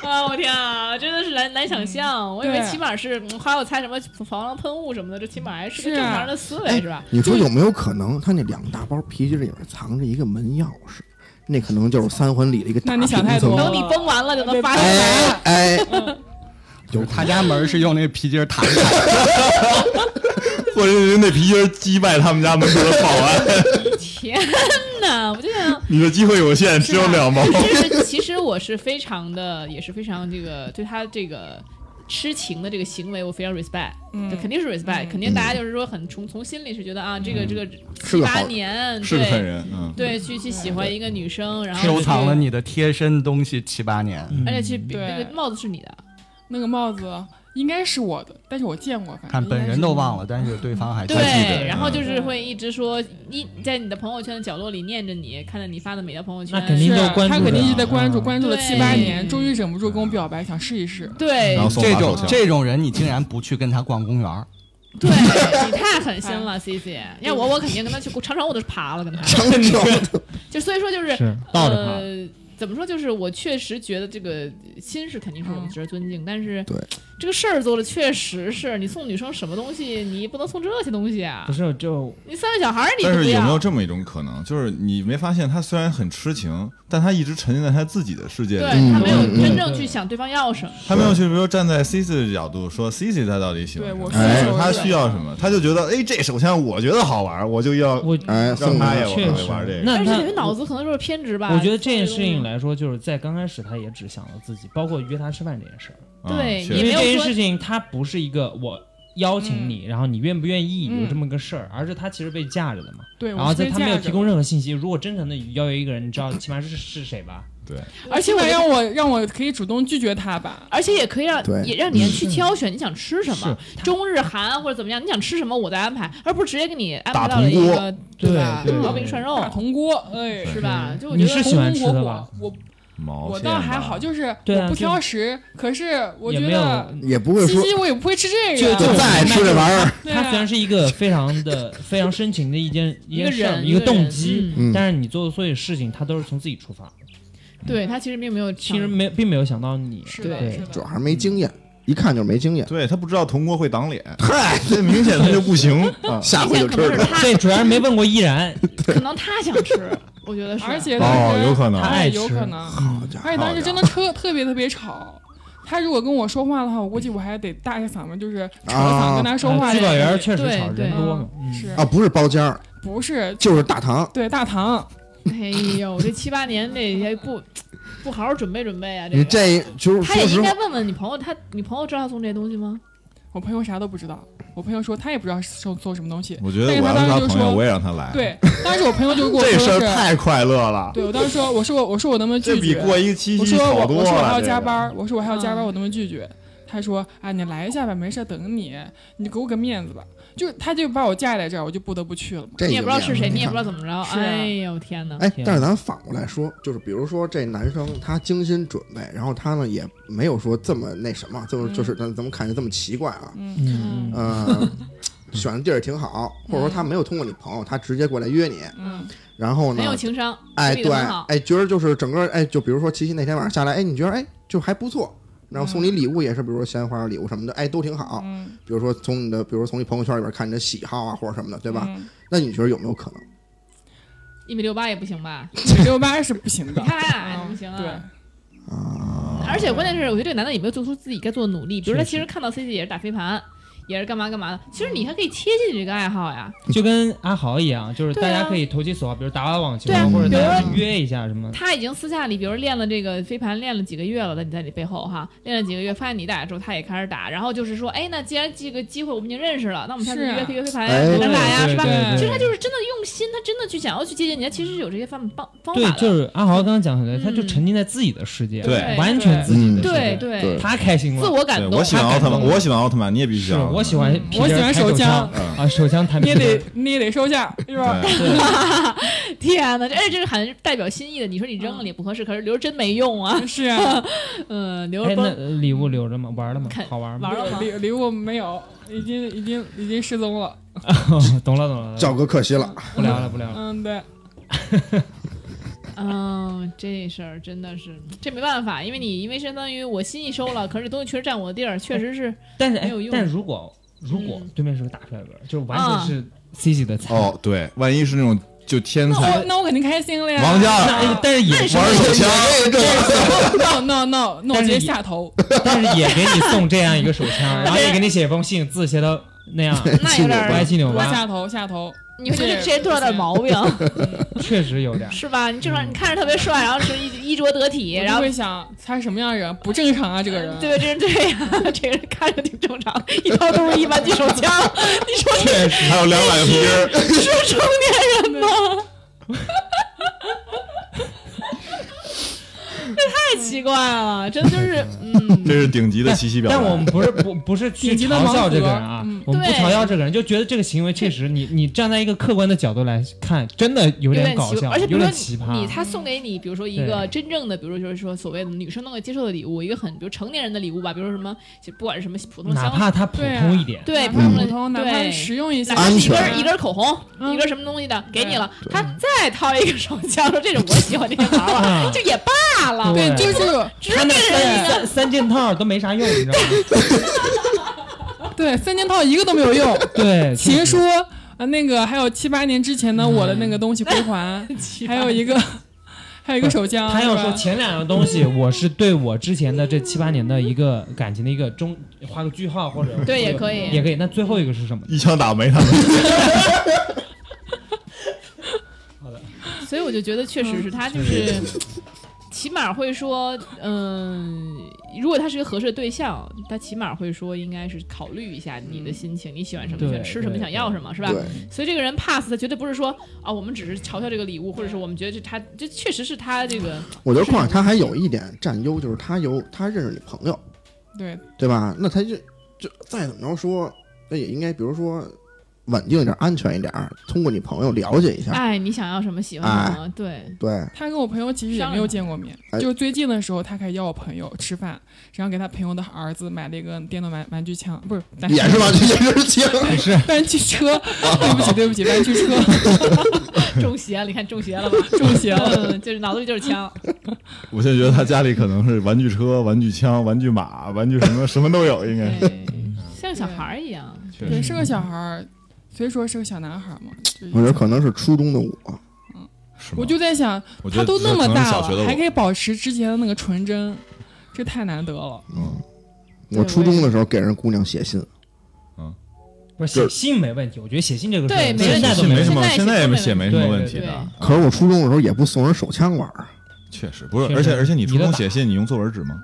[SPEAKER 2] 啊！我天啊，真的是难难想象。我以为
[SPEAKER 7] 对
[SPEAKER 2] 起码是嗯花我猜什么防狼喷雾什么的，这起码还是个
[SPEAKER 7] 是
[SPEAKER 2] 正
[SPEAKER 7] 啊
[SPEAKER 2] 常人的思维是吧？
[SPEAKER 5] 你说有没有可能，他那两大包皮筋里边藏着一个门钥匙？那可能就是三环里的一个大
[SPEAKER 7] 那你想
[SPEAKER 5] 平
[SPEAKER 7] 太
[SPEAKER 5] 层
[SPEAKER 7] 多 了
[SPEAKER 2] 等你崩完了就能发现。
[SPEAKER 5] 哎哎，
[SPEAKER 8] 就是他家门是用那皮筋儿弹 的，
[SPEAKER 6] 或者是那皮筋儿击败他们家门口的保安。
[SPEAKER 2] 天哪！我就想，
[SPEAKER 6] 你的机会有限，只有两毛。
[SPEAKER 2] 就是 其实我是非常的，也是非常这个对他这个痴情的这个行为，我非常 respect，、
[SPEAKER 7] 嗯嗯
[SPEAKER 2] 就肯定是 respect，、肯定大家就是说很从从心里是觉得啊，这个这个
[SPEAKER 5] 是
[SPEAKER 2] 七
[SPEAKER 5] 个
[SPEAKER 2] 八
[SPEAKER 5] 好
[SPEAKER 2] 年
[SPEAKER 6] 是个狠
[SPEAKER 2] 对
[SPEAKER 6] 人，嗯，
[SPEAKER 2] 对去去喜欢一个女生，然后
[SPEAKER 8] 嗯收藏了
[SPEAKER 2] 去，
[SPEAKER 8] 你的贴身东西七八年。
[SPEAKER 2] 而且去比
[SPEAKER 7] 对
[SPEAKER 2] 那个帽子是你的，
[SPEAKER 7] 那个帽子应该是我的，但是我见过，反正
[SPEAKER 8] 看本人都忘了，但是对方还记得。
[SPEAKER 6] 得
[SPEAKER 2] 对，然后
[SPEAKER 6] 嗯
[SPEAKER 2] 就是会一直说一在你的朋友圈的角落里念着你，看着你发的每条朋友圈，
[SPEAKER 4] 那肯定
[SPEAKER 7] 是
[SPEAKER 4] 都关注
[SPEAKER 7] 他肯定一直在
[SPEAKER 4] 着
[SPEAKER 7] 关注，
[SPEAKER 4] 嗯
[SPEAKER 7] 关注了七八
[SPEAKER 2] 对
[SPEAKER 7] 年，终于忍不住跟我表白，想试一试。
[SPEAKER 2] 对
[SPEAKER 6] 然后送
[SPEAKER 8] 这
[SPEAKER 6] 把手
[SPEAKER 8] 种
[SPEAKER 6] 枪。
[SPEAKER 8] 这种人，你竟然不去跟他逛公园儿？
[SPEAKER 2] 对，你太狠心了，C C，要我我肯定跟他去长城我都是爬了跟他。
[SPEAKER 5] 长条
[SPEAKER 2] 就所以说就是
[SPEAKER 4] 倒着爬
[SPEAKER 2] 呃，怎么说？就是我确实觉得这个心是肯定是我们值得尊敬，但是
[SPEAKER 5] 对
[SPEAKER 2] 这个事儿做的确实是你送女生什么东西，你不能送这些东西啊
[SPEAKER 4] 不！是，就
[SPEAKER 2] 你三个小孩儿你
[SPEAKER 6] 但
[SPEAKER 2] 都不
[SPEAKER 6] 是有没有
[SPEAKER 2] 要，
[SPEAKER 6] 这么一种可能，就是你没发现他虽然很痴情，但他一直沉浸在他自己的世界
[SPEAKER 2] 对
[SPEAKER 6] 里，
[SPEAKER 2] 他没有
[SPEAKER 5] 嗯嗯
[SPEAKER 2] 真正去想对方要什么。
[SPEAKER 6] 他没有去，比如说站在 C C 的角度说 C C 他到底喜欢
[SPEAKER 7] 对
[SPEAKER 6] 什么
[SPEAKER 7] 我，
[SPEAKER 5] 哎
[SPEAKER 7] 说
[SPEAKER 6] 他需要什？么，他就觉得哎，这手枪我觉得好玩，我就要
[SPEAKER 4] 我
[SPEAKER 5] 哎，
[SPEAKER 6] 让
[SPEAKER 5] 送
[SPEAKER 6] 他也
[SPEAKER 5] 他
[SPEAKER 4] 我
[SPEAKER 6] 玩会玩这个。
[SPEAKER 4] 那
[SPEAKER 2] 但是
[SPEAKER 4] 他
[SPEAKER 2] 有些脑子可能就是偏执吧。
[SPEAKER 4] 我觉得这件事情来说，就是在刚开始他也只想到自己，包括约他吃饭这件事儿，
[SPEAKER 6] 啊
[SPEAKER 2] 对
[SPEAKER 6] 确
[SPEAKER 2] 也
[SPEAKER 6] 实
[SPEAKER 2] 没
[SPEAKER 4] 因为
[SPEAKER 2] 有
[SPEAKER 4] 这件
[SPEAKER 2] 说
[SPEAKER 4] 事情它不是一个我邀请你，然后你愿不愿意有这么个事儿，而是他其实被架着的嘛。
[SPEAKER 7] 对，
[SPEAKER 4] 然后
[SPEAKER 7] 我是
[SPEAKER 4] 在
[SPEAKER 7] 被
[SPEAKER 4] 他没有
[SPEAKER 7] 架着
[SPEAKER 4] 提供任何信息，如果真诚的邀约一个人，你知道起码是是谁吧？
[SPEAKER 7] 而且
[SPEAKER 2] 我
[SPEAKER 7] 我
[SPEAKER 2] 觉得
[SPEAKER 7] 让我让我可以主动拒绝他吧。
[SPEAKER 2] 而且也可以让
[SPEAKER 5] 对
[SPEAKER 2] 也让你去挑选你想吃什么，中日韩或者怎么样，你想吃什么我再安排，而不是直接给你安排到了一个
[SPEAKER 4] 对
[SPEAKER 2] 吧
[SPEAKER 4] 对？
[SPEAKER 2] 毛饼涮肉
[SPEAKER 7] 大铜锅，哎，
[SPEAKER 2] 是吧？就我觉
[SPEAKER 4] 你
[SPEAKER 2] 得
[SPEAKER 4] 哦是喜欢吃的吧
[SPEAKER 7] 吧？我
[SPEAKER 6] 毛
[SPEAKER 7] 我
[SPEAKER 6] 线
[SPEAKER 7] 倒还
[SPEAKER 6] 吧
[SPEAKER 7] 好，就是
[SPEAKER 4] 对啊
[SPEAKER 7] 我不
[SPEAKER 4] 就
[SPEAKER 7] 挑食，可是我
[SPEAKER 4] 也
[SPEAKER 7] 觉
[SPEAKER 4] 没有
[SPEAKER 7] 得
[SPEAKER 5] 也不会
[SPEAKER 7] 七
[SPEAKER 5] 说
[SPEAKER 7] 夕我也不会吃这个
[SPEAKER 4] 就
[SPEAKER 7] 呀。
[SPEAKER 5] 再爱吃这玩意儿，
[SPEAKER 7] 对
[SPEAKER 4] 他虽然
[SPEAKER 7] 啊，
[SPEAKER 4] 是一个非常的非常深情的一件一
[SPEAKER 2] 一个
[SPEAKER 4] 件事儿
[SPEAKER 2] 人
[SPEAKER 4] 一个
[SPEAKER 2] 人
[SPEAKER 4] 动机，
[SPEAKER 2] 嗯
[SPEAKER 5] 嗯
[SPEAKER 4] 但是你做的所有事情，他都是从自己出发的，
[SPEAKER 2] 对他其实并没有
[SPEAKER 4] 其实
[SPEAKER 2] 想
[SPEAKER 4] 没并没有想到你。
[SPEAKER 7] 是的，
[SPEAKER 2] 对
[SPEAKER 7] 是
[SPEAKER 5] 主要
[SPEAKER 7] 的。
[SPEAKER 5] 还是没经验，一看就是没经验。
[SPEAKER 6] 对他不知道铜锅会挡脸，嗨，这明显他就不行啊。
[SPEAKER 5] 下回就
[SPEAKER 2] 可
[SPEAKER 5] 吃
[SPEAKER 2] 能是
[SPEAKER 5] 了。
[SPEAKER 2] 他
[SPEAKER 4] 对，主要是没问过 依然，
[SPEAKER 2] 可能他想吃，我觉得是。
[SPEAKER 7] 而且当
[SPEAKER 6] 哦，
[SPEAKER 7] 时
[SPEAKER 6] 有可能
[SPEAKER 4] 他
[SPEAKER 7] 哎
[SPEAKER 4] 爱
[SPEAKER 7] 有
[SPEAKER 4] 吃
[SPEAKER 7] 可能，
[SPEAKER 5] 好家
[SPEAKER 7] 而且当时真的特特别特别吵。他如果跟我说话的话，我估计我还得大着嗓门，
[SPEAKER 6] 啊
[SPEAKER 7] 就是扯着嗓子跟他说话。
[SPEAKER 4] 呃聚宝园确实
[SPEAKER 2] 对
[SPEAKER 4] 吵
[SPEAKER 2] 对
[SPEAKER 4] 啊人多嘛，嗯
[SPEAKER 7] 是
[SPEAKER 5] 伙啊，不是包间儿，
[SPEAKER 7] 不是？
[SPEAKER 5] 就是大堂。
[SPEAKER 7] 对大堂，
[SPEAKER 2] 哎呦，这七八年这也不不好好准备准备啊！
[SPEAKER 5] 你
[SPEAKER 2] 这个
[SPEAKER 5] 这就是
[SPEAKER 2] 他也
[SPEAKER 5] 说实
[SPEAKER 2] 应该
[SPEAKER 5] 话，
[SPEAKER 2] 问问你朋友，他你朋友知道他送这些东西吗？
[SPEAKER 7] 我朋友啥都不知道。我朋友说他也不知道送送什么东西。
[SPEAKER 6] 我觉得
[SPEAKER 7] 但是
[SPEAKER 6] 我
[SPEAKER 7] 他
[SPEAKER 6] 要是他
[SPEAKER 7] 当时就
[SPEAKER 6] 朋友，
[SPEAKER 7] 说
[SPEAKER 6] 我也让他来。，
[SPEAKER 7] 对，当时我朋友就跟我
[SPEAKER 6] 这事
[SPEAKER 7] 说
[SPEAKER 6] 儿
[SPEAKER 7] 的是，
[SPEAKER 6] 太快乐了，
[SPEAKER 7] 对我当时说，我说我我说我能不能
[SPEAKER 6] 这
[SPEAKER 7] 拒
[SPEAKER 6] 比
[SPEAKER 7] 绝？
[SPEAKER 6] 过一个七
[SPEAKER 7] 我
[SPEAKER 6] 夕
[SPEAKER 7] 说我
[SPEAKER 6] 好多
[SPEAKER 7] 我
[SPEAKER 6] 了。
[SPEAKER 7] 说我还要
[SPEAKER 6] 这
[SPEAKER 7] 加
[SPEAKER 6] 个
[SPEAKER 7] 班儿，我说我还要加班儿，
[SPEAKER 2] 嗯
[SPEAKER 7] 我能不能拒绝？他说啊，你来一下吧，没事儿等你，你给我个面子吧。就他就把我架在这儿，我就不得不去了嘛。
[SPEAKER 5] 这
[SPEAKER 2] 你也不知道是谁，
[SPEAKER 5] 就
[SPEAKER 2] 你也不
[SPEAKER 5] 看
[SPEAKER 2] 知道怎么着。
[SPEAKER 7] 是啊
[SPEAKER 2] 哎呦天哪！
[SPEAKER 5] 哎，但是咱反过来说，就是比如说这男生他精心准备，然后他呢也没有说这么那什么，就是
[SPEAKER 7] 嗯
[SPEAKER 5] 就是咱咱们看着这么奇 怪啊，
[SPEAKER 4] 嗯，
[SPEAKER 5] 呃，选的地儿挺好，或者说他没有通过你朋友，他直接过来约你，
[SPEAKER 7] 嗯，
[SPEAKER 5] 然后呢
[SPEAKER 2] 很，有情商，
[SPEAKER 5] 哎
[SPEAKER 2] 处理得
[SPEAKER 5] 对
[SPEAKER 2] 很好，
[SPEAKER 5] 哎觉得就是整个哎就比如说七夕那天晚上下来，哎你觉得哎就还不错，然后送
[SPEAKER 2] 嗯
[SPEAKER 5] 你礼物也是，比如说鲜花礼物什么的，哎都挺好，
[SPEAKER 7] 嗯，
[SPEAKER 5] 比如说从你的比如说从你朋友圈里边看你的喜好啊或者什么的，对
[SPEAKER 7] 对
[SPEAKER 5] 吧？？
[SPEAKER 2] 嗯
[SPEAKER 5] 那你觉得有没有可能？
[SPEAKER 2] 一米六八也不行吧？
[SPEAKER 7] 六八是不行的
[SPEAKER 2] 你，看
[SPEAKER 7] 嗯
[SPEAKER 2] 不行啊！
[SPEAKER 7] 对，
[SPEAKER 2] 而且关键是，我觉得这个男的也没有做出自己该做的努力。比如他其实看到 C C 也是打飞盘，也是干嘛干嘛的，其实你还可以贴近你这个爱好呀。
[SPEAKER 4] 嗯就跟阿豪一样，就是
[SPEAKER 2] 对
[SPEAKER 4] 大
[SPEAKER 2] 啊
[SPEAKER 4] 家可以投其所好，比如打打网球
[SPEAKER 2] 对啊
[SPEAKER 4] 或者
[SPEAKER 2] 比如
[SPEAKER 4] 大家
[SPEAKER 2] 说
[SPEAKER 4] 去约一下什么。
[SPEAKER 2] 他已经私下里，比如练了这个飞盘，练了几个月了，在你在你背后哈，练了几个月，发现你打之后，他也开始打，然后就是说，哎，那既然这个机会我们已经认识了，那我们下次
[SPEAKER 7] 是啊
[SPEAKER 2] 约约飞盘
[SPEAKER 5] 哎
[SPEAKER 2] 呀，咱打呀，
[SPEAKER 4] 对
[SPEAKER 2] 是吧？
[SPEAKER 4] 对对
[SPEAKER 2] 其实他就是真的用心，他真的去想要去接近你，他其实是有这些方方方
[SPEAKER 4] 对
[SPEAKER 2] 法，
[SPEAKER 4] 就
[SPEAKER 2] 的。
[SPEAKER 4] 是阿豪刚刚讲的，他就
[SPEAKER 2] 嗯
[SPEAKER 4] 沉浸在自己的世界，
[SPEAKER 6] 对
[SPEAKER 4] 完全自己的世界，
[SPEAKER 5] 嗯
[SPEAKER 2] 对对，
[SPEAKER 5] 对
[SPEAKER 4] 他开心
[SPEAKER 2] 自
[SPEAKER 4] 了。
[SPEAKER 2] 我嗯
[SPEAKER 6] 对
[SPEAKER 2] 感动，
[SPEAKER 6] 我喜欢奥特曼，
[SPEAKER 4] 他感动
[SPEAKER 6] 我喜欢奥特曼，你也必须喜
[SPEAKER 4] 是
[SPEAKER 6] 欢奥特曼。
[SPEAKER 4] 我我喜欢
[SPEAKER 7] 我喜欢手
[SPEAKER 4] 枪
[SPEAKER 6] 嗯
[SPEAKER 7] 枪
[SPEAKER 4] 啊，手枪弹
[SPEAKER 7] 你
[SPEAKER 4] 皮
[SPEAKER 7] 也
[SPEAKER 4] 筋
[SPEAKER 7] 得
[SPEAKER 4] 儿。
[SPEAKER 7] 你也得收下，是吧？
[SPEAKER 6] 对
[SPEAKER 2] 天哪，这哎这是很代表心意的。你说你扔
[SPEAKER 7] 嗯
[SPEAKER 2] 了也不合适，可是留着真没用啊。
[SPEAKER 7] 是啊，
[SPEAKER 2] 嗯，留
[SPEAKER 4] 哎
[SPEAKER 2] 着，
[SPEAKER 4] 那
[SPEAKER 2] 崩
[SPEAKER 4] 呃礼物留着吗？玩了吗
[SPEAKER 2] 看？
[SPEAKER 4] 好玩吗？
[SPEAKER 2] 玩了吗？
[SPEAKER 7] 礼礼物没有，已经已经已经失踪了。
[SPEAKER 4] 懂了懂了，
[SPEAKER 5] 赵哥可惜了，
[SPEAKER 4] 不聊了不聊了。
[SPEAKER 7] 嗯，对，
[SPEAKER 2] 嗯，这事儿真的是这没办法，因为你因为相当于我心意收了，可是东西确实占我的地儿，确实是
[SPEAKER 7] 哦
[SPEAKER 4] 但是哎
[SPEAKER 2] 没有用，
[SPEAKER 4] 但如果如果
[SPEAKER 2] 嗯
[SPEAKER 4] 对面是个大帅哥，就是完
[SPEAKER 2] 啊
[SPEAKER 4] 全是 C 级的菜，
[SPEAKER 6] 哦，对，万一是那种就天
[SPEAKER 7] 那我
[SPEAKER 6] 才
[SPEAKER 7] 那我肯定开心了呀。
[SPEAKER 6] 王嘉尔
[SPEAKER 4] 那 但是也
[SPEAKER 6] 玩手枪，
[SPEAKER 7] no no no，那我
[SPEAKER 4] 但
[SPEAKER 7] 直
[SPEAKER 4] 是
[SPEAKER 7] 接
[SPEAKER 4] 你
[SPEAKER 7] 下头。
[SPEAKER 4] 但是也给你送这样一个手 枪，然后也给你写封信，字写到那样，
[SPEAKER 2] 那有点
[SPEAKER 4] 歪
[SPEAKER 2] 儿，
[SPEAKER 4] 七扭
[SPEAKER 7] 我
[SPEAKER 4] 八，
[SPEAKER 7] 下头下头，
[SPEAKER 2] 你会觉得这人多少点毛病
[SPEAKER 4] 确实有点儿。
[SPEAKER 2] 是吧？你正常，你看着特别帅，然后是衣衣着得体，
[SPEAKER 7] 我
[SPEAKER 2] 然
[SPEAKER 7] 就
[SPEAKER 2] 后
[SPEAKER 7] 会想他是什么样的人，不正常啊，这个人。
[SPEAKER 2] 对，这人对呀，这个人看着挺正常，一掏兜儿一扳机手枪，你说这
[SPEAKER 4] 确实，
[SPEAKER 6] 还有两百个皮筋儿，
[SPEAKER 2] 是成年人吗？这太奇怪了，真的就是，嗯，
[SPEAKER 6] 这是顶级的七夕表白。
[SPEAKER 4] 但我们不是不不是去
[SPEAKER 7] 顶级的
[SPEAKER 4] 嘲笑
[SPEAKER 7] 盲盒
[SPEAKER 4] 这个人啊
[SPEAKER 7] 嗯，
[SPEAKER 4] 我们不
[SPEAKER 2] 对
[SPEAKER 4] 嘲笑这个人，就觉得这个行为确实，你你站在一个客观的角度来看，真的有点搞
[SPEAKER 2] 奇怪，
[SPEAKER 4] 笑，
[SPEAKER 2] 而且比
[SPEAKER 4] 有
[SPEAKER 2] 如说
[SPEAKER 4] 点奇
[SPEAKER 2] 你
[SPEAKER 4] 葩。
[SPEAKER 2] 他送给你，比如说一个真正的，比如说就是说所谓的女生能够接受的礼物，一个很比如成年人的礼物吧，比如说什么，就不管是什么普通
[SPEAKER 4] 哪
[SPEAKER 2] 香水，
[SPEAKER 4] 怕他普通一点，
[SPEAKER 2] 对啊普
[SPEAKER 7] 哪怕
[SPEAKER 2] 通
[SPEAKER 7] 普
[SPEAKER 2] 的
[SPEAKER 7] 通，哪怕
[SPEAKER 2] 对。
[SPEAKER 7] 实用一下，
[SPEAKER 5] 安
[SPEAKER 2] 一
[SPEAKER 5] 全嗯
[SPEAKER 2] 根一根口红，
[SPEAKER 7] 嗯
[SPEAKER 2] 一根什么东西的给你了，
[SPEAKER 5] 对
[SPEAKER 2] 他再掏一个手枪，说这是我喜欢这些娃娃，
[SPEAKER 4] 啊
[SPEAKER 2] 就也罢了，
[SPEAKER 4] 对
[SPEAKER 7] 就是这种
[SPEAKER 2] 直
[SPEAKER 4] 他
[SPEAKER 2] 给
[SPEAKER 4] 那
[SPEAKER 2] 人啊
[SPEAKER 4] 三
[SPEAKER 2] 家
[SPEAKER 4] 三三件套都没啥用，你知道 吗？
[SPEAKER 7] 对三件套一个都没有用。
[SPEAKER 4] 对，
[SPEAKER 7] 且
[SPEAKER 4] 确实
[SPEAKER 7] 说呃那个还有七八年之前的我的那个东西归还，还有一个还有一个手枪，
[SPEAKER 4] 他要
[SPEAKER 7] 是吧
[SPEAKER 4] 说前两样东
[SPEAKER 2] 嗯
[SPEAKER 4] 西，我是对我之前的这七八年的一个感情的一个中画个句号，或者
[SPEAKER 2] 对也可以
[SPEAKER 4] 也可以。那最后一个是什么？
[SPEAKER 6] 一枪打没他 们，
[SPEAKER 2] 所以我就觉得确实是
[SPEAKER 5] 嗯
[SPEAKER 2] 他就是， 起码会说，嗯、如果他是一个合适的对象，他起码会说应该是考虑一下你的心情，你喜欢什么，
[SPEAKER 4] 对
[SPEAKER 2] 想吃什么，
[SPEAKER 4] 对
[SPEAKER 2] 想要什么，是吧？
[SPEAKER 5] 对，
[SPEAKER 2] 所以这个人 pass，他绝对不是说啊，我们只是嘲笑这个礼物，或者是我们觉得这他这确实是他这个
[SPEAKER 5] 我觉得况且他还有一点占优，就是他有他认识你朋友，
[SPEAKER 7] 对
[SPEAKER 5] 对吧？那他就就再怎么着说，那也应该比如说稳定一点，安全一点，通过你朋友了解一下。
[SPEAKER 2] 哎，你想要什么喜欢什
[SPEAKER 5] 哎
[SPEAKER 2] 么，对，
[SPEAKER 5] 对，
[SPEAKER 7] 他跟我朋友其实也没有见过面，
[SPEAKER 5] 哎
[SPEAKER 7] 就是最近的时候，他开始邀我朋友吃饭，然后给他朋友的儿子买了一个电动玩玩具枪，不是，但
[SPEAKER 5] 也是吧，这就是情。
[SPEAKER 7] 玩具车，对不起对不起，玩具车
[SPEAKER 2] 中邪了，你看中邪 了吧？
[SPEAKER 7] 中邪 了。
[SPEAKER 2] 嗯，就是脑子里就是枪，
[SPEAKER 6] 我现在觉得他家里可能是玩具车、玩具枪、玩具马、玩具什么什么都有，应该
[SPEAKER 2] 对，
[SPEAKER 4] 嗯
[SPEAKER 2] 像小孩儿一样，
[SPEAKER 6] 确
[SPEAKER 7] 对，
[SPEAKER 6] 实。
[SPEAKER 7] 是个小孩儿，所以说是个小男孩儿嘛。就是
[SPEAKER 5] 我觉得可能是初中的我，
[SPEAKER 6] 是吗
[SPEAKER 7] 我就在想，
[SPEAKER 6] 我觉
[SPEAKER 7] 他
[SPEAKER 6] 得
[SPEAKER 7] 都那么
[SPEAKER 6] 可能是
[SPEAKER 7] 大
[SPEAKER 6] 小学的
[SPEAKER 7] 了，还可
[SPEAKER 6] 我，
[SPEAKER 7] 以保持之前的那个纯真，这太难得了。
[SPEAKER 6] 嗯，
[SPEAKER 5] 我初中的时候给人姑娘写信，
[SPEAKER 4] 不是写信没问题，我觉得写信这个事儿
[SPEAKER 2] 对没
[SPEAKER 4] 现在都
[SPEAKER 6] 信没
[SPEAKER 4] 问
[SPEAKER 6] 什
[SPEAKER 4] 题。
[SPEAKER 6] 么，现
[SPEAKER 2] 现
[SPEAKER 6] 在
[SPEAKER 2] 在
[SPEAKER 6] 也
[SPEAKER 2] 也
[SPEAKER 6] 写
[SPEAKER 2] 写
[SPEAKER 6] 没
[SPEAKER 2] 没
[SPEAKER 6] 什
[SPEAKER 4] 什
[SPEAKER 6] 么
[SPEAKER 4] 么
[SPEAKER 6] 问
[SPEAKER 4] 问
[SPEAKER 6] 题
[SPEAKER 4] 题
[SPEAKER 6] 的
[SPEAKER 4] 对对
[SPEAKER 6] 啊。
[SPEAKER 5] 可是我初中的时候也不送人手枪玩儿，
[SPEAKER 6] 确实不是，
[SPEAKER 4] 确实
[SPEAKER 6] 而且而且你初
[SPEAKER 4] 你
[SPEAKER 6] 中
[SPEAKER 4] 的
[SPEAKER 6] 写信，你用作文纸吗？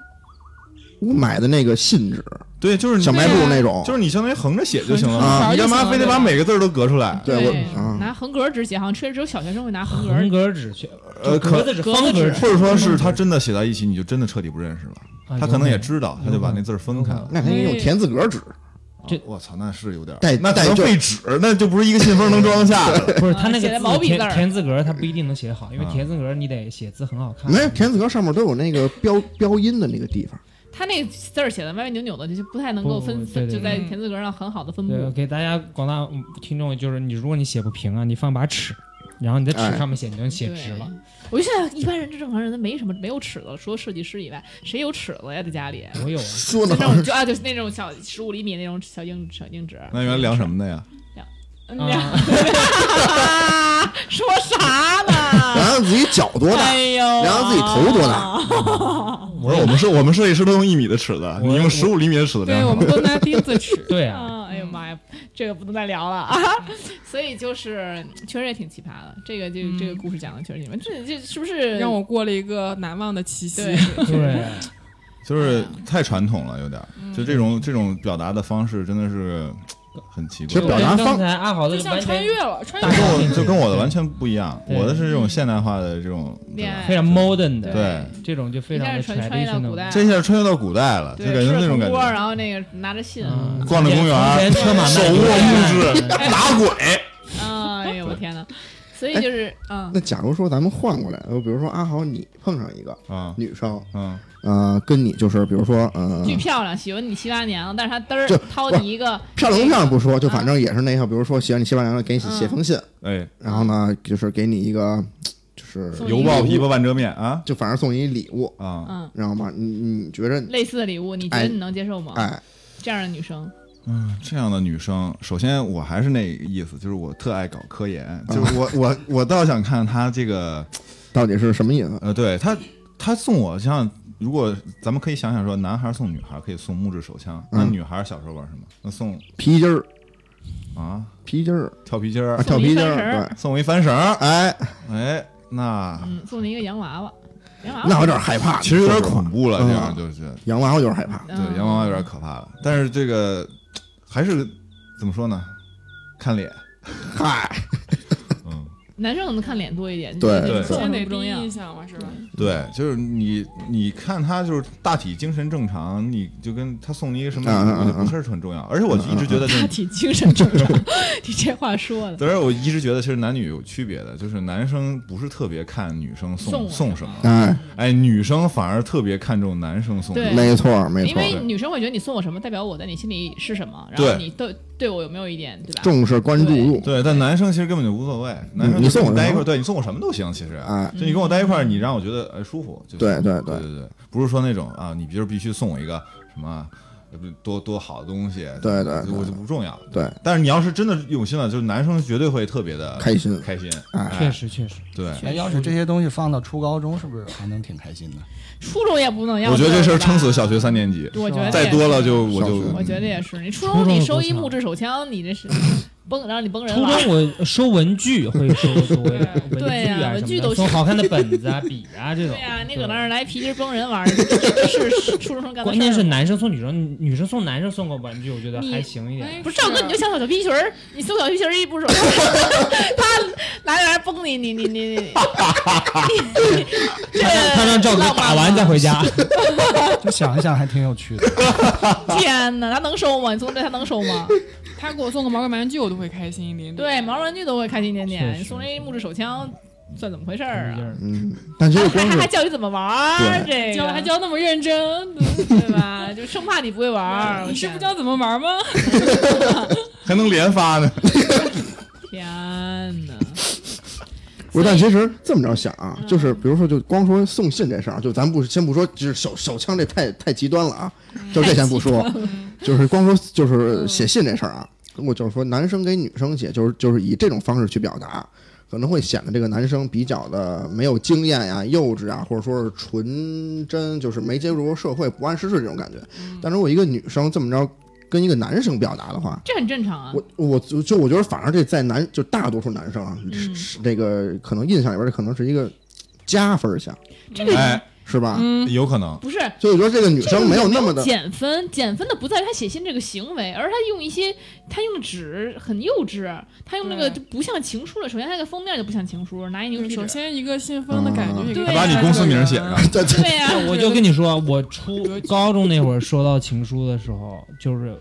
[SPEAKER 5] 我买的那个信纸，
[SPEAKER 6] 对，就是你
[SPEAKER 5] 小卖部那
[SPEAKER 2] 啊
[SPEAKER 5] 种，
[SPEAKER 6] 就是你相当于横着写就行了
[SPEAKER 5] 横
[SPEAKER 6] 嘛，
[SPEAKER 7] 着
[SPEAKER 6] 你干
[SPEAKER 7] 就
[SPEAKER 6] 嘛
[SPEAKER 7] 行
[SPEAKER 6] 非得
[SPEAKER 7] 了
[SPEAKER 6] 把每个字儿都隔出来？
[SPEAKER 5] 对我啊
[SPEAKER 2] 拿横格纸写，好像确实只有小学生会拿横格
[SPEAKER 4] 横格纸去，
[SPEAKER 6] 呃，
[SPEAKER 4] 格
[SPEAKER 6] 可
[SPEAKER 4] 子纸、
[SPEAKER 2] 格子
[SPEAKER 4] 方格
[SPEAKER 2] 纸
[SPEAKER 4] 纸，
[SPEAKER 6] 或者说是他真的写在一起，你就真的彻底不认识了。
[SPEAKER 4] 啊
[SPEAKER 6] 他可能也知道，他就把那字儿分开
[SPEAKER 4] 有
[SPEAKER 6] 了。
[SPEAKER 5] 那他用田字格纸，
[SPEAKER 6] 啊
[SPEAKER 4] 这
[SPEAKER 6] 我操，那是有点儿
[SPEAKER 5] 带
[SPEAKER 6] 那可
[SPEAKER 5] 带
[SPEAKER 6] 能
[SPEAKER 5] 劲儿
[SPEAKER 6] 废纸，那就不是一个信封能装下 的了。
[SPEAKER 4] 不是他那
[SPEAKER 2] 写的
[SPEAKER 4] 个
[SPEAKER 2] 毛
[SPEAKER 4] 字
[SPEAKER 2] 笔字
[SPEAKER 4] 田
[SPEAKER 2] 儿
[SPEAKER 4] 田字格，他不一定能写好，因为
[SPEAKER 6] 啊
[SPEAKER 4] 田字格你得写字很好
[SPEAKER 6] 嗯
[SPEAKER 4] 看。
[SPEAKER 5] 没有田字格上面都有那个标标音的那个地方，
[SPEAKER 2] 他那个字儿写的歪歪扭扭的，就不太能够分
[SPEAKER 4] 不对对
[SPEAKER 2] 就在
[SPEAKER 7] 对
[SPEAKER 2] 田字格上很好的分布。
[SPEAKER 4] 对，给大家广大听众就是，你如果你写不平啊，你放把尺，然后你在
[SPEAKER 5] 哎
[SPEAKER 4] 尺上面写，你就能写
[SPEAKER 2] 对
[SPEAKER 4] 直了。。
[SPEAKER 2] 我就现在一般人这正常人，他没什么没有尺子，除了设计师以外，谁有尺子呀？在家里，
[SPEAKER 4] 我有啊，
[SPEAKER 5] 说
[SPEAKER 2] 就
[SPEAKER 5] 的
[SPEAKER 2] 那
[SPEAKER 5] 好像
[SPEAKER 2] 种
[SPEAKER 5] 是
[SPEAKER 2] 就啊，就是那种小十五厘米那种小硬小硬纸。
[SPEAKER 6] 那原来量什么的呀？
[SPEAKER 2] 嗯？
[SPEAKER 4] 啊，
[SPEAKER 2] 说啥呢？
[SPEAKER 5] 然后自己脚多大，
[SPEAKER 2] 哎呦，
[SPEAKER 5] 然后自己头多大？
[SPEAKER 6] 不是，我们设我们设计师都用一米的尺子，你用十五厘米的尺子量
[SPEAKER 7] 对
[SPEAKER 6] 好
[SPEAKER 7] 我
[SPEAKER 6] 了。
[SPEAKER 7] 们都拿钉子尺
[SPEAKER 4] 对啊，
[SPEAKER 2] 啊，哎呦妈呀，这个不能再聊了啊！所以就是确实也挺奇葩的，这个这个这个故事讲的确实你们这这是不是
[SPEAKER 7] 让我过了一个难忘的七夕。
[SPEAKER 2] 对
[SPEAKER 4] 对，啊
[SPEAKER 6] 就是太传统了，有点儿。就这种这种表达的方式，真的是很奇怪。
[SPEAKER 5] 其实表达
[SPEAKER 4] 对刚
[SPEAKER 5] 方
[SPEAKER 4] 才阿豪的
[SPEAKER 7] 就
[SPEAKER 4] 就
[SPEAKER 7] 像
[SPEAKER 4] 完
[SPEAKER 7] 穿
[SPEAKER 4] 全
[SPEAKER 7] 越 了，穿
[SPEAKER 4] 大
[SPEAKER 7] 越
[SPEAKER 6] 就跟我
[SPEAKER 4] 众点评
[SPEAKER 6] 就跟我的完全不一样，
[SPEAKER 4] 对
[SPEAKER 6] 我的是这种现代化的这种
[SPEAKER 2] 恋爱啊
[SPEAKER 4] 非常 modern 的，
[SPEAKER 6] 对，
[SPEAKER 4] 这种就非常的
[SPEAKER 2] 一下传传
[SPEAKER 4] traditional
[SPEAKER 2] 一到古代啊
[SPEAKER 6] 这一下穿越到古代了，就
[SPEAKER 2] 对，
[SPEAKER 6] 感觉
[SPEAKER 2] 吃了
[SPEAKER 6] 那种感
[SPEAKER 2] 火锅
[SPEAKER 6] 觉。
[SPEAKER 2] 然后那个拿着信，
[SPEAKER 4] 嗯
[SPEAKER 6] 逛着公园啊
[SPEAKER 4] 从前车马
[SPEAKER 6] 手
[SPEAKER 4] 慢
[SPEAKER 6] 握木
[SPEAKER 4] 对
[SPEAKER 6] 质 打鬼，嗯
[SPEAKER 2] 啊，哎呀，我天哪！所以
[SPEAKER 6] 哎
[SPEAKER 2] 就是，嗯，
[SPEAKER 5] 那假如说咱们换过来，呃，比如说阿豪，你碰上一个
[SPEAKER 6] 啊
[SPEAKER 5] 女生，
[SPEAKER 6] 嗯，
[SPEAKER 5] 呃，跟你就是比如说，呃，
[SPEAKER 2] 巨漂亮，喜欢你七八年了，但是她嘚
[SPEAKER 5] 就
[SPEAKER 2] 儿掏你一个，
[SPEAKER 5] 漂亮不漂亮不说，就反正也是那样，比如说喜欢你西班牙的，给你写
[SPEAKER 2] 嗯
[SPEAKER 5] 写封信，
[SPEAKER 6] 哎，
[SPEAKER 5] 然后呢，就是给你一个，就是
[SPEAKER 2] 送
[SPEAKER 6] 油爆琵琶半遮面啊
[SPEAKER 5] 就反正送你一礼物，
[SPEAKER 6] 啊，
[SPEAKER 2] 嗯，
[SPEAKER 5] 知道吗？你你觉着，
[SPEAKER 2] 类似的礼物，你觉得你能接受吗？
[SPEAKER 5] 哎，
[SPEAKER 2] 这样的女生，
[SPEAKER 6] 嗯，这样的女生，首先我还是那个意思，就是我特爱搞科研，
[SPEAKER 5] 嗯
[SPEAKER 6] 就是我我我倒想看她这个，
[SPEAKER 5] 到底是什么意思？
[SPEAKER 6] 呃，对她她送我像。如果咱们可以想想说，男孩送女孩可以送木质手枪，那
[SPEAKER 5] 嗯
[SPEAKER 6] 女孩小时候玩什么？那送
[SPEAKER 5] 皮筋儿，
[SPEAKER 6] 啊
[SPEAKER 5] 皮筋儿，
[SPEAKER 6] 跳皮筋儿
[SPEAKER 5] 啊，，跳皮筋儿，
[SPEAKER 2] 送你一分
[SPEAKER 5] 对，
[SPEAKER 6] 送我一翻绳儿，
[SPEAKER 5] 哎，
[SPEAKER 2] 啊
[SPEAKER 6] 哎，那
[SPEAKER 2] 嗯，送你一个洋娃娃，洋娃
[SPEAKER 5] 那
[SPEAKER 2] 娃，
[SPEAKER 5] 我有点害怕，
[SPEAKER 6] 其实有点
[SPEAKER 5] 说实话
[SPEAKER 6] 恐，怖了，
[SPEAKER 5] 嗯
[SPEAKER 6] 这样就是
[SPEAKER 5] 洋娃娃就是害怕，
[SPEAKER 6] 对
[SPEAKER 2] 嗯
[SPEAKER 6] 洋娃娃有点可怕了。但是这个还是怎么说呢？看脸，
[SPEAKER 5] 嗨，
[SPEAKER 6] 嗯，
[SPEAKER 2] 男生可能看脸多一点，
[SPEAKER 5] 对
[SPEAKER 2] 就是
[SPEAKER 6] 对
[SPEAKER 2] 送
[SPEAKER 7] 先
[SPEAKER 2] 什
[SPEAKER 7] 得
[SPEAKER 2] 么不重
[SPEAKER 7] 第
[SPEAKER 2] 要
[SPEAKER 7] 一印，象嘛，是吧？
[SPEAKER 6] 对，就是你你看他就是大体精神正常，你就跟他送你一个什么
[SPEAKER 5] 嗯嗯
[SPEAKER 6] 礼物
[SPEAKER 5] 嗯
[SPEAKER 6] 就不是很重要。而且我一直觉得，就
[SPEAKER 2] 大
[SPEAKER 6] 是，
[SPEAKER 2] 体精神正常，你这话说的，
[SPEAKER 6] 但是我一直觉得其实男女有区别的，就是男生不是特别看女生送
[SPEAKER 2] 送
[SPEAKER 6] 送什么，
[SPEAKER 5] 哎，
[SPEAKER 6] 哎，女生反而特别看重男生送什
[SPEAKER 2] 对
[SPEAKER 6] 么。
[SPEAKER 5] 没错儿没
[SPEAKER 2] 因
[SPEAKER 5] 错儿，
[SPEAKER 2] 为女生会觉得你送我什么，代表我在你心里是什么，然
[SPEAKER 6] 对
[SPEAKER 2] 后你对对我有没有一点，对吧？
[SPEAKER 5] 重视关注度，
[SPEAKER 6] 对，但男生其实根本就无所谓，男生
[SPEAKER 5] 嗯你
[SPEAKER 6] 就
[SPEAKER 5] 送
[SPEAKER 6] 跟
[SPEAKER 5] 我
[SPEAKER 6] 待
[SPEAKER 5] 什
[SPEAKER 6] 一
[SPEAKER 5] 么
[SPEAKER 6] 块儿，对你送我什么都行，其实
[SPEAKER 5] 哎，
[SPEAKER 6] 就你跟我待一块儿，你让我觉得呃舒服就行。
[SPEAKER 5] 对对
[SPEAKER 6] 对
[SPEAKER 5] 对，
[SPEAKER 6] 对对，不是说那种啊，你就是必须送我一个什么呃不多多好的东西，
[SPEAKER 5] 对对对
[SPEAKER 6] 我就不重要。
[SPEAKER 5] 对，
[SPEAKER 6] 但是你要是真的用心了，就是男生绝对会特别的
[SPEAKER 5] 开心，
[SPEAKER 6] 开心。
[SPEAKER 5] 哎，
[SPEAKER 4] 确实确实，
[SPEAKER 6] 对，
[SPEAKER 8] 哎，要是这些东西放到初高中，是不是还能挺开心的？
[SPEAKER 2] 初中也不能要，
[SPEAKER 6] 我觉得这事儿撑死小
[SPEAKER 2] 学，
[SPEAKER 6] 学三年级，
[SPEAKER 2] 我觉得
[SPEAKER 6] 再
[SPEAKER 2] 也
[SPEAKER 6] 多
[SPEAKER 2] 是
[SPEAKER 6] 了就我就
[SPEAKER 5] 小学
[SPEAKER 2] 我觉得也是，你初
[SPEAKER 4] 初
[SPEAKER 2] 中
[SPEAKER 4] 中
[SPEAKER 2] 你
[SPEAKER 4] 的
[SPEAKER 2] 收
[SPEAKER 4] 多
[SPEAKER 2] 一
[SPEAKER 4] 强
[SPEAKER 2] 木质手枪，你这 是崩，让你崩人
[SPEAKER 4] 初
[SPEAKER 2] 了。
[SPEAKER 4] 中我收文具会收多一点，文
[SPEAKER 2] 对
[SPEAKER 4] 具
[SPEAKER 2] 呀
[SPEAKER 4] 啊什
[SPEAKER 2] 文
[SPEAKER 4] 么
[SPEAKER 2] 具
[SPEAKER 4] 的，
[SPEAKER 2] 都
[SPEAKER 4] 送好看的本子啊、笔啊这种。
[SPEAKER 2] 对呀、你搁那
[SPEAKER 4] 对
[SPEAKER 2] 儿来皮筋崩人玩儿，这真的是是初中生干的事儿
[SPEAKER 4] 关键是
[SPEAKER 2] 吗
[SPEAKER 4] 男生送女生，女生送男生送个玩具，我觉得
[SPEAKER 2] 你
[SPEAKER 4] 还行一点。
[SPEAKER 7] 哎
[SPEAKER 2] 不是赵哥，你就想小小皮裙儿，你送小皮裙儿一不手，他拿来崩你，你 你你你，你这
[SPEAKER 4] 他让赵哥
[SPEAKER 2] 浪漫
[SPEAKER 4] 打完
[SPEAKER 2] 吗
[SPEAKER 4] 再回家，
[SPEAKER 8] 就想一想，还挺有趣的。
[SPEAKER 2] 天哪，他能收吗？你送这他能收吗？
[SPEAKER 7] 他给我送个毛绒玩具，我都会开心一点点。
[SPEAKER 2] 对，毛绒玩具都会开心一点
[SPEAKER 4] 确
[SPEAKER 2] 点，
[SPEAKER 4] 实
[SPEAKER 2] 你送这木质手枪算怎么回事儿啊？
[SPEAKER 5] 嗯，但其实
[SPEAKER 2] 还
[SPEAKER 5] 光
[SPEAKER 2] 还还
[SPEAKER 5] 是
[SPEAKER 2] 教你怎么玩啊儿，这
[SPEAKER 7] 教
[SPEAKER 2] 个
[SPEAKER 7] 还教那么认真，
[SPEAKER 2] 对吧？就生怕你不会玩儿，我
[SPEAKER 7] 你是不
[SPEAKER 2] 天
[SPEAKER 7] 知道怎么玩吗？
[SPEAKER 6] 还能连发 呢。
[SPEAKER 2] 天哪！
[SPEAKER 5] 不
[SPEAKER 2] 所
[SPEAKER 5] 是，
[SPEAKER 2] 以
[SPEAKER 5] 但其实这么着想啊，就是比如说，就光说送信这事儿，就咱不先不说，就是手手枪这太太极端了啊，就这先不说，就是光说就是写信这事儿啊，我就是说男生给女生写，就是就是以这种方式去表达，可能会显得这个男生比较的没有经验呀、幼稚啊，或者说是纯真，就是没接触过社会、不谙世事这种感觉。但如果一个女生这么着跟一个男生表达的话，
[SPEAKER 2] 这很正常啊。
[SPEAKER 5] 我我就就我觉得，反而这在男就大多数男生啊，
[SPEAKER 2] 嗯
[SPEAKER 5] 是这个可能印象里边，这可能是一个加分项，
[SPEAKER 2] 这个
[SPEAKER 6] 哎，
[SPEAKER 5] 是吧？
[SPEAKER 7] 嗯，
[SPEAKER 6] 有可能。
[SPEAKER 2] 不是
[SPEAKER 5] 所以我觉得这个女
[SPEAKER 2] 这个
[SPEAKER 5] 生没有那么的，
[SPEAKER 2] 减分，减分的不在于他写信这个行为，而是他用一些他用的纸很幼稚，他用那个
[SPEAKER 5] 嗯
[SPEAKER 7] 对
[SPEAKER 2] 就不像情书了。首先，他那个封面就不像情书，拿一牛
[SPEAKER 7] 就
[SPEAKER 2] 皮
[SPEAKER 7] 是
[SPEAKER 2] 纸
[SPEAKER 7] 首。先一个信封的感觉，
[SPEAKER 5] 嗯
[SPEAKER 7] 一个
[SPEAKER 2] 对
[SPEAKER 6] 还
[SPEAKER 2] 呀
[SPEAKER 6] 哦把你公司名写上，
[SPEAKER 5] 这这
[SPEAKER 2] 对呀、
[SPEAKER 4] 我就跟你说，我初高中那会儿收到情书的时候，就是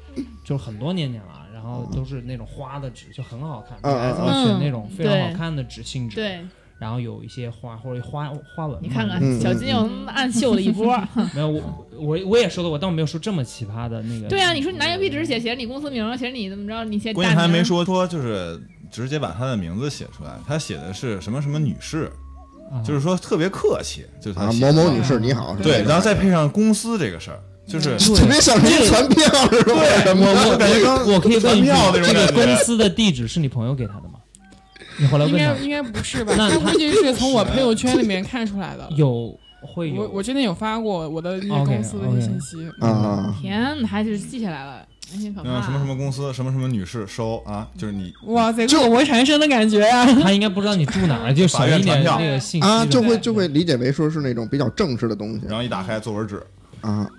[SPEAKER 4] 就是很多年前了啊，然后都是那种花的纸，就很好看，
[SPEAKER 5] 嗯嗯
[SPEAKER 4] 还
[SPEAKER 5] 嗯
[SPEAKER 4] 会选那种非常好看的纸性质，，
[SPEAKER 2] 对，
[SPEAKER 4] 然后有一些花或者花花纹嘛。
[SPEAKER 2] 你看看、
[SPEAKER 5] 嗯
[SPEAKER 2] 小金又暗秀了一波。
[SPEAKER 4] 没有我我我也收到过，但我没有收这么奇葩的那个。
[SPEAKER 2] 对呀、啊你说你拿牛皮纸写，写着你公司名，写着你怎么着，你写
[SPEAKER 6] 关键
[SPEAKER 2] 大
[SPEAKER 6] 他还没
[SPEAKER 2] 名。
[SPEAKER 6] 说说就是直接把他的名字写出来，他写的是什么什么女士，
[SPEAKER 4] 啊，
[SPEAKER 6] 就是说特别客气，就是他
[SPEAKER 5] 啊，
[SPEAKER 6] 写的
[SPEAKER 5] 某某女士你
[SPEAKER 2] 嗯
[SPEAKER 4] 嗯
[SPEAKER 5] 好，
[SPEAKER 6] 对，然后 再配
[SPEAKER 5] 上，
[SPEAKER 6] 上公司这个事儿，就是
[SPEAKER 5] 特别像是传票是吧？什么
[SPEAKER 6] 我
[SPEAKER 5] 的
[SPEAKER 6] 我感觉刚
[SPEAKER 4] 我可以问
[SPEAKER 6] 传
[SPEAKER 4] 一句
[SPEAKER 6] 票那，种
[SPEAKER 4] 这个
[SPEAKER 6] 感觉
[SPEAKER 4] 公司的地址是你朋友给他的吗？你后来
[SPEAKER 7] 应
[SPEAKER 4] 问
[SPEAKER 7] 该
[SPEAKER 4] 他
[SPEAKER 7] 应该不是吧？
[SPEAKER 4] 那
[SPEAKER 7] 他
[SPEAKER 4] 他
[SPEAKER 7] 估计是从我朋友圈里面看出来的。
[SPEAKER 4] 有会有
[SPEAKER 7] 我我之前有发过我的那个
[SPEAKER 4] OK，
[SPEAKER 7] 公司的一些信息，
[SPEAKER 4] 嗯
[SPEAKER 5] 啊，
[SPEAKER 2] 天哪，还是记下来了，真心可怕。啊
[SPEAKER 6] 嗯什么什么公司什么什么女士收啊，就是你
[SPEAKER 2] 嗯
[SPEAKER 7] 哇塞，恶魔缠身的感觉啊！
[SPEAKER 4] 他应该不知道你住哪儿，就少一点那个信息
[SPEAKER 5] 啊，就
[SPEAKER 4] 的
[SPEAKER 5] 会就会理解为说是那种比较正式的东西
[SPEAKER 6] 然后一打开作文纸，
[SPEAKER 5] 啊，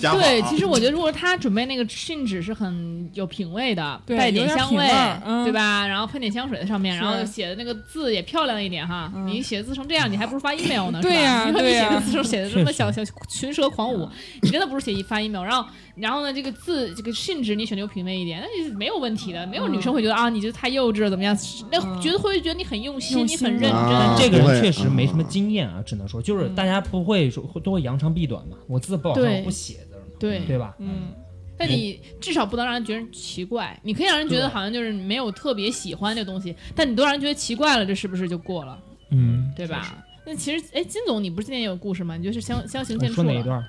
[SPEAKER 6] 加码
[SPEAKER 4] 啊
[SPEAKER 6] 啊
[SPEAKER 2] 对，其实我觉得，如果他准备那个信纸是很有品味的，
[SPEAKER 7] 对
[SPEAKER 2] 带点
[SPEAKER 7] 有点
[SPEAKER 2] 香
[SPEAKER 7] 品
[SPEAKER 2] 味
[SPEAKER 7] 味儿，嗯
[SPEAKER 2] 对吧？然后喷点香水在上面，
[SPEAKER 7] 是
[SPEAKER 2] 然后写的那个字也漂亮一点哈。
[SPEAKER 7] 嗯
[SPEAKER 2] 你写字成这样，你还不如发 email 呢？
[SPEAKER 7] 对呀
[SPEAKER 2] 是吧你
[SPEAKER 7] 对
[SPEAKER 2] 说
[SPEAKER 7] 呀
[SPEAKER 2] 你写字时候写的这么小小群蛇狂舞，你真的不如写一发 email。然后，然后呢，这个字这个信纸你选的有品味一点，那是没有问题的，没有女生会觉得啊，你这太幼稚了怎么样？那
[SPEAKER 7] 嗯
[SPEAKER 2] 觉得会觉得你很用心，
[SPEAKER 7] 用
[SPEAKER 2] 你
[SPEAKER 7] 心
[SPEAKER 2] 很认真。
[SPEAKER 5] 啊
[SPEAKER 4] 这个
[SPEAKER 5] 不
[SPEAKER 4] 人
[SPEAKER 5] 会
[SPEAKER 4] 确实没什么
[SPEAKER 5] 啊
[SPEAKER 4] 经验啊，只能说就是大家不会说都会扬长避短嘛。我字不好看，
[SPEAKER 2] 对
[SPEAKER 4] 我不写字儿嘛，
[SPEAKER 2] 对
[SPEAKER 4] 对吧？
[SPEAKER 7] 嗯，
[SPEAKER 2] 但你至少不能让人觉得奇怪，你可以让人觉得好像就是没有特别喜欢这东西，但你都让人觉得奇怪了，这是不是就过了，
[SPEAKER 4] 嗯，
[SPEAKER 2] 对吧？那其实，哎，金总，你不是今天也有故事吗？你就是相相形
[SPEAKER 4] 我
[SPEAKER 2] 见绌
[SPEAKER 4] 说哪一
[SPEAKER 2] 了。
[SPEAKER 4] 段儿？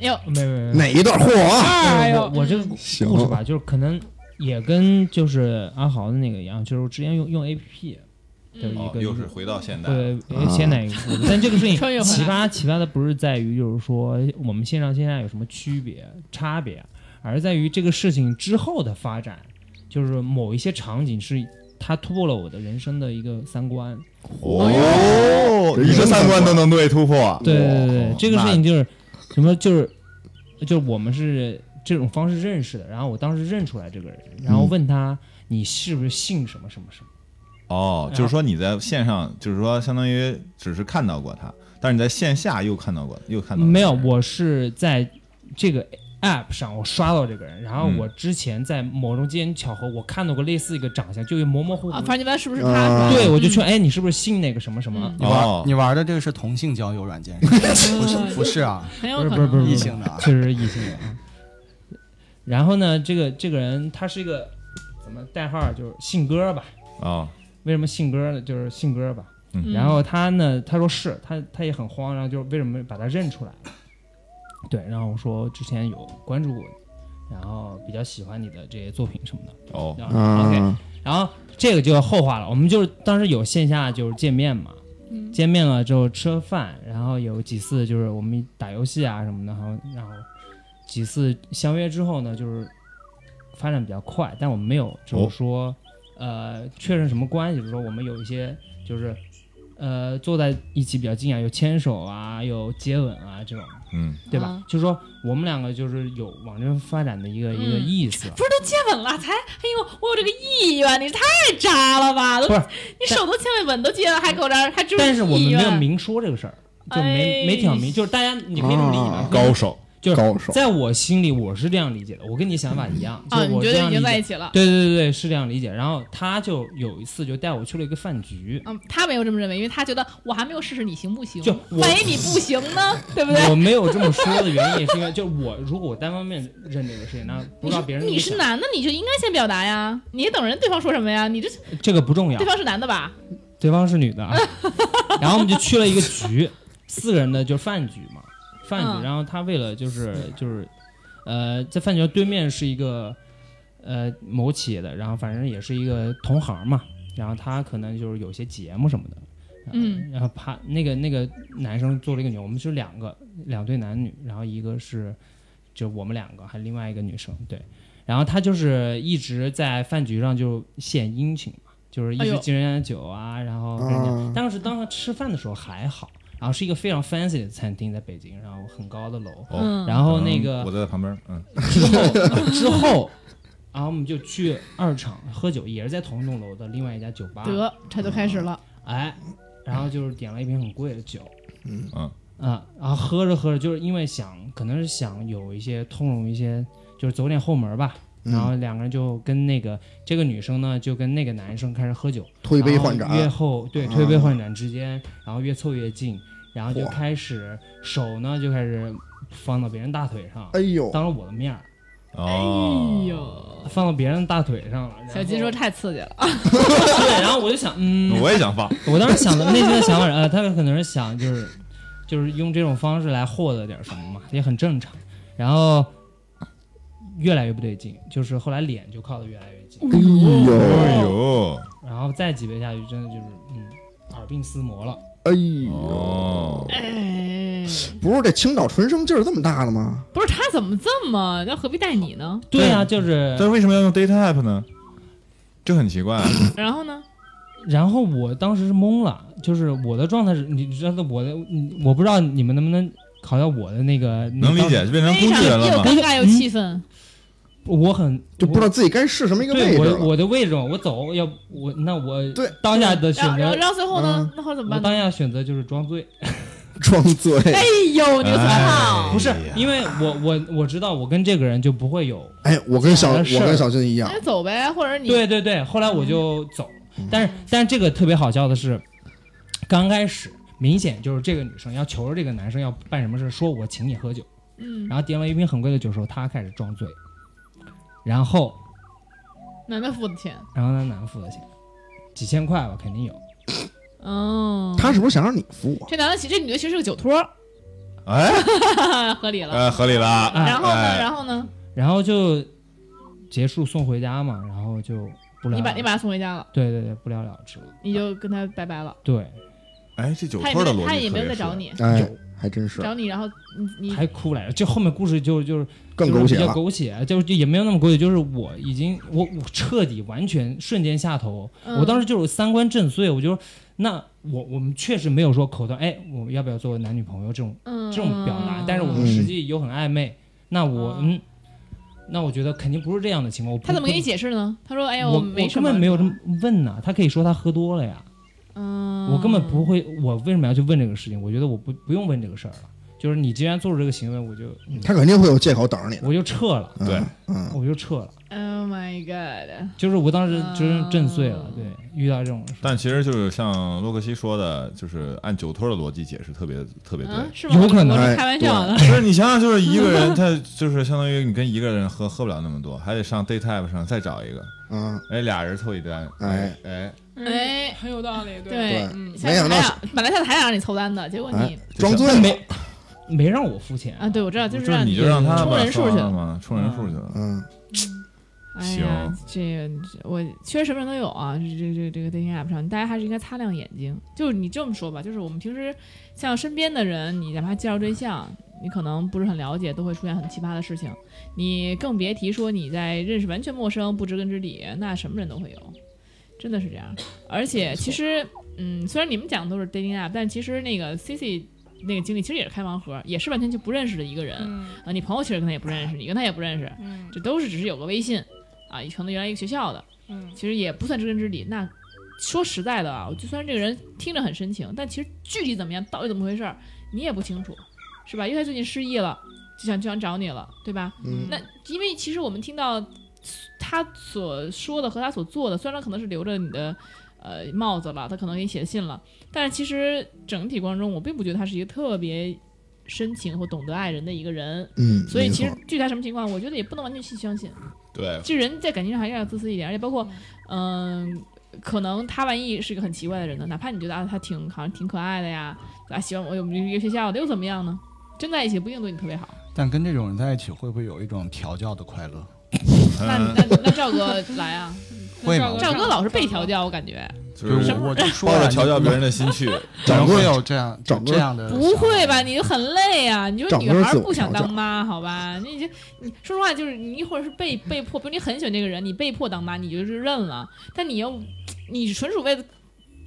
[SPEAKER 2] 哎呦，
[SPEAKER 4] 没没没没，
[SPEAKER 5] 哪一段啊嚯？
[SPEAKER 7] 哎
[SPEAKER 4] 我
[SPEAKER 7] 呦，
[SPEAKER 4] 我这个
[SPEAKER 5] 行
[SPEAKER 4] 故事吧，就是可能也跟就是阿豪的那个一样，就是我之前用用 A P P
[SPEAKER 5] 啊
[SPEAKER 4] 的
[SPEAKER 2] 嗯
[SPEAKER 4] 一
[SPEAKER 6] 哦
[SPEAKER 4] 个
[SPEAKER 6] 又是回到现代了，
[SPEAKER 4] 对，先哪个故事？但这个事情
[SPEAKER 2] 穿越回来
[SPEAKER 4] 启发启发的不是在于就是说我们线上线下有什么区别差别，而在于这个事情之后的发展，就是某一些场景是它突破了我的人生的一个三观。
[SPEAKER 6] 哦，你这三观都能对突破，
[SPEAKER 4] 对对对对
[SPEAKER 6] 哇，
[SPEAKER 4] 这个事
[SPEAKER 6] 那
[SPEAKER 4] 情就是什么就是就是我们是这种方式认识的，然后我当时认出来这个人，然后问他你是不是姓什么什么什么。
[SPEAKER 6] 哦，就是说你在线上，就是说相当于只是看到过他，但是你在线下又看到过，又看到
[SPEAKER 4] 没有，
[SPEAKER 6] 过
[SPEAKER 4] 我是在这个 app 上我刷到这个人，然后
[SPEAKER 6] 嗯
[SPEAKER 4] 我之前在某种机缘巧合，我看到过类似一个长相，就模模糊糊
[SPEAKER 2] 啊，
[SPEAKER 4] 的。
[SPEAKER 2] 反正你们是不是
[SPEAKER 5] 啊
[SPEAKER 2] 他？
[SPEAKER 4] 对，我就
[SPEAKER 2] 嗯
[SPEAKER 4] 说，哎，你是不是信那个什么什么？
[SPEAKER 2] 嗯
[SPEAKER 8] 你玩、
[SPEAKER 6] 哦
[SPEAKER 8] 你玩的这个是同性交友软件是吧，不是不是啊，
[SPEAKER 2] 很有
[SPEAKER 4] 不是
[SPEAKER 2] 可
[SPEAKER 4] 不是不是
[SPEAKER 2] 能。
[SPEAKER 8] 异性的啊。
[SPEAKER 4] 确实是异性的啊。 然后呢，这个这个人他是一个怎么代号儿就是信鸽吧？
[SPEAKER 6] 哦，
[SPEAKER 4] 为什么信鸽呢？就是信鸽吧。
[SPEAKER 2] 嗯
[SPEAKER 4] 然后他呢，他说是他，他也很慌，然后就是为什么把他认出来？对，然后我说之前有关注过你，然后比较喜欢你的这些作品什么的。
[SPEAKER 6] 哦，
[SPEAKER 4] 然后、OK，
[SPEAKER 5] 啊，
[SPEAKER 4] 然后这个就后话了。我们就是当时有线下就是见面嘛，
[SPEAKER 7] 嗯
[SPEAKER 4] 见面了之后吃了饭，然后有几次就是我们打游戏啊什么的，然后然后几次相约之后呢，就是发展比较快，但我们没有就是说、呃确认什么关系，就是说我们有一些就是呃坐在一起比较近啊，有牵手啊，有接吻啊这种，
[SPEAKER 6] 嗯，
[SPEAKER 4] 对吧？
[SPEAKER 2] 啊
[SPEAKER 4] 就是说我们两个就是有往这发展的一个、一个
[SPEAKER 2] 嗯
[SPEAKER 4] 意思。
[SPEAKER 2] 不是都接吻了才？哎呦，我有这个意愿，你太渣了吧！都
[SPEAKER 4] 不是，
[SPEAKER 2] 你手都牵未吻都接了，还给我这儿还只有
[SPEAKER 4] 但是我
[SPEAKER 2] 意
[SPEAKER 4] 们没有
[SPEAKER 2] 愿
[SPEAKER 4] 明说这个事儿，就
[SPEAKER 2] 哎
[SPEAKER 4] 没没挑明，就是大家你可以这么理解吧
[SPEAKER 5] 啊。
[SPEAKER 4] 就是
[SPEAKER 6] 手，
[SPEAKER 4] 就是
[SPEAKER 5] 高手
[SPEAKER 4] 在我心里我是这样理解的，我跟你想法一样，就
[SPEAKER 2] 啊，
[SPEAKER 4] 是
[SPEAKER 2] 你
[SPEAKER 4] 我
[SPEAKER 2] 觉得
[SPEAKER 4] 这
[SPEAKER 2] 已
[SPEAKER 4] 样理
[SPEAKER 2] 经在一
[SPEAKER 4] 解。
[SPEAKER 2] 起了？
[SPEAKER 4] 对对对对，是这样理解。然后他就有一次就带我去了一个饭局，
[SPEAKER 2] 嗯，他没有这么认为，因为他觉得我还没有试试你行不行？
[SPEAKER 4] 就我
[SPEAKER 2] 万一你不行呢，对不对？
[SPEAKER 4] 我没有这么说的原因也是因为，就我如果我单方面认这个事情，那
[SPEAKER 2] 你
[SPEAKER 4] 不知道
[SPEAKER 2] 是
[SPEAKER 4] 别人怎
[SPEAKER 2] 你
[SPEAKER 4] 么
[SPEAKER 2] 是
[SPEAKER 4] 想
[SPEAKER 2] 男的，你就应该先表达呀，你等人对方说什么呀？你这
[SPEAKER 4] 这个不重要
[SPEAKER 2] 对，方是男的吧？
[SPEAKER 4] 对方是女的 啊。然后我们就去了一个局，四个人的就是饭局嘛，饭
[SPEAKER 2] 嗯
[SPEAKER 4] 局。然后他为了就是就是，呃，在饭局对面是一个呃某企业的，然后反正也是一个同行嘛，然后他可能就是有些节目什么的。然后
[SPEAKER 2] 嗯，
[SPEAKER 4] 然后啪，那个那个男生做了一个女，我们是两个两对男女，然后一个是就我们两个，还有另外一个女生，对。然后他就是一直在饭局上就献殷勤嘛，就是一
[SPEAKER 2] 哎
[SPEAKER 4] 直
[SPEAKER 2] 呦
[SPEAKER 4] 敬人家酒啊，然后跟人家。
[SPEAKER 5] 啊
[SPEAKER 4] 当时当时吃饭的时候还好，然后是一个非常 fancy 的餐厅，在北京，然后很高的楼。
[SPEAKER 6] 哦，
[SPEAKER 2] 嗯，
[SPEAKER 4] 然后那
[SPEAKER 6] 我
[SPEAKER 4] 个
[SPEAKER 6] 在旁边，嗯，
[SPEAKER 4] 之后之后，然后我们就去二厂喝酒，也是在同一栋楼的另外一家酒吧。
[SPEAKER 2] 得，这就开始了。
[SPEAKER 4] 哎，然后就是点了一瓶很贵的酒，
[SPEAKER 5] 嗯
[SPEAKER 6] 嗯
[SPEAKER 4] 啊，然后喝着喝着，就是因为想，可能是想有一些通融一些，就是走点后门吧。
[SPEAKER 5] 嗯
[SPEAKER 4] 然后两个人就跟那个这个女生呢，就跟那个男生开始喝酒，
[SPEAKER 5] 推杯换
[SPEAKER 4] 然后越
[SPEAKER 5] 盏，
[SPEAKER 4] 后对
[SPEAKER 5] 啊
[SPEAKER 4] 推杯换盏之间，然后越凑越近，然后就
[SPEAKER 5] 嚯
[SPEAKER 4] 开始手呢就开始放到别人大腿上，
[SPEAKER 5] 哎呦，
[SPEAKER 4] 当着我的面儿
[SPEAKER 6] 哦，
[SPEAKER 2] 哎呦，
[SPEAKER 4] 放到别人大腿上了。然后
[SPEAKER 2] 小金说太刺激了，
[SPEAKER 4] 对，然后我就想，嗯，
[SPEAKER 6] 我也想 放，
[SPEAKER 4] 我当时想的内心的想法是，呃，他可能是想就是就是用这种方式来获得点什么嘛，也很正常。然后越来越不对劲，就是后来脸就靠得越来越近，
[SPEAKER 5] 哎
[SPEAKER 4] 哦
[SPEAKER 5] 呦，
[SPEAKER 6] 哎呦，
[SPEAKER 4] 然后再几杯下去，真的就是嗯，耳鬓厮磨了。
[SPEAKER 5] 哎呦，
[SPEAKER 6] 哦，
[SPEAKER 2] 哎，
[SPEAKER 5] 不是这青岛纯生劲儿这么大的吗？
[SPEAKER 2] 不是他怎么这么，那何必带你呢？
[SPEAKER 4] 对
[SPEAKER 5] 啊
[SPEAKER 4] 呀、就是
[SPEAKER 6] 但，是为什么要用 data app 呢？这很奇怪啊，
[SPEAKER 2] 然后呢？
[SPEAKER 4] 然后我当时是懵了，就是我的状态是，你知道的，我的，你我不知道你们能不能考到我的那个
[SPEAKER 6] 能理解，，就变成
[SPEAKER 2] 非
[SPEAKER 6] 工具人
[SPEAKER 2] 常又
[SPEAKER 6] 了嘛？
[SPEAKER 2] 尴尬又气愤。
[SPEAKER 4] 我很
[SPEAKER 5] 就不知道自己该是什么一个位
[SPEAKER 4] 对
[SPEAKER 5] 置
[SPEAKER 4] 我
[SPEAKER 5] 了。
[SPEAKER 4] 我的位置嘛，我走要我那我
[SPEAKER 5] 对
[SPEAKER 4] 当下的选
[SPEAKER 2] 然后，然后，
[SPEAKER 4] 择，
[SPEAKER 2] 然后最后呢？那会儿怎么
[SPEAKER 4] 我
[SPEAKER 2] 办呢？
[SPEAKER 4] 当下选择就是装醉，
[SPEAKER 5] 装醉，
[SPEAKER 2] 哎呦，你个
[SPEAKER 6] 哎
[SPEAKER 2] 槽！
[SPEAKER 4] 不是
[SPEAKER 6] 哎呀
[SPEAKER 4] 因为我我我知道我跟这个人就不会有，
[SPEAKER 5] 哎，我跟小
[SPEAKER 4] 想的是
[SPEAKER 5] 我跟小金一样
[SPEAKER 2] 那，就走呗，或者你
[SPEAKER 4] 对对对，后来我就走，
[SPEAKER 6] 嗯
[SPEAKER 4] 但是但是这个特别好笑的是，刚开始明显就是这个女生要求着这个男生要办什么事，说我请你喝酒，
[SPEAKER 2] 嗯，
[SPEAKER 4] 然后点了一瓶很贵的酒的时候，他开始装醉，然后
[SPEAKER 2] 男的付的钱，
[SPEAKER 4] 然后那男的付的钱，几千块吧肯定有，
[SPEAKER 2] 嗯，
[SPEAKER 5] 他是不是想让你服我？
[SPEAKER 2] 这男的其实这女的其实是个酒托儿，
[SPEAKER 6] 哎，
[SPEAKER 2] 合理了。
[SPEAKER 6] 呃，合理了。
[SPEAKER 4] 哎
[SPEAKER 2] 然后呢？
[SPEAKER 6] 哎
[SPEAKER 2] 然后呢？
[SPEAKER 4] 然后就结束送回家嘛，然后就不了了
[SPEAKER 2] 你把你把他送回家了，
[SPEAKER 4] 对对对不了了之了，
[SPEAKER 2] 你就跟他拜拜了。
[SPEAKER 4] 对
[SPEAKER 6] 哎，这酒
[SPEAKER 2] 他也
[SPEAKER 6] 托
[SPEAKER 2] 没
[SPEAKER 6] 的
[SPEAKER 2] 有
[SPEAKER 6] 逻辑
[SPEAKER 2] 他也没有
[SPEAKER 6] 特别
[SPEAKER 2] 再找
[SPEAKER 6] 是，
[SPEAKER 2] 你，
[SPEAKER 5] 哎
[SPEAKER 4] 有，
[SPEAKER 5] 还真是
[SPEAKER 2] 找你，然后你你
[SPEAKER 4] 还哭来着，就后面故事就就是。
[SPEAKER 5] 更
[SPEAKER 4] 就是
[SPEAKER 5] 狗血
[SPEAKER 4] 比较
[SPEAKER 5] 了。
[SPEAKER 4] 狗血，就是也没有那么狗血，就是我已经我我彻底完全瞬间下头，
[SPEAKER 2] 嗯
[SPEAKER 4] 我当时就是三观震碎，我就说那我我们确实没有说口头哎我要不要做男女朋友这种
[SPEAKER 2] 嗯
[SPEAKER 4] 这种表达，
[SPEAKER 2] 嗯
[SPEAKER 4] 但是我们实际有很暧昧，那我
[SPEAKER 2] 嗯
[SPEAKER 4] 嗯，那我觉得肯定不是这样的情况，我不
[SPEAKER 2] 他怎么给你
[SPEAKER 4] 不
[SPEAKER 2] 解释呢？他说：“哎呀，
[SPEAKER 4] 我
[SPEAKER 2] 没什
[SPEAKER 4] 根
[SPEAKER 2] 么，
[SPEAKER 4] 本没有这么问呐、他可以说他喝多了呀，
[SPEAKER 2] 嗯，
[SPEAKER 4] 我根本不会，我为什么要去问这个事情？我觉得我不不用问这个事儿了，就是你既然做出这个行为，我就、嗯
[SPEAKER 5] 他肯定会有借口等着你的。
[SPEAKER 4] 我就撤了，
[SPEAKER 5] 嗯
[SPEAKER 6] 对，
[SPEAKER 5] 嗯，
[SPEAKER 4] 我就撤了。
[SPEAKER 2] Oh my god！
[SPEAKER 4] 就是我当时就是震碎了，
[SPEAKER 2] 哦
[SPEAKER 4] 对，遇到这种事，
[SPEAKER 6] 但其实就是像洛克西说的，就是按酒托的逻辑解释特别特别对。
[SPEAKER 2] 啊，是吗？
[SPEAKER 4] 有可能
[SPEAKER 2] 我
[SPEAKER 5] 哎
[SPEAKER 2] 是开玩笑的。
[SPEAKER 6] 不是你想想，就是一个人，他就是相当于你跟一个人喝喝不了那么多，还得上 date app 上再找一个，
[SPEAKER 5] 嗯，
[SPEAKER 6] 哎，俩人凑一单，哎哎，
[SPEAKER 2] 哎
[SPEAKER 7] 很有道理，对，
[SPEAKER 2] 对，
[SPEAKER 7] 嗯，
[SPEAKER 2] 下
[SPEAKER 5] 没
[SPEAKER 2] 次
[SPEAKER 5] 想
[SPEAKER 2] 还
[SPEAKER 5] 到
[SPEAKER 2] 想本来下次还想让你凑单的，结果你
[SPEAKER 5] 哎，装醉
[SPEAKER 4] 但
[SPEAKER 5] 了
[SPEAKER 4] 没没让我付钱
[SPEAKER 6] 哎
[SPEAKER 2] 啊，，对我知道，就是
[SPEAKER 6] 是
[SPEAKER 2] 让
[SPEAKER 6] 你就让他
[SPEAKER 2] 充
[SPEAKER 6] 把
[SPEAKER 2] 人数去了。
[SPEAKER 6] 嘛，充人数去了。
[SPEAKER 5] 嗯，
[SPEAKER 2] 哎呀，这我其实什么人都有啊，这这这这个 dating app 上，大家还是应该擦亮眼睛。就是你这么说吧，就是我们平时像身边的人，你哪怕介绍对象，你可能不是很了解，都会出现很奇葩的事情。你更别提说你在认识完全陌生、不知根知底，那什么人都会有，真的是这样。而且其实，嗯，虽然你们讲的都是 dating app，但其实那个 Cici 那个经历其实也是开盲盒，也是完全就不认识的一个人啊、
[SPEAKER 7] 嗯
[SPEAKER 2] 你朋友其实跟他也不认识，你跟他也不认识。
[SPEAKER 7] 嗯
[SPEAKER 2] 这都是只是有个微信啊，可能原来一个学校的，
[SPEAKER 7] 嗯，
[SPEAKER 2] 其实也不算知根知底。那说实在的啊，我就算这个人听着很深情，但其实具体怎么样，到底怎么回事儿，你也不清楚，是吧？因为他最近失忆了，就想就想找你了，对吧？
[SPEAKER 5] 嗯
[SPEAKER 2] 那因为其实我们听到他所说的和他所做的，虽然他可能是留着你的呃帽子了，他可能给你写信了，但是其实整体过程中，我并不觉得他是一个特别深情或懂得爱人的一个人。
[SPEAKER 5] 嗯，
[SPEAKER 2] 所以其
[SPEAKER 5] 没
[SPEAKER 2] 实
[SPEAKER 5] 错
[SPEAKER 2] 具体他什么情况，我觉得也不能完全去相信。
[SPEAKER 6] 对，
[SPEAKER 2] 其实人在感情上还是要自私一点，而且包括，嗯、可能他万一是一个很奇怪的人呢，哪怕你觉得啊他挺好像挺可爱的呀，啊喜欢我有一个学校的又怎么样呢？真在一起不一定对你特别好。
[SPEAKER 8] 但跟这种人在一起，会不会有一种调教的快乐？
[SPEAKER 2] 那
[SPEAKER 6] 嗯，
[SPEAKER 2] 那那赵哥来啊，
[SPEAKER 8] 会吗
[SPEAKER 7] 赵？
[SPEAKER 2] 赵哥老是被调教，我感觉
[SPEAKER 6] 就是
[SPEAKER 8] 我我就说
[SPEAKER 6] 抱
[SPEAKER 8] 啊
[SPEAKER 6] 着调教别人，的心去，
[SPEAKER 8] 总会有这样
[SPEAKER 5] 整个
[SPEAKER 8] 这样的想法，
[SPEAKER 2] 不会吧？你就很累啊！你说
[SPEAKER 5] 赵哥
[SPEAKER 2] 女孩
[SPEAKER 5] 自
[SPEAKER 2] 儿
[SPEAKER 5] 我
[SPEAKER 2] 不想
[SPEAKER 5] 调教
[SPEAKER 2] 当妈，好吧？你就你说实话，就是你一会儿是被被迫，比如你很喜欢这个人，你被迫当妈，你就是认了，但你又你纯属为了。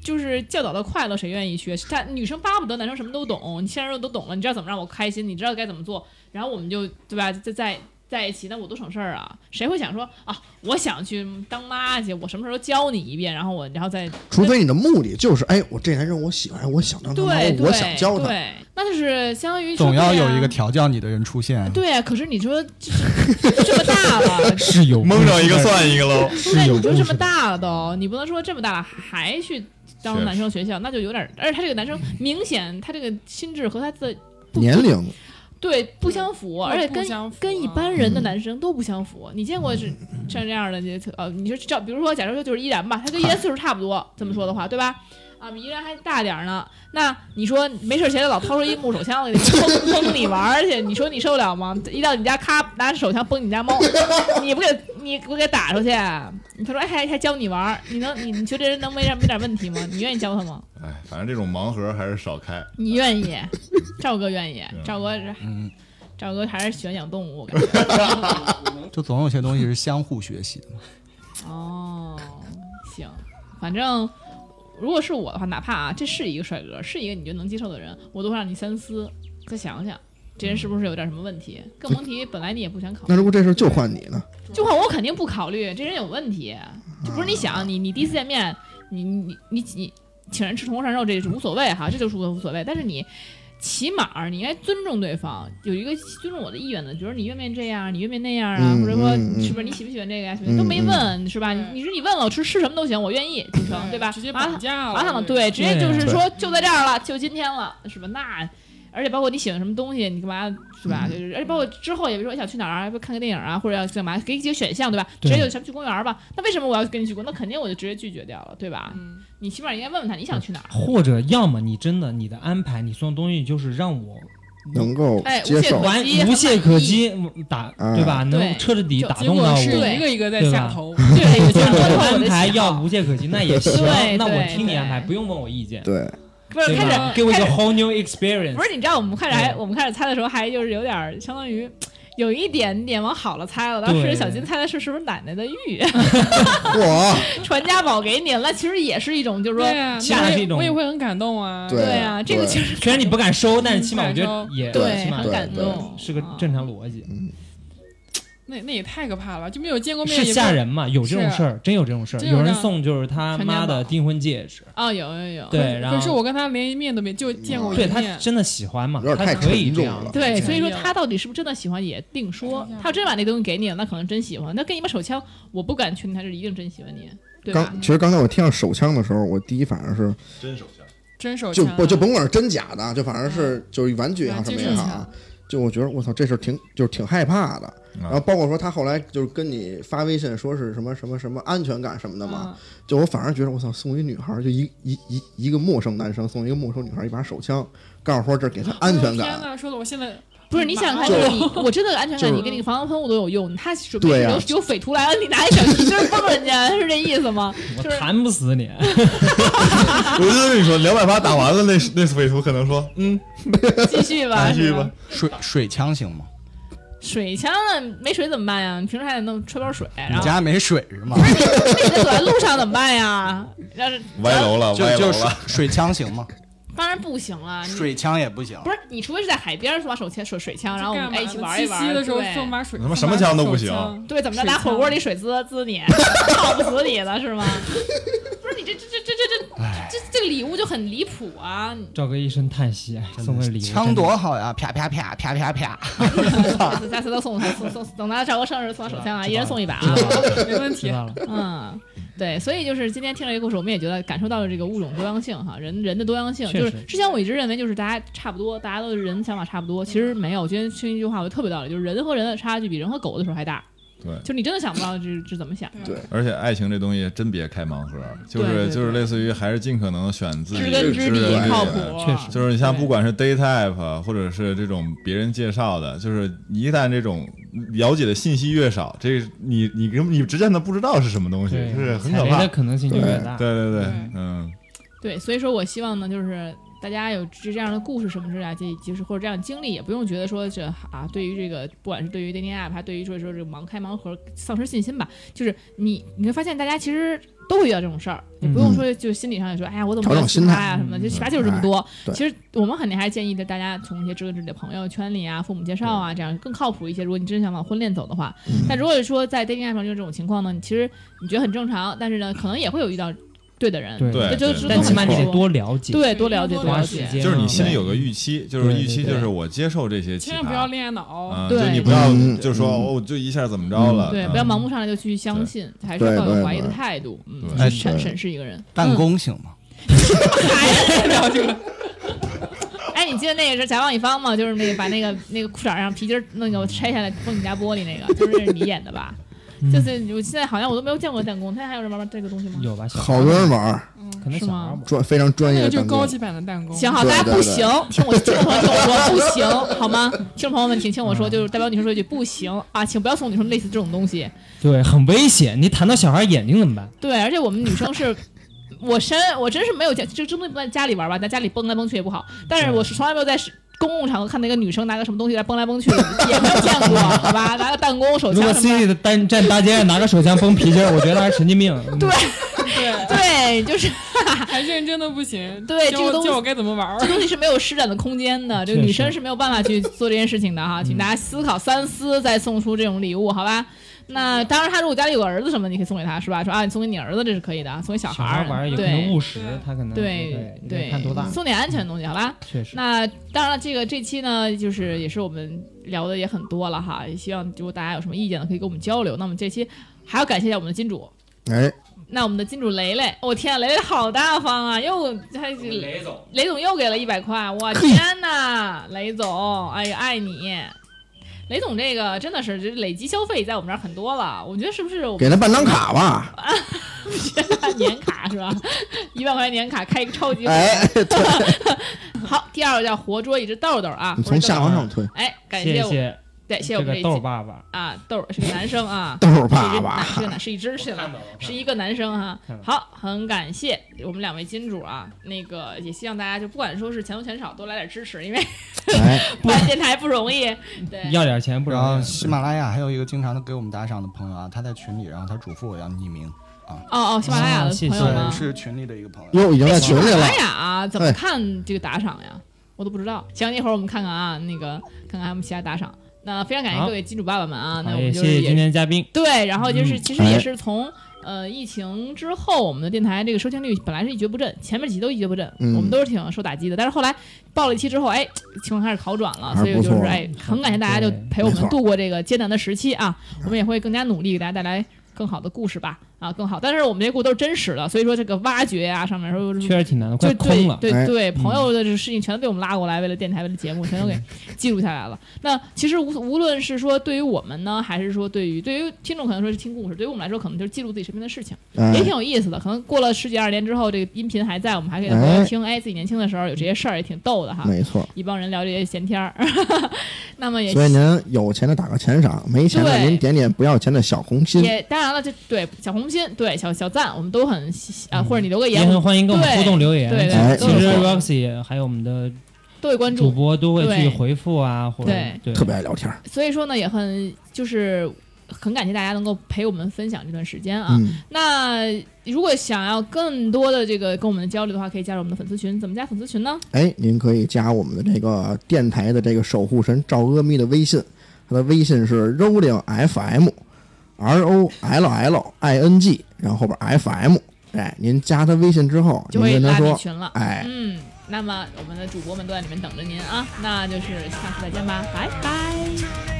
[SPEAKER 2] 就是教导的快乐，谁愿意学？但女生巴不得男生什么都懂，你现在都懂了，你知道怎么让我开心，你知道该怎么做，然后我们就对吧？在在在一起，那我多省事儿啊！谁会想说啊，我想去当妈去，我什么时候教你一遍，然后我然后再
[SPEAKER 5] 除非你的目的就是，哎，我这男人我喜欢，我想当他妈，
[SPEAKER 2] 对对
[SPEAKER 5] 我想教他，
[SPEAKER 2] 对，那就是相当于说
[SPEAKER 8] 总要
[SPEAKER 2] 对呀
[SPEAKER 8] 有一个调教你的人出现。，
[SPEAKER 2] 对啊，可是你说这这这么大了
[SPEAKER 8] 是有
[SPEAKER 6] 蒙上一个算一个喽。
[SPEAKER 2] 对，你说这么大了都，你不能说这么大了还去
[SPEAKER 6] 确
[SPEAKER 2] 当
[SPEAKER 6] 实
[SPEAKER 2] 男生学校，那就有点儿。而且他这个男生明显他这个心智和他的
[SPEAKER 5] 年龄
[SPEAKER 2] 对不相符，而且
[SPEAKER 7] 哦不
[SPEAKER 2] 跟
[SPEAKER 7] 相符嗯
[SPEAKER 2] 跟一
[SPEAKER 7] 啊
[SPEAKER 2] 般人的男生都不相符。你见过是像这样的你呃，你说照，比如说假设说就是依然吧，他跟依然岁数差不 多，这么说的
[SPEAKER 7] 嗯
[SPEAKER 2] 话，对吧？啊，比依然还大点儿呢。那你说没事儿闲着老掏出一木手枪来 崩崩你玩儿去，你说你受得了吗？一到你家咔拿手枪崩你家 猫，你不给你不给打出去？他说哎还还教你玩儿，你能你你觉得这人能没点没点问题吗？你愿意教他吗？
[SPEAKER 6] 哎，反正这种盲盒还是少开。
[SPEAKER 2] 你愿意？赵哥愿意
[SPEAKER 6] 嗯，
[SPEAKER 2] 赵哥是
[SPEAKER 8] 嗯，
[SPEAKER 2] 赵哥还是喜欢养动物，我感觉。
[SPEAKER 8] 就总有些东西是相互学习的嘛。
[SPEAKER 2] 哦，行，反正如果是我的话，哪怕啊，这是一个帅哥，是一个你就能接受的人，我都会让你三思。再想想这人是不是有点什么问题。更甭提本来你也不想考
[SPEAKER 5] 那
[SPEAKER 2] 虑，
[SPEAKER 5] 如果这事儿就换你呢？
[SPEAKER 2] 就换我肯定不考虑，这人有问题。
[SPEAKER 5] 嗯
[SPEAKER 2] 就不是你想你你第一次见面，你你你你请人吃铜锅涮肉这是无所谓哈，这就是无所谓。但是你起码儿你应该尊重对方，有一个尊重我的意愿的，比如你愿不愿意这样，你愿不愿意那样啊，
[SPEAKER 5] 嗯
[SPEAKER 2] 或者说
[SPEAKER 5] 嗯嗯
[SPEAKER 2] 是不是你喜不喜欢这个呀、什么
[SPEAKER 5] 嗯
[SPEAKER 2] 的都没
[SPEAKER 5] 嗯
[SPEAKER 2] 问是吧？
[SPEAKER 7] 对
[SPEAKER 2] 你你说你问了我吃吃什么都行，我愿意，主成对吧？
[SPEAKER 7] 直接
[SPEAKER 2] 麻
[SPEAKER 7] 绑架
[SPEAKER 4] 啊
[SPEAKER 7] 了，
[SPEAKER 2] 麻烦了，对，
[SPEAKER 7] 对
[SPEAKER 2] 直
[SPEAKER 4] 嗯
[SPEAKER 2] 接就是
[SPEAKER 6] 对
[SPEAKER 2] 说就在这儿了，就今天了，是吧？那而且包括你喜欢什么东西，你干嘛是
[SPEAKER 4] 嗯
[SPEAKER 2] 吧？就是而且包括之后也比如说哎想去哪儿啊，要不看个电影啊，或者要干嘛，给你几个选项对吧？直
[SPEAKER 4] 对
[SPEAKER 2] 接就咱们去公园吧。那为什么我要跟你去过？那肯定我就直接拒绝掉了，对吧？
[SPEAKER 7] 嗯，
[SPEAKER 2] 你起码应该问问他你想去哪儿。啊
[SPEAKER 4] 或者要么你真的你的安排，你送的东西就是让我
[SPEAKER 5] 能够
[SPEAKER 2] 哎
[SPEAKER 5] 接受
[SPEAKER 2] 无懈可击
[SPEAKER 4] 完
[SPEAKER 2] 很
[SPEAKER 4] 无懈可击，打
[SPEAKER 5] 嗯
[SPEAKER 4] 对吧？
[SPEAKER 2] 对
[SPEAKER 4] 能彻底打
[SPEAKER 7] 结
[SPEAKER 4] 动到
[SPEAKER 7] 果
[SPEAKER 4] 我。
[SPEAKER 7] 是
[SPEAKER 2] 对
[SPEAKER 7] 一个一个在
[SPEAKER 4] 对
[SPEAKER 7] 下
[SPEAKER 4] 吧
[SPEAKER 7] 头，
[SPEAKER 2] 对，有
[SPEAKER 4] 就
[SPEAKER 2] 些
[SPEAKER 4] 是
[SPEAKER 2] 人
[SPEAKER 4] 我
[SPEAKER 2] 包
[SPEAKER 4] 的
[SPEAKER 2] 括我
[SPEAKER 4] 安
[SPEAKER 2] 的
[SPEAKER 4] 排
[SPEAKER 2] 喜
[SPEAKER 4] 要
[SPEAKER 2] 好
[SPEAKER 4] 无懈可击，那也行
[SPEAKER 2] 对，
[SPEAKER 4] 那我
[SPEAKER 2] 对
[SPEAKER 4] 听你
[SPEAKER 2] 对
[SPEAKER 4] 安排，不用问我意见，
[SPEAKER 5] 对，
[SPEAKER 2] 不是
[SPEAKER 4] 对
[SPEAKER 2] 开
[SPEAKER 4] 吧？
[SPEAKER 2] 始
[SPEAKER 4] 给我一
[SPEAKER 2] 开
[SPEAKER 4] 个
[SPEAKER 2] 始
[SPEAKER 4] whole new experience
[SPEAKER 2] 不。是你知道我们开始还
[SPEAKER 4] 对
[SPEAKER 2] 我们开始猜的时候还就是有点儿相当于。有一点点往好了猜了，当时
[SPEAKER 4] 对
[SPEAKER 2] 小金猜的是是不是奶奶的玉，
[SPEAKER 5] 我
[SPEAKER 2] 传家宝给你了，其实也是一种就是说
[SPEAKER 7] 对啊，
[SPEAKER 4] 起码
[SPEAKER 7] 那
[SPEAKER 4] 是
[SPEAKER 7] 我
[SPEAKER 4] 一
[SPEAKER 7] 也
[SPEAKER 4] 种
[SPEAKER 7] 我也会很感动啊，
[SPEAKER 5] 对
[SPEAKER 2] 对啊，这个
[SPEAKER 5] 对
[SPEAKER 2] 其实
[SPEAKER 4] 虽然你不敢收，但是起码我觉得
[SPEAKER 7] 嗯
[SPEAKER 4] 也
[SPEAKER 5] 对
[SPEAKER 4] 起码
[SPEAKER 2] 很感动，
[SPEAKER 4] 是个
[SPEAKER 2] 啊
[SPEAKER 4] 正常逻辑。
[SPEAKER 7] 那那也太可怕了吧，就没有见过面，
[SPEAKER 4] 是
[SPEAKER 7] 也
[SPEAKER 4] 吓
[SPEAKER 7] 不，
[SPEAKER 4] 人嘛？有这种
[SPEAKER 7] 是
[SPEAKER 4] 事儿，真有这种事儿。
[SPEAKER 7] 真有
[SPEAKER 4] 有人
[SPEAKER 7] 这样
[SPEAKER 4] 送就是他
[SPEAKER 2] 传家
[SPEAKER 4] 妈的
[SPEAKER 2] 宝
[SPEAKER 4] 订婚戒指，
[SPEAKER 2] 啊，有有有，
[SPEAKER 4] 对，然
[SPEAKER 7] 可是
[SPEAKER 4] 后
[SPEAKER 7] 我跟他连一面都没，就见过一
[SPEAKER 4] 对
[SPEAKER 7] 面，
[SPEAKER 4] 他真的喜欢嘛
[SPEAKER 5] 有？点
[SPEAKER 4] 他
[SPEAKER 5] 太
[SPEAKER 4] 可以
[SPEAKER 5] 沉
[SPEAKER 4] 这
[SPEAKER 5] 重
[SPEAKER 4] 样
[SPEAKER 5] 了。
[SPEAKER 2] 对，所以说
[SPEAKER 7] 哎呀
[SPEAKER 2] 他到底是不是真的喜欢也另说
[SPEAKER 7] 哎呀。
[SPEAKER 2] 他要真把那东西给你了，那可能真喜欢。那给你把手枪，我不敢确定他是一定真喜欢你，对啊吧
[SPEAKER 5] 刚？其实刚才我听到手枪的时候，我第一反应是
[SPEAKER 6] 真手枪，
[SPEAKER 7] 真手
[SPEAKER 5] 就
[SPEAKER 7] 枪啊
[SPEAKER 5] 不就甭管是真假的，就反正是就是玩具也好
[SPEAKER 7] 玩
[SPEAKER 5] 什
[SPEAKER 7] 具
[SPEAKER 5] 么也好啊，就我觉得我操这事儿挺就是挺害怕的。然后包括说他后来就是跟你发微信说是什么什么什么安全感什么的嘛，
[SPEAKER 7] 嗯
[SPEAKER 5] 就我反而觉得我操送一女孩儿就一一一一个陌生男生送一个陌生女孩儿一把手枪，告诉说这给她安全
[SPEAKER 7] 哎呦天
[SPEAKER 5] 感，啊
[SPEAKER 7] 哪，说的我现在
[SPEAKER 2] 不是你想想看，
[SPEAKER 7] 就
[SPEAKER 2] 就是你，我真的安全
[SPEAKER 5] 就
[SPEAKER 2] 感，
[SPEAKER 5] 是
[SPEAKER 2] 你给那个防狼喷雾都有用。他准备
[SPEAKER 5] 对呀
[SPEAKER 2] 有有匪徒来了，你拿一小旗儿崩人家，是这意思吗？
[SPEAKER 4] 我
[SPEAKER 2] 就是
[SPEAKER 4] 弹不死 你。
[SPEAKER 6] 我就跟你说，两百发打完了，那那匪徒可能说，嗯，
[SPEAKER 2] 继续吧，
[SPEAKER 6] 继续
[SPEAKER 2] 是吧
[SPEAKER 6] 吧。
[SPEAKER 8] 水水枪行吗？
[SPEAKER 2] 水枪啊没水怎么办呀？你平时还得弄揣包水，然
[SPEAKER 8] 你
[SPEAKER 2] 后
[SPEAKER 8] 家没水是 吗？
[SPEAKER 2] 那你走在路上怎么办呀？要是
[SPEAKER 6] 歪楼了，
[SPEAKER 8] 就
[SPEAKER 6] 歪楼
[SPEAKER 8] 就水
[SPEAKER 6] 了，
[SPEAKER 8] 水枪行吗？
[SPEAKER 2] 当然不行了，啊你
[SPEAKER 8] 水枪也不行
[SPEAKER 2] 不。是，你除非是在海边儿是吧？手枪、手水枪，然后我们哎一起玩一玩
[SPEAKER 7] 七
[SPEAKER 2] 儿。
[SPEAKER 7] 夕的时候
[SPEAKER 2] 对
[SPEAKER 7] 送把水，
[SPEAKER 6] 他妈什
[SPEAKER 7] 送
[SPEAKER 6] 么
[SPEAKER 7] 把
[SPEAKER 6] 枪都不
[SPEAKER 7] 手
[SPEAKER 6] 行
[SPEAKER 7] 枪
[SPEAKER 2] 对，怎么着
[SPEAKER 7] 水
[SPEAKER 2] 拿
[SPEAKER 7] 枪
[SPEAKER 2] 火锅里水滋滋你， 泡不死你了是吗？ 不是你这这这这这这这这个礼物就很离谱啊！
[SPEAKER 4] 赵哥一声叹息，哎送个礼物，
[SPEAKER 8] 枪多好呀！啪啪啪啪啪啪，
[SPEAKER 2] 下次下次都送他送送，等他赵哥生日送他手枪啊，一人送一把啊。
[SPEAKER 7] 没问
[SPEAKER 4] 知
[SPEAKER 7] 题。
[SPEAKER 4] 道了。
[SPEAKER 2] 嗯，对，所以就是今天听了一个故事，我们也觉得感受到了这个物种多样性哈，人人的多样性。
[SPEAKER 4] 确
[SPEAKER 2] 就是
[SPEAKER 4] 实
[SPEAKER 2] 之前我一直认为就是大家差不多，大家都是人想法差不多，其实没有。今天听一句话，我就特别道理，就是人和人的差距比人和狗的时候还大。
[SPEAKER 6] 对
[SPEAKER 2] 就是你真的想不到这这怎么想的。
[SPEAKER 5] 对
[SPEAKER 6] 而且爱情这东西真别开盲盒，就
[SPEAKER 2] 对对
[SPEAKER 6] 是
[SPEAKER 2] 对
[SPEAKER 6] 就是类似于还是尽可能选自己
[SPEAKER 2] 知根知
[SPEAKER 6] 知根
[SPEAKER 2] 底
[SPEAKER 6] 底
[SPEAKER 2] 靠谱
[SPEAKER 6] 的，
[SPEAKER 2] 啊
[SPEAKER 4] 确实
[SPEAKER 6] 就是你像
[SPEAKER 2] 对
[SPEAKER 6] 不管是 date app 或者是这种别人介绍的，就是一旦这种了解的信息越少，这你你根本你直接的不知道是什么东西，
[SPEAKER 4] 对，
[SPEAKER 6] 就是很
[SPEAKER 4] 踩
[SPEAKER 6] 可
[SPEAKER 4] 雷
[SPEAKER 6] 怕
[SPEAKER 4] 的。可能性就越大。
[SPEAKER 6] 对对对
[SPEAKER 7] 对，
[SPEAKER 6] 嗯，
[SPEAKER 2] 对，所以说我希望呢，就是大家有这这样的故事什么之类的，这就是或者这样的经历，也不用觉得说这啊，对于这个不管是对于 dating app，还对于说说这个盲开盲盒丧失信心吧，就是你你会发现大家其实。都会遇到这种事儿，也不用说就心理上也说，哎呀，我怎么
[SPEAKER 5] 嗯调整
[SPEAKER 2] 没有喜
[SPEAKER 5] 心态哎
[SPEAKER 2] 欢他呀什么的，就
[SPEAKER 4] 嗯
[SPEAKER 2] 八就是这么多。
[SPEAKER 5] 对
[SPEAKER 2] 其实我们肯定还建议的大家从一些知根知底的朋友圈里啊、父母介绍啊这样更靠谱一些。如果你真想往婚恋走的话，但如果说在 dating app 上遇到这种情况呢，你其实你觉得很正常，但是呢，可能也会有遇到对的人，
[SPEAKER 4] 对
[SPEAKER 6] 对
[SPEAKER 2] 这就
[SPEAKER 6] 对
[SPEAKER 2] 是
[SPEAKER 4] 但
[SPEAKER 2] 都
[SPEAKER 4] 起码
[SPEAKER 2] 很
[SPEAKER 4] 你得
[SPEAKER 2] 多
[SPEAKER 4] 多了解，
[SPEAKER 2] 对多了解
[SPEAKER 7] 多
[SPEAKER 2] 多
[SPEAKER 4] 花
[SPEAKER 2] 了
[SPEAKER 4] 时
[SPEAKER 2] 解。
[SPEAKER 4] 间啊
[SPEAKER 6] 就是你
[SPEAKER 4] 嘛
[SPEAKER 6] 心里有个预期，就是预期就是我接受这些奇葩，
[SPEAKER 7] 千万不要恋爱脑，
[SPEAKER 6] 啊，
[SPEAKER 2] 对
[SPEAKER 6] 就你不要
[SPEAKER 5] 嗯
[SPEAKER 6] 就说
[SPEAKER 5] 嗯
[SPEAKER 6] 哦，就一下怎么着了，
[SPEAKER 2] 哦嗯对，
[SPEAKER 6] 啊
[SPEAKER 2] 不要盲目上来就去相信，还是
[SPEAKER 5] 对
[SPEAKER 2] 要有
[SPEAKER 5] 对
[SPEAKER 2] 怀疑的
[SPEAKER 5] 对
[SPEAKER 2] 态度，嗯，
[SPEAKER 6] 对
[SPEAKER 2] 去
[SPEAKER 8] 哎
[SPEAKER 2] 审
[SPEAKER 5] 对
[SPEAKER 2] 审视一个人。
[SPEAKER 8] 弹弓行吗？
[SPEAKER 2] 哎，你记得那个是甲方乙方吗？就是那个把那个那个裤衩上皮筋儿那个拆下来崩你家玻璃那个，就是那是你演的吧？就是我现在好像我都没有见过弹弓，他还有人玩这个东西吗？
[SPEAKER 4] 有吧？小
[SPEAKER 5] 好多人玩儿
[SPEAKER 4] 可能
[SPEAKER 2] 是
[SPEAKER 4] 小
[SPEAKER 2] 吗
[SPEAKER 4] 孩儿吧
[SPEAKER 5] 专非常专
[SPEAKER 7] 那
[SPEAKER 5] 业
[SPEAKER 7] 个
[SPEAKER 5] 的
[SPEAKER 7] 就是
[SPEAKER 5] 弹
[SPEAKER 7] 高
[SPEAKER 5] 弓，
[SPEAKER 7] 级版的弹弓。
[SPEAKER 2] 行好，
[SPEAKER 5] 对
[SPEAKER 2] 大家
[SPEAKER 5] 对
[SPEAKER 2] 不
[SPEAKER 5] 对
[SPEAKER 2] 行，听我听众朋友听我说，不行，好吗？听众朋友们，请听我
[SPEAKER 5] 嗯
[SPEAKER 2] 说，就是代表女生说一句不行啊，请不要送女生类似这种东西。
[SPEAKER 4] 对，很危险。你弹到小孩眼睛怎么办？
[SPEAKER 2] 对，而且我们女生是，我真我真是没有见，这这东西不在家里玩吧，在家里蹦来蹦去也不好。
[SPEAKER 5] 嗯
[SPEAKER 2] 但是我是从来没有在是公共场合看到一个女生拿个什么东西来蹦来蹦去，也没有见过，好吧？拿个弹弓、手
[SPEAKER 4] 如
[SPEAKER 2] 枪
[SPEAKER 4] 果
[SPEAKER 2] 什么 的。
[SPEAKER 4] Cindy 嗯的单站大街上拿个手枪崩皮筋儿，我觉得他是神经病。
[SPEAKER 2] 对
[SPEAKER 7] 对，
[SPEAKER 2] 对，对，就是
[SPEAKER 7] 还认真的不行。
[SPEAKER 2] 对这
[SPEAKER 7] 教
[SPEAKER 2] 个
[SPEAKER 7] 我
[SPEAKER 2] 东西
[SPEAKER 7] 教我该怎么玩儿
[SPEAKER 2] 这。东西是没有施展的空间的，这个
[SPEAKER 4] 确实嗯
[SPEAKER 2] 女生是没有办法去做这件事情的 哈，请大家思考三思再送出这种礼物，好吧？那当然，他如果家里有个儿子什么的，你可以送给他，是吧？说啊，你送给你儿子这是可以的，送给小
[SPEAKER 4] 小
[SPEAKER 2] 孩
[SPEAKER 4] 玩儿
[SPEAKER 2] 儿，
[SPEAKER 4] 也可能
[SPEAKER 2] 对
[SPEAKER 4] 务实，他可能
[SPEAKER 2] 对
[SPEAKER 4] 对
[SPEAKER 2] 对，
[SPEAKER 4] 看多大，
[SPEAKER 2] 送点安全的东西，好吧？
[SPEAKER 4] 确实。
[SPEAKER 2] 那当然了，这个这期呢，就是也是我们聊的也很多了哈，也希望如果大家有什么意见呢，可以跟我们交流。那我们这期还要感谢一下我们的金主，
[SPEAKER 5] 哎，
[SPEAKER 2] 那我们的金主雷雷，我、天啊，雷雷好大方啊，又还雷总，雷总又给了一百块，我天呐，雷总，哎呀，爱你。雷总这个真的是这累积消费在我们这儿很多了，我觉得是不是我
[SPEAKER 5] 给
[SPEAKER 2] 们
[SPEAKER 5] 他办张卡吧，
[SPEAKER 2] 年卡是吧？ 一万块钱年卡开一个超级会员
[SPEAKER 5] 哎，
[SPEAKER 2] 好。第二个叫活捉一只豆豆啊
[SPEAKER 5] 你，从下往上 推，，
[SPEAKER 2] 哎，感
[SPEAKER 4] 谢
[SPEAKER 2] 我，
[SPEAKER 4] 谢
[SPEAKER 2] 对，谢谢
[SPEAKER 4] 这
[SPEAKER 2] 我们这
[SPEAKER 4] 个
[SPEAKER 2] 一
[SPEAKER 4] 豆
[SPEAKER 2] 期
[SPEAKER 4] 儿爸爸，
[SPEAKER 2] 啊，豆儿是个男生啊
[SPEAKER 5] 豆儿
[SPEAKER 2] 是一只
[SPEAKER 5] 爸
[SPEAKER 2] 男
[SPEAKER 5] 爸，
[SPEAKER 2] 是个男，是一只是个男
[SPEAKER 4] 到了，嗯
[SPEAKER 2] 是一个男生哈、
[SPEAKER 4] 看到
[SPEAKER 2] 好，很感谢我们两位金主啊，那个也希望大家就不管说是钱多钱少，多来点支持，因为
[SPEAKER 5] 哎，
[SPEAKER 2] 办电台不容 易。对，
[SPEAKER 4] 要点
[SPEAKER 2] 嗯
[SPEAKER 4] 钱不
[SPEAKER 8] 然后
[SPEAKER 4] 容易。
[SPEAKER 8] 喜马拉雅还有一个经常的给我们打赏的朋友啊，他在群里，然后他嘱咐我要匿名，
[SPEAKER 2] 哦哦，喜马拉雅
[SPEAKER 4] 哦
[SPEAKER 2] 的
[SPEAKER 4] 谢
[SPEAKER 2] 朋
[SPEAKER 4] 谢
[SPEAKER 2] 友吗
[SPEAKER 8] 对，？是群里的一个朋友。
[SPEAKER 5] 哟，已经在
[SPEAKER 2] 喜
[SPEAKER 5] 群
[SPEAKER 2] 马
[SPEAKER 5] 里 了
[SPEAKER 2] 拉，雅、啊、怎么
[SPEAKER 5] 哎
[SPEAKER 2] 看这个打赏呀？我都不知道。行，一会儿我们看看啊，那个看看还有没有其他打赏。那非常感谢
[SPEAKER 4] 好
[SPEAKER 2] 各位金主爸爸们啊，那
[SPEAKER 4] 好
[SPEAKER 2] 我
[SPEAKER 4] 也
[SPEAKER 2] 们就
[SPEAKER 4] 谢
[SPEAKER 2] 是
[SPEAKER 4] 谢今
[SPEAKER 2] 也
[SPEAKER 4] 天嘉宾，
[SPEAKER 2] 对，然后就是
[SPEAKER 4] 嗯
[SPEAKER 2] 其实也
[SPEAKER 5] 哎
[SPEAKER 2] 是从。呃，疫情之后，我们的电台这个收听率本来是一蹶不振，前面几期都一蹶不振，
[SPEAKER 5] 嗯
[SPEAKER 2] 我们都是挺受打击的。但是后来爆了一期之后，哎，情况开始好转了，
[SPEAKER 5] 还
[SPEAKER 2] 所以
[SPEAKER 5] 不
[SPEAKER 2] 就
[SPEAKER 5] 错
[SPEAKER 2] 是哎，很感谢大家就
[SPEAKER 4] 对
[SPEAKER 2] 陪我
[SPEAKER 5] 没
[SPEAKER 2] 们
[SPEAKER 5] 错
[SPEAKER 2] 度过这个艰难的时期啊。我们也会更加努力给大家带来更好的故事吧，啊，更好。但是我们这些故事都是真实的，所以说这个挖掘啊，上面说
[SPEAKER 4] 确实挺难的，
[SPEAKER 2] 就
[SPEAKER 4] 快空了。嗯
[SPEAKER 2] 对对
[SPEAKER 5] 哎
[SPEAKER 2] 对，朋友的这事情全都被我们拉过来，为了电台，为了节目，全都 给记录下来了。那其实无无论是说对于我们呢，还是说对于对于听众可能说是听故事，对于我们来说可能就是记录自己身边的事情，也挺
[SPEAKER 5] 哎，
[SPEAKER 2] 有意思的。可能过了十几二十年之后，这个音频还在，我们还可以回头听，哎，自己年轻的时候有这些事儿也挺逗的哈。
[SPEAKER 5] 没错。
[SPEAKER 2] 一帮人聊这些闲天儿， 那么也
[SPEAKER 5] 所以您有钱的打个钱赏，没钱的
[SPEAKER 2] 对
[SPEAKER 5] 您点点不要钱的小红心。
[SPEAKER 2] 也当然了，这对小红心，对小小赞，我们都很喜喜啊，
[SPEAKER 4] 嗯
[SPEAKER 2] 或者你留个
[SPEAKER 4] 也
[SPEAKER 2] 言，我
[SPEAKER 4] 很
[SPEAKER 2] 们
[SPEAKER 4] 欢迎跟我们
[SPEAKER 2] 对
[SPEAKER 4] 互动留言。啊
[SPEAKER 2] 对
[SPEAKER 5] 哎
[SPEAKER 2] 对，
[SPEAKER 4] 其
[SPEAKER 2] 都有
[SPEAKER 4] 实
[SPEAKER 5] 没错
[SPEAKER 4] Roxy 还有我们的
[SPEAKER 2] 都有关注
[SPEAKER 4] 主。播都会去
[SPEAKER 2] 对
[SPEAKER 4] 回复啊，或者
[SPEAKER 2] 对
[SPEAKER 4] 对
[SPEAKER 5] 特别爱聊天儿，
[SPEAKER 2] 所以说呢，也很就是很感谢大家能够陪我们分享这段时间啊。
[SPEAKER 5] 嗯，
[SPEAKER 2] 那如果想要更多的这个跟我们的交流的话，可以加入我们的粉丝群。怎么加粉丝群呢？
[SPEAKER 5] 哎，您可以加我们的这个电台的这个守护神赵阿咪的微信，他的微信是 rolling fm r o l l i n g，然后后边 f m，哎，您加他微信之后，
[SPEAKER 2] 就
[SPEAKER 5] 您
[SPEAKER 2] 会
[SPEAKER 5] 跟他
[SPEAKER 2] 拉进
[SPEAKER 5] 说，
[SPEAKER 2] 群了。
[SPEAKER 5] 哎
[SPEAKER 2] 嗯，那么我们的主播们都在里面等着您啊。那就是下次再见吧，拜拜。
[SPEAKER 1] Turn it